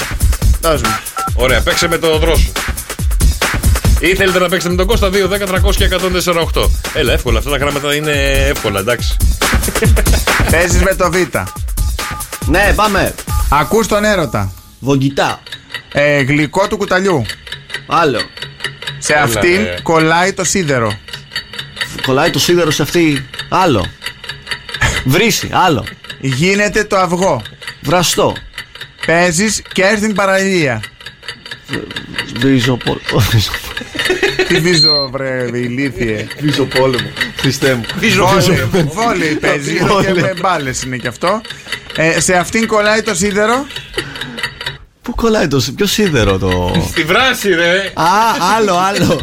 Speaker 4: δώσ' μου.
Speaker 6: Ωραία, παίξε με τον δρόσο. Ή θέλετε να παίξετε με τον Κώστα 2, 10, 300 και 148. Έλα, εύκολα. Αυτά τα γράμματα είναι εύκολα, εντάξει.
Speaker 4: Παίζεις με το Β.
Speaker 2: Ναι, πάμε.
Speaker 4: Ακούς τον έρωτα.
Speaker 2: Βογγητά.
Speaker 4: Ε, γλυκό του κουταλιού.
Speaker 2: Άλλο.
Speaker 4: Σε
Speaker 2: Έλα,
Speaker 4: αυτήν
Speaker 2: ρε.
Speaker 4: κολλάει το σίδερο.
Speaker 2: Κολλάει το σίδερο σε αυτή. Άλλο. Βρύση. Άλλο.
Speaker 4: Γίνεται το αυγό.
Speaker 2: Βραστό.
Speaker 4: Παίζεις και στην παραλία.
Speaker 2: Βριζοπόλ.
Speaker 4: Τι βίζω, βρε, ηλίθιε.
Speaker 2: Βίζω πόλεμο. Χριστέ μου.
Speaker 4: Βόλεϊ- Βόλεϊ παίζει και
Speaker 2: Βόλεϊ.
Speaker 4: με μπάλες είναι και αυτό. Ε, σε αυτήν κολλάει το σίδερο.
Speaker 2: Πού κολλάει το. Ποιο σίδερο το.
Speaker 6: Στη βράση, ρε.
Speaker 2: Α, άλλο, άλλο.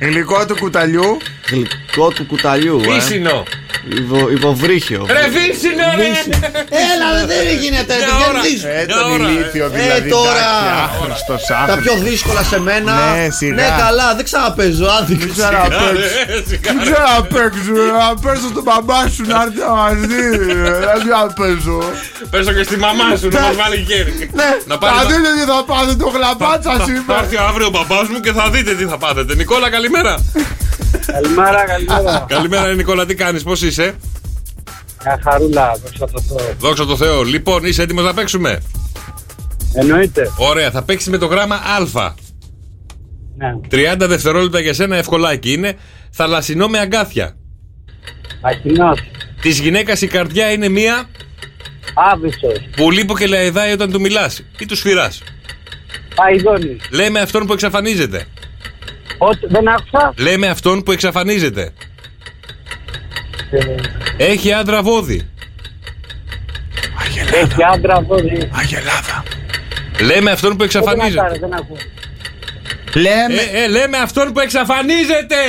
Speaker 4: Γλυκό του κουταλιού.
Speaker 2: Γλυκό του κουταλιού. ε.
Speaker 6: Βύσινο.
Speaker 2: Υπο, υποβρύχιο.
Speaker 6: Ρε, βύσινο, ρε. Ε,
Speaker 2: Έλα, δεν γίνεται.
Speaker 6: Μια
Speaker 2: δεν
Speaker 6: ώρα.
Speaker 2: δεις.
Speaker 4: Ε,
Speaker 2: Μια
Speaker 4: τον
Speaker 2: ώρα,
Speaker 4: ηλίθιο
Speaker 2: ε.
Speaker 4: δηλαδή.
Speaker 2: Ε, τώρα.
Speaker 4: Άχρηστος,
Speaker 2: Τα πιο δύσκολα σε μένα.
Speaker 4: Ναι, σιγά.
Speaker 2: καλά, δεν ξαναπέζω. Άδικα. Δεν
Speaker 4: ξέρω να παίξω.
Speaker 6: ε,
Speaker 4: Δεν ξέρω να παίξω. Να πέσω στον μπαμπά σου να έρθει να μας δει. Ε, Δεν ξέρω να παίζω.
Speaker 6: Πέσω και στη μαμά σου να μας βάλει χέρι.
Speaker 4: Ναι,
Speaker 6: Να πάρει
Speaker 4: θα
Speaker 6: μα-
Speaker 4: δείτε τι θα πάθει το γλαμπάτσας
Speaker 6: Θα
Speaker 4: σήμερα.
Speaker 6: έρθει αύριο ο μπαμπάς μου και θα δείτε τι θα πάθετε. Νικόλα, καλημέρα.
Speaker 10: Καλημέρα, καλημέρα.
Speaker 6: καλημέρα, ρε, Νικόλα, τι κάνεις, πώς είσαι.
Speaker 10: Μια χαρούλα, δόξα τω Θεώ.
Speaker 6: Δόξα τω Θεώ. Λοιπόν, είσαι έτοιμος να παίξουμε.
Speaker 10: Εννοείται.
Speaker 6: Ωραία, θα παίξεις με το γράμμα Α.
Speaker 10: Ναι.
Speaker 6: 30 δευτερόλεπτα για σένα, ευκολάκι είναι. Θαλασσινό με αγκάθια.
Speaker 10: Ακινός,
Speaker 6: Της γυναίκας η καρδιά είναι μία
Speaker 10: Άβυσσος,
Speaker 6: που λείπω και λαϊδάει όταν του μιλάς ή του σφυράς.
Speaker 10: Παϊδόνης.
Speaker 6: Λέμε αυτόν που εξαφανίζεται.
Speaker 10: Ό,τι δεν άκουσα.
Speaker 6: Λέμε αυτόν που εξαφανίζεται.
Speaker 10: ε,
Speaker 6: Έχει άντρα βόδι.
Speaker 10: Έχει άντρα αυτό. δεν-
Speaker 4: Αγελάδα.
Speaker 6: Λέμε αυτόν που
Speaker 10: Ό,τι να
Speaker 6: εξαφανίζεται.
Speaker 10: κάνω, ε, Δεν ακούω.
Speaker 4: Λέμε.
Speaker 6: Ε, ε, λέμε αυτόν που εξαφανίζεται.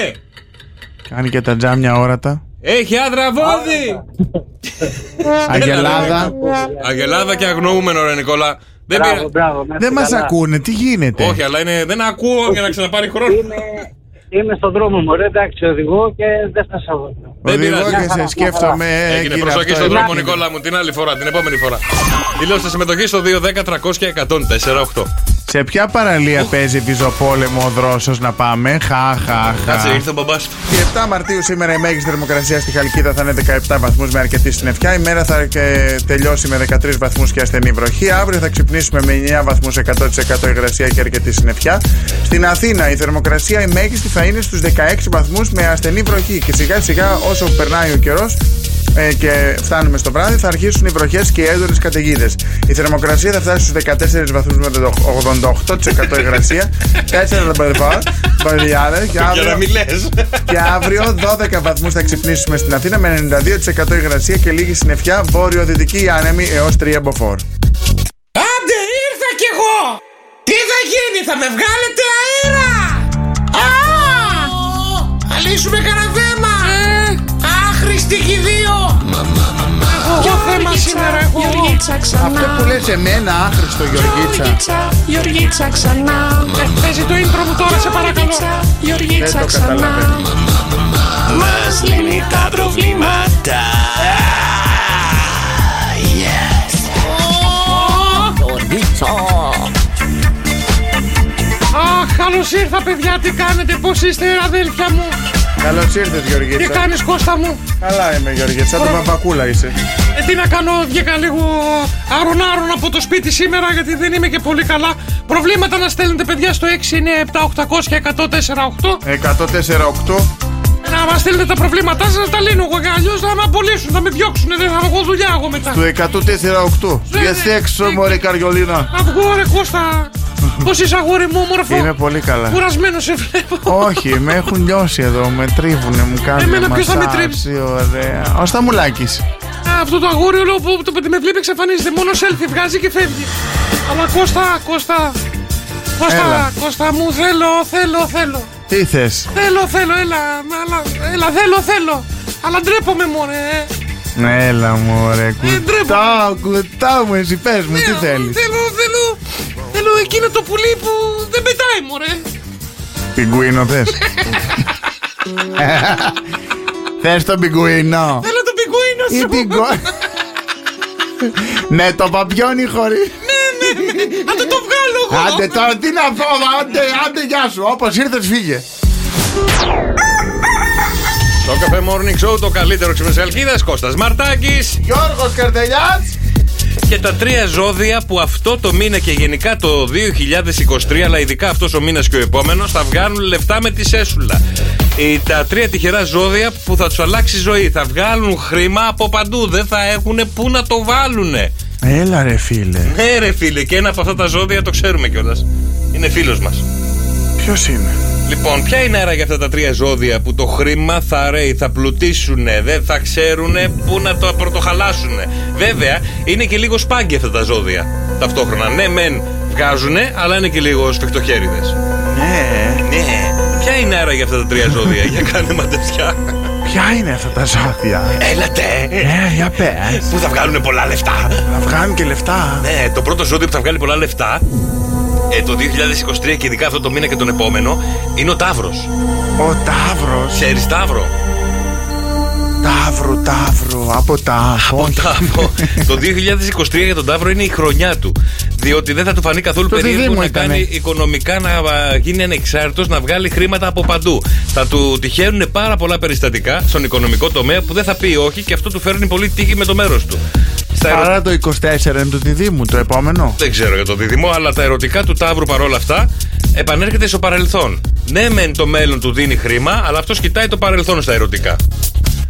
Speaker 4: Κάνει και τα τζάμια όρατα.
Speaker 6: Έχει άντρα βόδι. Ε,
Speaker 4: Αγελάδα.
Speaker 6: Αγελάδα και αγνοούμενο, ρε Νικόλα. ε, Δεν πήρα-
Speaker 4: Δεν μας ακούνε, τι γίνεται.
Speaker 6: Όχι, αλλά είναι, δεν ακούω για να ξαναπάρει χρόνο.
Speaker 10: Είμαι στον δρόμο μου, ρε, εντάξει, οδηγώ και δεν θα σε βοηθώ.
Speaker 6: Δεν
Speaker 4: Οδηγώ
Speaker 6: πειράζει.
Speaker 4: και σε σκέφτομαι. ε,
Speaker 6: Έγινε
Speaker 4: κύριε,
Speaker 6: προσοχή
Speaker 4: αυτό
Speaker 6: στον δρόμο,
Speaker 4: είναι.
Speaker 6: Νικόλα μου, την άλλη φορά, την επόμενη φορά. Δηλώστε συμμετοχή στο 210-300-1048.
Speaker 4: Σε ποια παραλία παίζει βυζοπόλεμο ο δρόσος να πάμε, χα, χα, χα.
Speaker 6: Κάτσε, ήρθε ο μπαμπάς.
Speaker 4: Η 7 Μαρτίου σήμερα η μέγιστη θερμοκρασία στη Χαλκίδα θα είναι 17 βαθμούς με αρκετή συννεφιά. Η μέρα θα ε, τελειώσει με 13 βαθμούς και ασθενή βροχή. Αύριο θα ξυπνήσουμε με 9 βαθμού 100% υγρασία και αρκετή συννεφιά. Στην Αθήνα η θερμοκρασία η μέγιστη θα είναι στους 16 βαθμούς με ασθενή βροχή. Και σιγά σιγά όσο περνάει ο καιρός ε, και φτάνουμε στο βράδυ, θα αρχίσουν οι βροχές και οι έντονες καταιγίδες. Η θερμοκρασία θα φτάσει στους 14 βαθμούς με το 88% υγρασία. 4 θα μπερδευάω, βαριάδε. Και
Speaker 6: Για να
Speaker 4: αύριο,
Speaker 6: μην λες.
Speaker 4: και αύριο 12 βαθμούς θα ξυπνήσουμε στην Αθήνα με 92% υγρασία και λίγη συννεφιά βόρειο-δυτική άνεμη έως 3 μποφόρ.
Speaker 7: Άντε ήρθα κι εγώ! Τι θα γίνει, θα με βγάλετε αέρα! Α! Θα λύσουμε κανένα θέμα! Άχρηστη κι οι δύο! Ποιο θέμα σήμερα έχω
Speaker 4: Αυτό που λες εμένα, άχρηστο Γεωργίτσα.
Speaker 7: Γεωργίτσα ξανά Ε, Παίζει το intro μου τώρα σε παρακαλώ
Speaker 4: Δεν
Speaker 7: Γεωργίτσα
Speaker 4: το
Speaker 7: ξανά
Speaker 4: καταλαβαίνω.
Speaker 7: Μας λύνει τα προβλήματα Αχ, καλώς ήρθα παιδιά, τι κάνετε, πώς είστε αδέλφια μου
Speaker 4: Καλώς ήρθες,
Speaker 7: Τι
Speaker 4: Γεωργίτσα.
Speaker 7: κάνεις Κώστα μου
Speaker 4: Καλά είμαι, Γεωργίτσα. Σαν τον Παπακούλα είσαι.
Speaker 7: Ε, τι να κάνω, βγήκα λίγο άρον άρον από το σπίτι σήμερα γιατί δεν είμαι και πολύ καλά. Προβλήματα να στέλνετε παιδιά στο 697-800-1048.
Speaker 4: 104,8.
Speaker 7: Να μα στείλετε τα προβλήματά σας, να τα λύνω εγώ. Αλλιώς θα με απολύσουν, θα με διώξουν, δεν θα βγω δουλειά εγώ μετά.
Speaker 4: Του 104,8. Για σεξο, μωρέ, Καριολίνα.
Speaker 7: Να βγω ρε Κώστα. Πώς είσαι αγόρι μου, όμορφο.
Speaker 4: Είμαι πολύ καλά.
Speaker 7: Κουρασμένο σε βλέπω.
Speaker 4: Όχι, με έχουν λιώσει εδώ, με τρίβουνε, μου κάνουν
Speaker 7: Εμένα ποιος θα με
Speaker 4: μασάζ,
Speaker 7: τρίψει?
Speaker 4: Ωραία. Ο Σταμουλάκης.
Speaker 7: Α, Αυτό το αγόρι όλο που το παιδί με βλέπει εξαφανίζεται. Μόνο selfie βγάζει και φεύγει. Αλλά Κώστα, Κώστα.
Speaker 4: Έλα.
Speaker 7: Κώστα, Κώστα μου, θέλω, θέλω, θέλω.
Speaker 4: Τι θες.
Speaker 7: Θέλω, θέλω, έλα, αλλά, έλα, θέλω, θέλω. Αλλά ντρέπομαι μόνο, ε.
Speaker 4: Ναι, Έλα μου, ρε.
Speaker 7: ντρέπομαι.
Speaker 4: Κουτάω, κουτάω μου, εσύ πες
Speaker 10: Ναι,
Speaker 4: μου, Ε, τι θέλεις.
Speaker 7: Ε, Θέλω, θέλω, θέλω εκείνο το πουλί που δεν πετάει, μωρέ.
Speaker 4: Πιγκουίνο θες. Θες τον
Speaker 10: Ναι,
Speaker 4: πιγκουίνο.
Speaker 7: Θέλω το πιγκουίνο
Speaker 4: Ή
Speaker 7: σου.
Speaker 4: πιγκο... Ναι, το παπιόνι χωρί.
Speaker 7: ναι, ναι, ναι. Άντε το βγάλω εγώ.
Speaker 4: Άντε τώρα, τι να πω, μα, άντε, άντε, γεια σου. Όπως ήρθες, φύγε.
Speaker 6: Το καφέ Morning Show, το καλύτερο ξεμεσαλκίδας Κώστας Μαρτάκης.
Speaker 4: Γιώργος Καρδελιάς.
Speaker 6: Και τα τρία ζώδια που αυτό το μήνα και γενικά το 2023, αλλά ειδικά αυτός ο μήνας και ο επόμενος, θα βγάλουν λεφτά με τη σέσουλα. Ε, τα τρία τυχερά ζώδια που θα τους αλλάξει η ζωή. Θα βγάλουν χρήμα από παντού. Δεν θα έχουν πού να το βάλουνε.
Speaker 4: Έλα ρε φίλε.
Speaker 6: Ναι, ρε φίλε, και ένα από αυτά τα ζώδια το ξέρουμε κιόλας. Είναι φίλος μας.
Speaker 4: Ποιος είναι.
Speaker 6: Λοιπόν, ποια είναι άρα για αυτά τα τρία ζώδια που το χρήμα θα ρέει, θα πλουτίσουνε, δεν θα ξέρουνε πού να το πρωτοχαλάσουνε. Βέβαια, είναι και λίγο σπάγκια αυτά τα ζώδια ταυτόχρονα. Ναι, μεν βγάζουνε, αλλά είναι και λίγο σφιχτοχέριδες.
Speaker 4: Ναι.
Speaker 6: Ναι. Ποια είναι άρα για αυτά τα τρία ζώδια, για κάνε μαντεψιά.
Speaker 4: Ποια είναι αυτά τα ζώδια.
Speaker 6: Έλατε,
Speaker 4: Ε, για πες.
Speaker 6: που θα βγάλουνε πολλά λεφτά.
Speaker 4: Θα βγάλουν και λεφτά.
Speaker 6: Ναι, το πρώτο ζώδιο που θα βγάλει πολλά λεφτά ε, το 2023 και ειδικά αυτό το μήνα και τον επόμενο είναι ο Ταύρος.
Speaker 4: Ο Ταύρος.
Speaker 6: Ξέρεις Ταύρο.
Speaker 4: Ταύρο, Ταύρο. Από τα.
Speaker 6: Ο Ταύρο. το 2023 για τον Ταύρο είναι η χρονιά του. Διότι δεν θα του φανεί καθόλου
Speaker 4: Το
Speaker 6: περίεργο
Speaker 4: δίδυμο
Speaker 6: να
Speaker 4: ήτανε.
Speaker 6: κάνει οικονομικά να α, γίνει ανεξάρτητος, να βγάλει χρήματα από παντού. Θα του τυχαίνουν πάρα πολλά περιστατικά στον οικονομικό τομέα που δεν θα πει όχι και αυτό του φέρνει πολύ τύχη με το μέρος του. Στα αερο-
Speaker 4: Άρα το 24 είναι το διδήμου, το επόμενο.
Speaker 6: Δεν ξέρω για το δίδυμο, αλλά τα ερωτικά του Ταύρου παρόλα αυτά επανέρχεται στο παρελθόν. Ναι, μεν το μέλλον του δίνει χρήμα, αλλά αυτός κοιτάει το παρελθόν στα ερωτικά.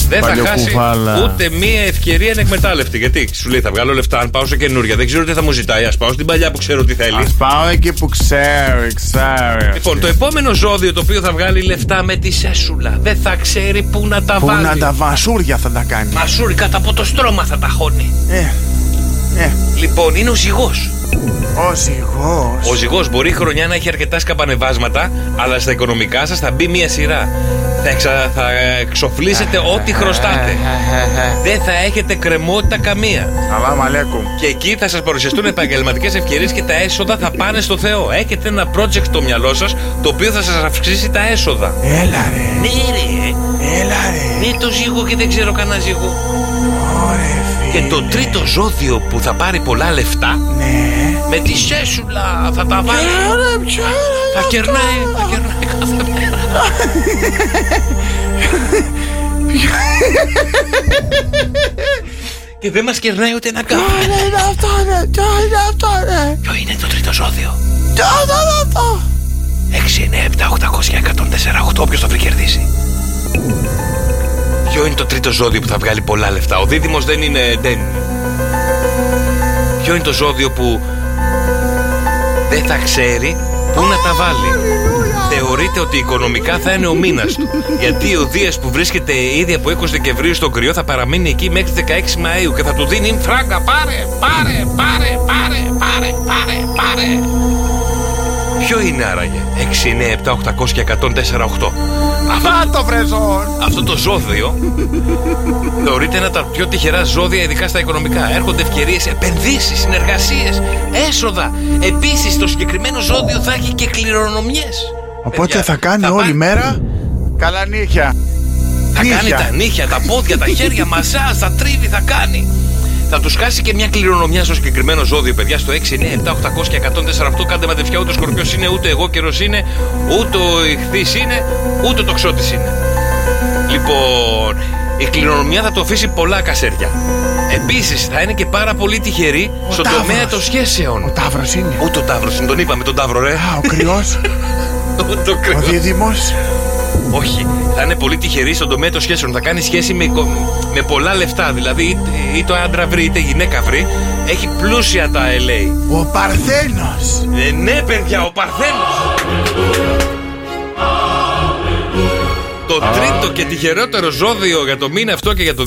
Speaker 6: Δεν θα χάσει
Speaker 4: Παλιοκουβάλα.
Speaker 6: ούτε μία ευκαιρία ανεκμετάλλευτη. Γιατί σου λέει, θα βγάλω λεφτά, αν πάω σε καινούρια. Δεν ξέρω τι θα μου ζητάει. Ας πάω στην παλιά που ξέρω τι θέλει.
Speaker 4: Ας πάω εκεί που ξέρω, ξέρω.
Speaker 6: Λοιπόν, το επόμενο ζώδιο το οποίο θα βγάλει λεφτά με τη σέσουλα. Δεν θα ξέρει πού να τα
Speaker 4: Πού
Speaker 6: βάλει.
Speaker 4: να τα βασούρια θα τα κάνει.
Speaker 6: Μασούρι κάτω από το στρώμα θα τα χώνει.
Speaker 4: Ε, ε,
Speaker 6: Λοιπόν, είναι ο ζυγός.
Speaker 4: ο ζυγός.
Speaker 6: Ο ζυγός μπορεί η χρονιά να έχει αρκετά σκαμπανεβάσματα, αλλά στα οικονομικά σας θα μπει μία σειρά. Θα, εξα- θα εξοφλήσετε ό,τι χρωστάτε. Δεν θα έχετε κρεμότητα καμία.
Speaker 4: Σαλάμ αλέκουμ.
Speaker 6: Και εκεί θα σας παρουσιαστούν επαγγελματικές ευκαιρίες και τα έσοδα θα πάνε στο Θεό. Έχετε ένα project στο μυαλό σας το οποίο θα σας αυξήσει τα έσοδα.
Speaker 4: Έλα ρε,
Speaker 6: Ναι, ρε.
Speaker 4: έλα ρε.
Speaker 6: Ναι, το ζύγο και δεν ξέρω κανένα ζύγο.
Speaker 4: Ωρε φίλε.
Speaker 6: Και το τρίτο ζώδιο που θα πάρει πολλά λεφτά
Speaker 13: Ναι.
Speaker 6: με τη σέσουλα θα τα βάλει. Θα κερνάει, θα κερνάει κάθε μέρα. Και δεν μας κερνάει ούτε ένα κάπου.
Speaker 13: είναι αυτό, ρε, ποιο είναι αυτό, ρε.
Speaker 6: Ποιο είναι το τρίτο ζώδιο.
Speaker 13: Ποιο είναι αυτό.
Speaker 6: 6, 9, 7, 800, 104, 8. Όποιος το βρει κερδίσει. Ποιο είναι το τρίτο ζώδιο που θα βγάλει πολλά λεφτά. Ο δίδυμος δεν είναι δεν. Ποιο είναι το ζώδιο που δεν θα ξέρει πού να τα βάλει. Θεωρείται ότι οικονομικά θα είναι ο μήνας του. Γιατί ο Δίας που βρίσκεται ήδη από 20 Δεκεμβρίου στον κρυό θα παραμείνει εκεί μέχρι 16 Μαου και θα του δίνει φράγκα. Πάρε, πάρε, πάρε, πάρε, πάρε, πάρε, πάρε. Ποιο είναι άραγε 6, 9, 7, 800 και 104, 8.
Speaker 13: το βρεζόν.
Speaker 6: Αυτό το ζώδιο θεωρείται ένα από τα πιο τυχερά ζώδια, ειδικά στα οικονομικά. Έρχονται ευκαιρίες, επενδύσεις, συνεργασίες, έσοδα. Επίσης, το συγκεκριμένο ζώδιο θα έχει και κληρονομιές.
Speaker 4: Οπότε θα κάνει όλη μέρα καλά νύχια.
Speaker 6: Θα κάνει
Speaker 4: Νύχια.
Speaker 6: τα νύχια, τα πόδια, τα χέρια, μασά, θα τρίβει, θα κάνει. Θα τους κάσει και μια κληρονομιά στο συγκεκριμένο ζώδιο, παιδιά, στο 6, 9, 7, 800 και 104. Κάντε μαντευσιά, ούτε ο σκορπιός είναι, ούτε εγώ καιρός είναι, ούτε ο ηχθή είναι, ούτε ο τοξότης είναι. Λοιπόν, η κληρονομιά θα του αφήσει πολλά κασέρια. Επίσης, θα είναι και πάρα πολύ τυχερή στον
Speaker 4: Ταύρος.
Speaker 6: τομέα των σχέσεων. Ο
Speaker 4: Ταύρος είναι.
Speaker 6: Ούτε ο Ταύρος είναι, τον είπαμε τον Ταύρο, ρε.
Speaker 4: Α, ο κρυός.
Speaker 6: το
Speaker 4: ο δίδυμος.
Speaker 6: όχι, θα είναι πολύ τυχερή στον τομέα των σχέσεων. Θα κάνει σχέση με, οικο- με πολλά λεφτά. Δηλαδή, είτε, είτε άντρα βρει είτε γυναίκα βρει, έχει πλούσια τα LA.
Speaker 4: Ο Παρθένος.
Speaker 6: Ε, ναι, παιδιά, ο Παρθένος. Το τρίτο και τυχερότερο ζώδιο για το μήνα αυτό και για το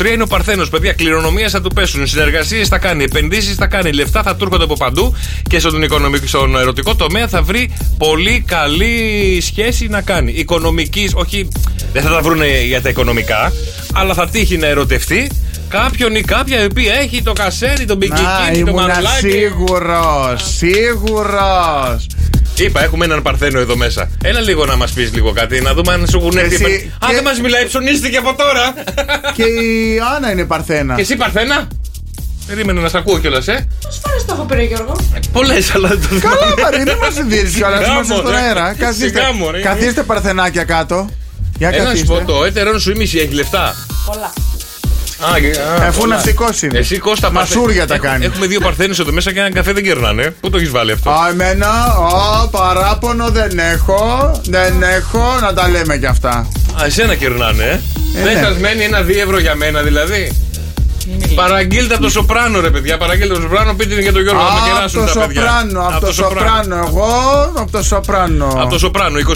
Speaker 6: 2023 είναι ο Παρθένος. Παιδιά, κληρονομίε θα του πέσουν, συνεργασίες θα κάνει, επενδύσεις θα κάνει, λεφτά θα του έρχονται από παντού και στον, οικονομικό, στον ερωτικό τομέα θα βρει πολύ καλή σχέση να κάνει. Οικονομικής, όχι, δεν θα τα βρούνε για τα οικονομικά, αλλά θα τύχει να ερωτευτεί κάποιον ή κάποια η οποία έχει το κασέρι, τον
Speaker 4: Να,
Speaker 6: πικικίκι, τον
Speaker 4: ήμουν
Speaker 6: μανουλάκι.
Speaker 4: σίγουρος. Σίγουρος.
Speaker 6: Είπα, έχουμε έναν Παρθένο εδώ μέσα. Έλα λίγο να μας πεις λίγο κάτι, να δούμε αν σου έχουν έρθει.
Speaker 4: Εσύ-
Speaker 6: υπερ- Α, δεν μας μιλάει, ψωνίστηκε από τώρα.
Speaker 4: Και η Άννα είναι Παρθένα.
Speaker 6: Και εσύ, Παρθένα. Περίμενα να σ' ακούω κιόλας, ε.
Speaker 14: Πόσε φορέ το έχω πει, ρε Γιώργο.
Speaker 6: Πολλές, αλλά δεν το
Speaker 4: Καλά, Μαρή, μην μας δίνεις κιόλα.
Speaker 6: Σιγά,
Speaker 4: Είμαστε στον
Speaker 6: μωρέ.
Speaker 4: αέρα.
Speaker 6: Σιγά,
Speaker 4: Καθίστε,
Speaker 6: μωρέ. Ε,
Speaker 4: καθίστε παρθενάκια κάτω. Για
Speaker 6: Ένα σου
Speaker 4: καθίστε.
Speaker 6: πω, το έτερον σου ήμιση έχει λεφτά.
Speaker 14: Πολλά.
Speaker 6: Α, και- α,
Speaker 4: Ε, Αφού
Speaker 6: πολλά.
Speaker 4: ναυτικός είναι.
Speaker 6: Εσύ Κώστα
Speaker 4: Μασούρια
Speaker 6: Παρθέ-
Speaker 4: τα
Speaker 6: έχ-
Speaker 4: κάνεις.
Speaker 6: Έχουμε δύο Παρθένου εδώ μέσα και έναν καφέ δεν κερνάνε. Πού το έχεις βάλει αυτό.
Speaker 4: Α, εμένα, α, παράπονο δεν έχω. Δεν έχω να τα λέμε κι αυτά.
Speaker 6: Α, εσένα κερνάνε, ε.
Speaker 4: Ε,
Speaker 6: Δεν
Speaker 4: ναι.
Speaker 6: σα μένει ένα δίευρο για μένα δηλαδή. Παραγγείλτε από το Σοπράνο, ρε παιδιά. Παραγγείλτε από το Σοπράνο, πείτε είναι για τον Γιώργο να με
Speaker 4: Α, Απ'
Speaker 6: κεράσουν
Speaker 4: το
Speaker 6: τα παιδιά.
Speaker 4: σοπράνο, απ' το σοπράνο. Εγώ, απ' το σοπράνο.
Speaker 6: Από το Σοπράνο, 22-210-77-789,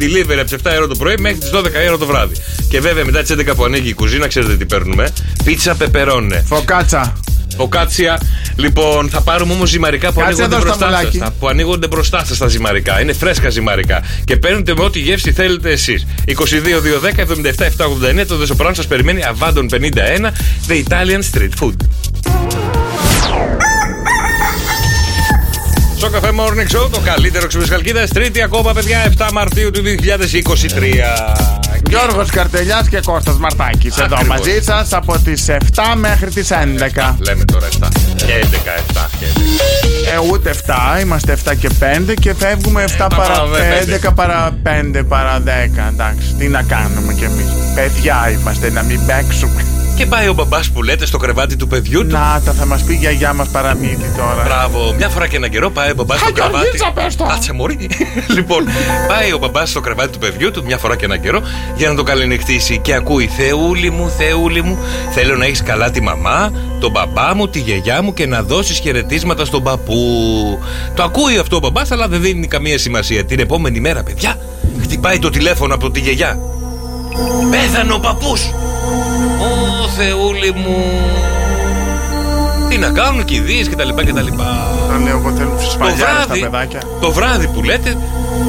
Speaker 6: delivery από τι 7 ώρα το πρωί μέχρι τις 12 ώρα το βράδυ. Και βέβαια μετά τις 11 που ανοίγει η κουζίνα, ξέρετε τι παίρνουμε. Πίτσα πεπερώνε.
Speaker 4: Φωκάτσα.
Speaker 6: Φωκάτσια. Λοιπόν, θα πάρουμε όμως ζυμαρικά που
Speaker 4: Κάτσε
Speaker 6: ανοίγονται,
Speaker 4: εδώ,
Speaker 6: μπροστά σας,
Speaker 4: Σταυρουλάκη.
Speaker 6: τα- που ανοίγονται μπροστά σας τα ζυμαρικά. Είναι φρέσκα ζυμαρικά. Και παίρνετε με ό,τι γεύση θέλετε εσείς. 22-210-77-789, το Δεσοπράνο σας περιμένει Αβάντων 51, The Italian Street Food. Στο καφέ Morning Show, το καλύτερο ξυπνισκαλκίδα. Τρίτη ακόμα, παιδιά, 7 Μαρτίου του 2023.
Speaker 4: Γιώργος Καρτελιάς και Κώστας Μαρτάκης εδώ
Speaker 6: Ακριβώς.
Speaker 4: μαζί σας από τις 7 μέχρι τις 11.
Speaker 6: Λέμε τώρα 7 και 11, 7 και 11.
Speaker 4: Ε, ούτε 7, είμαστε 7 και 5 και
Speaker 6: Ε,
Speaker 4: φεύγουμε 7 παρά
Speaker 6: παρά δε,
Speaker 4: 5, 11 παρά 5 παρά 10. Εντάξει, τι να κάνουμε κι εμείς. Παιδιά είμαστε, να μην παίξουμε.
Speaker 6: Και πάει ο μπαμπάς που λέτε στο κρεβάτι του παιδιού του.
Speaker 4: Να τα θα μας πει η γιαγιά μας παραμύθι τώρα.
Speaker 6: Μπράβο, μια φορά και έναν καιρό πάει ο μπαμπάς στο κρεβάτι.
Speaker 4: Γιώργιτσα, πες το.
Speaker 6: Κάτσε μωρή. λοιπόν, πάει ο μπαμπάς στο κρεβάτι του παιδιού του μια φορά και έναν καιρό για να το καληνυχτήσει και ακούει Θεούλη μου, Θεούλη μου, θέλω να έχεις καλά τη μαμά, τον μπαμπά μου, τη γιαγιά μου και να δώσεις χαιρετίσματα στον παππού. Το ακούει αυτό ο μπαμπάς, αλλά δεν δίνει καμία σημασία. Την επόμενη μέρα, παιδιά, χτυπάει το τηλέφωνο από τη γιαγιά. Πέθανε ο παππούς. Ω Θεούλη μου. Τι να κάνουν και οι δύο και τα λοιπά και τα λοιπά.
Speaker 4: Να λέω εγώ θέλω τις
Speaker 6: Το
Speaker 4: παλιάρες τα
Speaker 6: βράδυ.
Speaker 4: παιδάκια.
Speaker 6: Το βράδυ που λέτε,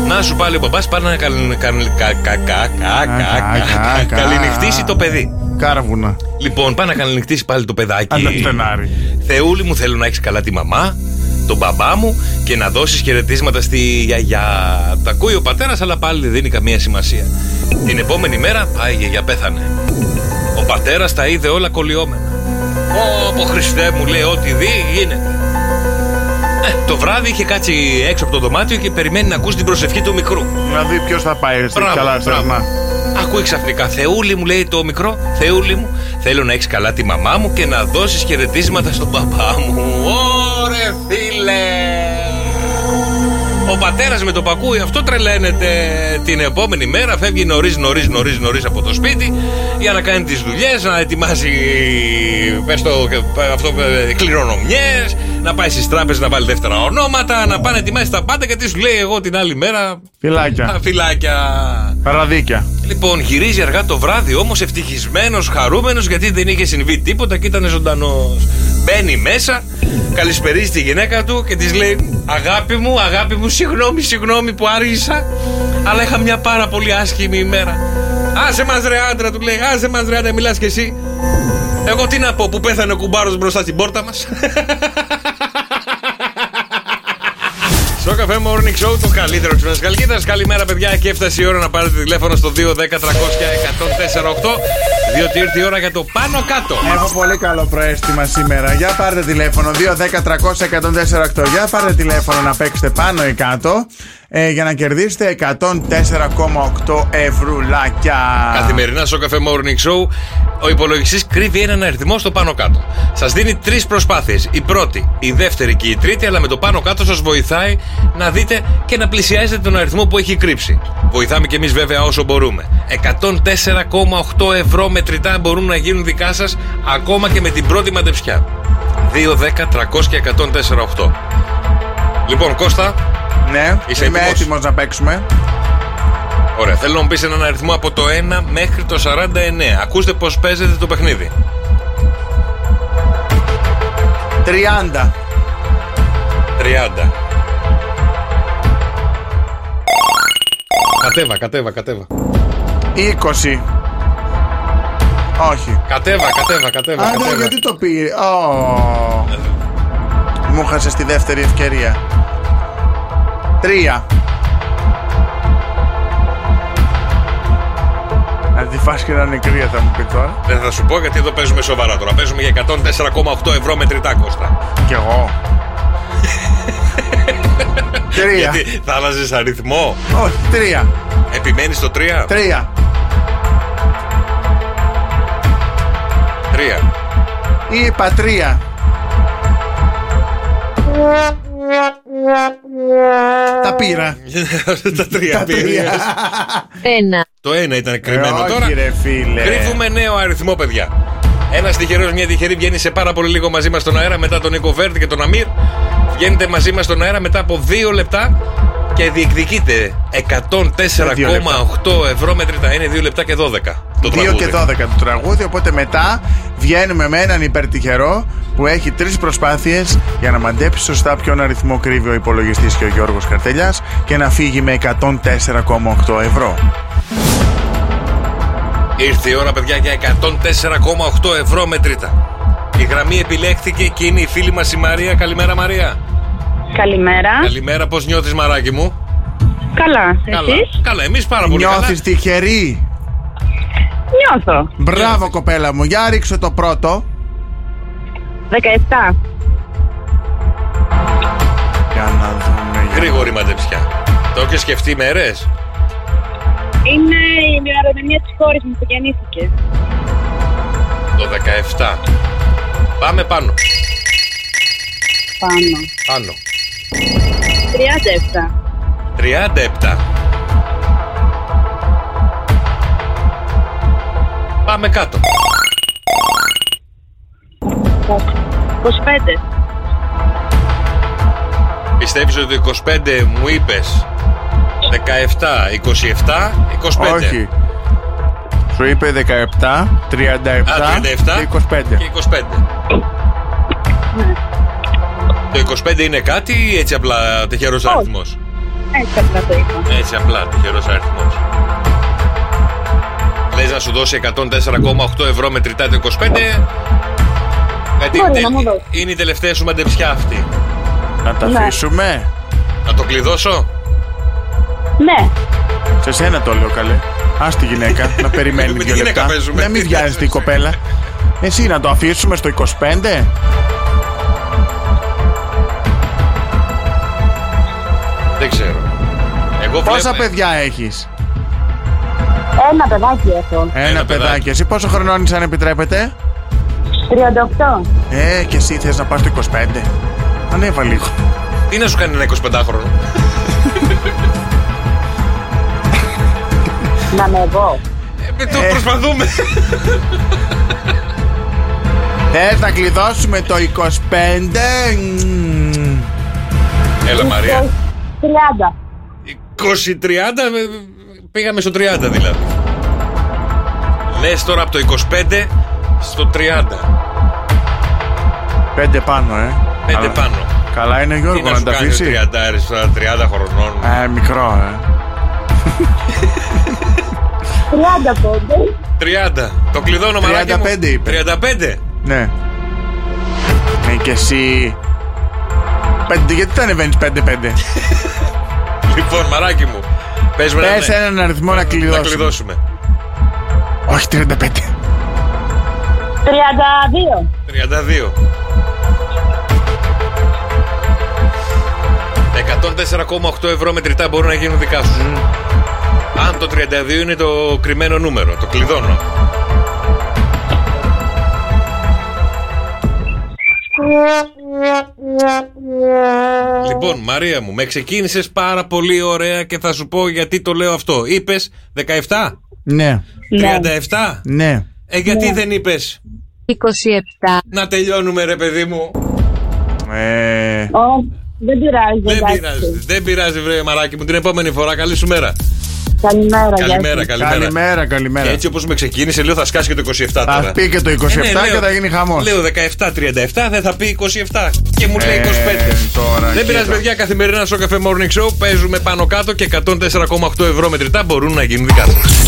Speaker 6: να σου πάλι ο μπαμπάς πάνε να καλυ- καλυ- κα- κα- κα- κα- κα- κα-
Speaker 4: κα-
Speaker 6: καληνυχτήσει το παιδί.
Speaker 4: Κάρβουνα.
Speaker 6: Λοιπόν, πάνε να καληνυχτήσει πάλι το παιδάκι.
Speaker 4: Αναπτενάρι.
Speaker 6: Θεούλη μου, θέλω να έχεις καλά τη μαμά, τον μπαμπά μου και να δώσεις χαιρετίσματα στη γιαγιά. Τα ακούει ο πατέρας, αλλά πάλι δεν δίνει καμία σημασία. Την επόμενη μέρα πάει η γιαγιά, πέθανε. Ο πατέρας τα είδε όλα κολλιόμενα. Όπω Χριστέ μου λέει, ό,τι δει γίνεται. Ε, το βράδυ είχε κάτσει έξω από το δωμάτιο και περιμένει να ακούσει την προσευχή του μικρού.
Speaker 4: Να δει ποιος θα πάει στο
Speaker 6: Μπράβο,
Speaker 4: καλά
Speaker 6: μπράβο.
Speaker 4: σταθμά.
Speaker 6: Ακούει ξαφνικά, Θεούλη μου λέει το μικρό, Θεούλη μου, θέλω να έχεις καλά τη μαμά μου και να δώσεις χαιρετίσματα στον παπά μου. Ωρε φίλε! Ο πατέρας με το πακούι αυτό τρελαίνεται την επόμενη μέρα. Φεύγει νωρίς, νωρίς, νωρίς, νωρίς από το σπίτι για να κάνει τις δουλειές, να ετοιμάσει πες το, ε, αυτό, ε, κληρονομιές, να πάει στις τράπεζες να βάλει δεύτερα ονόματα, να πάνε να ετοιμάσει τα πάντα γιατί σου λέει εγώ την άλλη μέρα.
Speaker 4: Φυλάκια.
Speaker 6: «Α, Φυλάκια.
Speaker 4: Παραδίκια.
Speaker 6: Λοιπόν, γυρίζει αργά το βράδυ, όμως ευτυχισμένος, χαρούμενος γιατί δεν είχε συμβεί τίποτα και ήταν ζωντανός. Μπαίνει μέσα, καλησπερίζει τη γυναίκα του και της λέει: Αγάπη μου, αγάπη μου, συγγνώμη, συγγνώμη που άργησα, αλλά είχα μια πάρα πολύ άσχημη ημέρα. Άσε μας ρε άντρα, του λέει: Άσε μας ρε άντρα, μιλάς κι εσύ. Εγώ τι να πω που πέθανε ο κουμπάρος μπροστά στην πόρτα μας. Στο καφέ Morning Show, το καλύτερο της Καλκίδα. Καλημέρα, παιδιά, και έφτασε η ώρα να πάρετε τηλέφωνο στο 210-300-1048. Διότι ήρθε η ώρα για το πάνω κάτω.
Speaker 4: Έχω πολύ καλό προέστημα σήμερα. Για πάρτε τηλέφωνο. 2-10-300-1048. Για πάρτε τηλέφωνο να παίξετε πάνω ή κάτω. ε, για να κερδίσετε 104,8 ευρουλάκια.
Speaker 6: Καθημερινά στο καφέ Morning Show, ο υπολογιστής κρύβει έναν αριθμό στο πάνω κάτω. Σας δίνει τρεις προσπάθειες. Η πρώτη, η δεύτερη και η τρίτη, αλλά με το πάνω κάτω σας βοηθάει να δείτε και να πλησιάζετε τον αριθμό που έχει κρύψει. Βοηθάμε κι εμείς βέβαια όσο μπορούμε. 104,8 ευρώ μετρητά μπορούν να γίνουν δικά σας ακόμα και με την πρώτη μαντεψιά. 2, 10, 300 και 104,8. Λοιπόν, Κώστα,
Speaker 4: Ναι,
Speaker 6: Είσαι
Speaker 4: είμαι
Speaker 6: έτοιμος?
Speaker 4: έτοιμος να παίξουμε.
Speaker 6: Ωραία, θέλω να μου πεις έναν αριθμό από το 1 μέχρι το 49. Ακούστε πώς παίζεται το παιχνίδι.
Speaker 4: 30.
Speaker 6: 30. Κατέβα, κατέβα, κατέβα.
Speaker 4: 20. Όχι.
Speaker 6: Κατέβα, κατέβα, κατέβα.
Speaker 4: Άντε,
Speaker 6: κατέβα.
Speaker 4: ναι, γιατί το πήρε. Ω. Μου χάσε τη δεύτερη ευκαιρία. Τρία. Αν τη φας και ένα νεκρία θα μου πεις τώρα.
Speaker 6: Δεν θα σου πω γιατί εδώ παίζουμε σοβαρά τώρα. Παίζουμε για 104,8 ευρώ μετρητά Κώστα.
Speaker 4: Κι εγώ. Τρία.
Speaker 6: Γιατί θα άλλαζε αριθμό.
Speaker 4: Όχι, τρία.
Speaker 6: Επιμένεις στο 3.
Speaker 4: Τρία.
Speaker 6: 3.
Speaker 4: Είπα τρία. Τα πήρα.
Speaker 6: Τα τρία πήρε.
Speaker 15: Ένα.
Speaker 6: Το ένα ήταν κρυμμένο
Speaker 4: Ε,
Speaker 6: τώρα.
Speaker 4: όχι, ρε, φίλε.
Speaker 6: Κρύβουμε νέο αριθμό, παιδιά. Ένας τυχερός, μια τυχερή βγαίνει σε πάρα πολύ λίγο μαζί μας στον αέρα μετά τον Νίκο Βέρντι και τον Αμύρ. Βγαίνετε μαζί μας στον αέρα μετά από δύο λεπτά και διεκδικείτε 104,8 ευρώ μετρητά. Είναι 2 λεπτά και 12. Το
Speaker 4: 2
Speaker 6: τραγούδι.
Speaker 4: και 12 το τραγούδι. Οπότε μετά βγαίνουμε με έναν υπερτυχερό που έχει τρεις προσπάθειες για να μαντέψει σωστά ποιον αριθμό κρύβει ο υπολογιστής και ο Γιώργος Καρτελιάς και να φύγει με 104,8 ευρώ.
Speaker 6: Ήρθε η ώρα, παιδιά, για 104,8 ευρώ μετρητά. Η γραμμή επιλέχθηκε και είναι η φίλη μας η Μαρία. Καλημέρα, Μαρία.
Speaker 16: Καλημέρα.
Speaker 6: Καλημέρα, πώς νιώθεις, μαράκι μου.
Speaker 16: Καλά.
Speaker 6: Καλά,
Speaker 16: Εσείς?
Speaker 6: καλά εμείς πάρα πολύ καλά.
Speaker 4: Νιώθεις τυχερή.
Speaker 16: Νιώθω.
Speaker 4: Μπράβο, κοπέλα μου. Για ρίξω το πρώτο.
Speaker 16: 17.
Speaker 4: Για να δούμε.
Speaker 6: Γρήγορη μαντεψιά. Το έχεις σκεφτεί μέρες.
Speaker 16: Είναι η ημερομηνία τη κόρη μου που γεννήθηκε.
Speaker 6: Το 17. Πάμε πάνω.
Speaker 16: Πάνω.
Speaker 6: Πάνω.
Speaker 16: 37.
Speaker 6: 37. Πάμε κάτω.
Speaker 16: 25.
Speaker 6: Πιστεύεις ότι το 25 μου είπες 17, 27, 25.
Speaker 4: Όχι. Σου είπε 17, 37,
Speaker 6: Α, 37
Speaker 4: και 25.
Speaker 6: και 25. Το 25 είναι κάτι ή έτσι απλά τυχερός
Speaker 16: Όχι.
Speaker 6: αριθμός.
Speaker 8: Ε,
Speaker 16: Έτσι απλά το είπα.
Speaker 6: Έτσι απλά τυχερός αριθμός. Λες να σου δώσει 104,8 ευρώ μετρητά το 25 γιατί
Speaker 16: Μπορεί
Speaker 6: τε-
Speaker 16: να μου δώσει.
Speaker 6: είναι η τελευταία σου μαντεψιά αυτή.
Speaker 4: Να τα
Speaker 16: Ναι.
Speaker 4: αφήσουμε.
Speaker 6: Να το κλειδώσω.
Speaker 16: Ναι.
Speaker 4: Σε σένα το λέω καλέ. Ας τη γυναίκα να περιμένει
Speaker 6: Με τη
Speaker 4: δύο
Speaker 6: γυναίκα
Speaker 4: λεπτά.
Speaker 6: παίζουμε.
Speaker 4: Να μην βιάζεται η κοπέλα. Εσύ να το αφήσουμε στο 25.
Speaker 6: Δεν ξέρω. Εγώ
Speaker 4: Πόσα
Speaker 6: βλέπω-
Speaker 4: παιδιά έχεις,
Speaker 8: Ένα παιδάκι έχω.
Speaker 4: Ένα, παιδάκι. Εσύ πόσο χρονών είσαι, αν επιτρέπετε.
Speaker 8: 38.
Speaker 4: Ε, και εσύ θες να πας στο 25. Ανέβα λίγο.
Speaker 6: Τι να σου κάνει ένα 25χρονο.
Speaker 8: Να με εγώ.
Speaker 6: Ε, το προσπαθούμε.
Speaker 4: Ε, θα κλειδώσουμε το 25. Μμμ.
Speaker 6: Έλα Μαρία.
Speaker 8: 30.
Speaker 6: 20-30 ε, πήγαμε στο 30 δηλαδή. Λες τώρα από το 25 στο 30.
Speaker 4: Πέντε πάνω, ε.
Speaker 6: Πέντε
Speaker 4: Καλά.
Speaker 6: πάνω.
Speaker 4: Καλά είναι
Speaker 6: Τι
Speaker 4: Γιώργο
Speaker 6: να
Speaker 4: να
Speaker 6: σου
Speaker 4: τα
Speaker 6: κάνει ο 30
Speaker 4: αφήσει.
Speaker 6: άρης τώρα, 30 χρονών.
Speaker 4: Ε, μικρό, ε.
Speaker 8: 35.
Speaker 6: 30. Το κλειδώνω μαλάκι μου.
Speaker 4: 35 είπε.
Speaker 6: 35.
Speaker 4: Ναι. Ε, και εσύ. Πέντε, γιατί τα ανεβαίνεις 5-5.
Speaker 6: Λοιπόν, μαράκι μου. Πες με
Speaker 4: Πες
Speaker 6: ναι.
Speaker 4: έναν αριθμό να
Speaker 6: Να
Speaker 4: κλειδώσει.
Speaker 6: κλειδώσουμε.
Speaker 4: Όχι 35.
Speaker 8: 32.
Speaker 6: 32. 104,8 ευρώ μετρητά μπορούν να γίνουν δικά σου. Αν το 32 είναι το κρυμμένο νούμερο, το κλειδώνω. Λοιπόν, Μαρία μου, με ξεκίνησες πάρα πολύ ωραία και θα σου πω γιατί το λέω αυτό. Είπες 17,
Speaker 4: Ναι.
Speaker 6: 37.
Speaker 4: Ναι.
Speaker 6: Ε, γιατί δεν είπες
Speaker 8: 27.
Speaker 6: να τελειώνουμε, ρε παιδί μου.
Speaker 4: Ε,
Speaker 8: Ω, δεν πειράζει.
Speaker 6: Δεν
Speaker 8: εντάξει.
Speaker 6: πειράζει, δεν πειράζει, βρε μαράκι μου. Την επόμενη φορά, καλή σου μέρα.
Speaker 8: Καλημέρα, γεια
Speaker 6: Καλημέρα,
Speaker 8: σας.
Speaker 6: καλημέρα.
Speaker 4: Καλημέρα,
Speaker 6: Και
Speaker 4: καλημέρα.
Speaker 6: έτσι όπως με ξεκίνησε, λέω θα σκάσει και το 27 τώρα.
Speaker 4: Θα πει και το 27
Speaker 6: Ε, ναι,
Speaker 4: και
Speaker 6: λέω-
Speaker 4: θα γίνει χαμός.
Speaker 6: Λέω 17-37, δεν θα πει 27. Και μου λέει 25.
Speaker 4: Ε, τώρα,
Speaker 6: Δεν πειράζει,
Speaker 4: κοίτα.
Speaker 6: παιδιά. Καθημερινά στο Cafe Morning Show παίζουμε πάνω κάτω και 104,8 ευρώ μετρητά μπορούν να γίνουν δικά σας.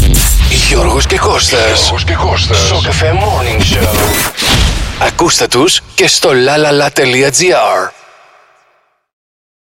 Speaker 3: Γιώργος και Κώστας. Γιώργος και Κώστας. Στο Cafe Morning Show. Ακούστε τους και στο lalala.gr.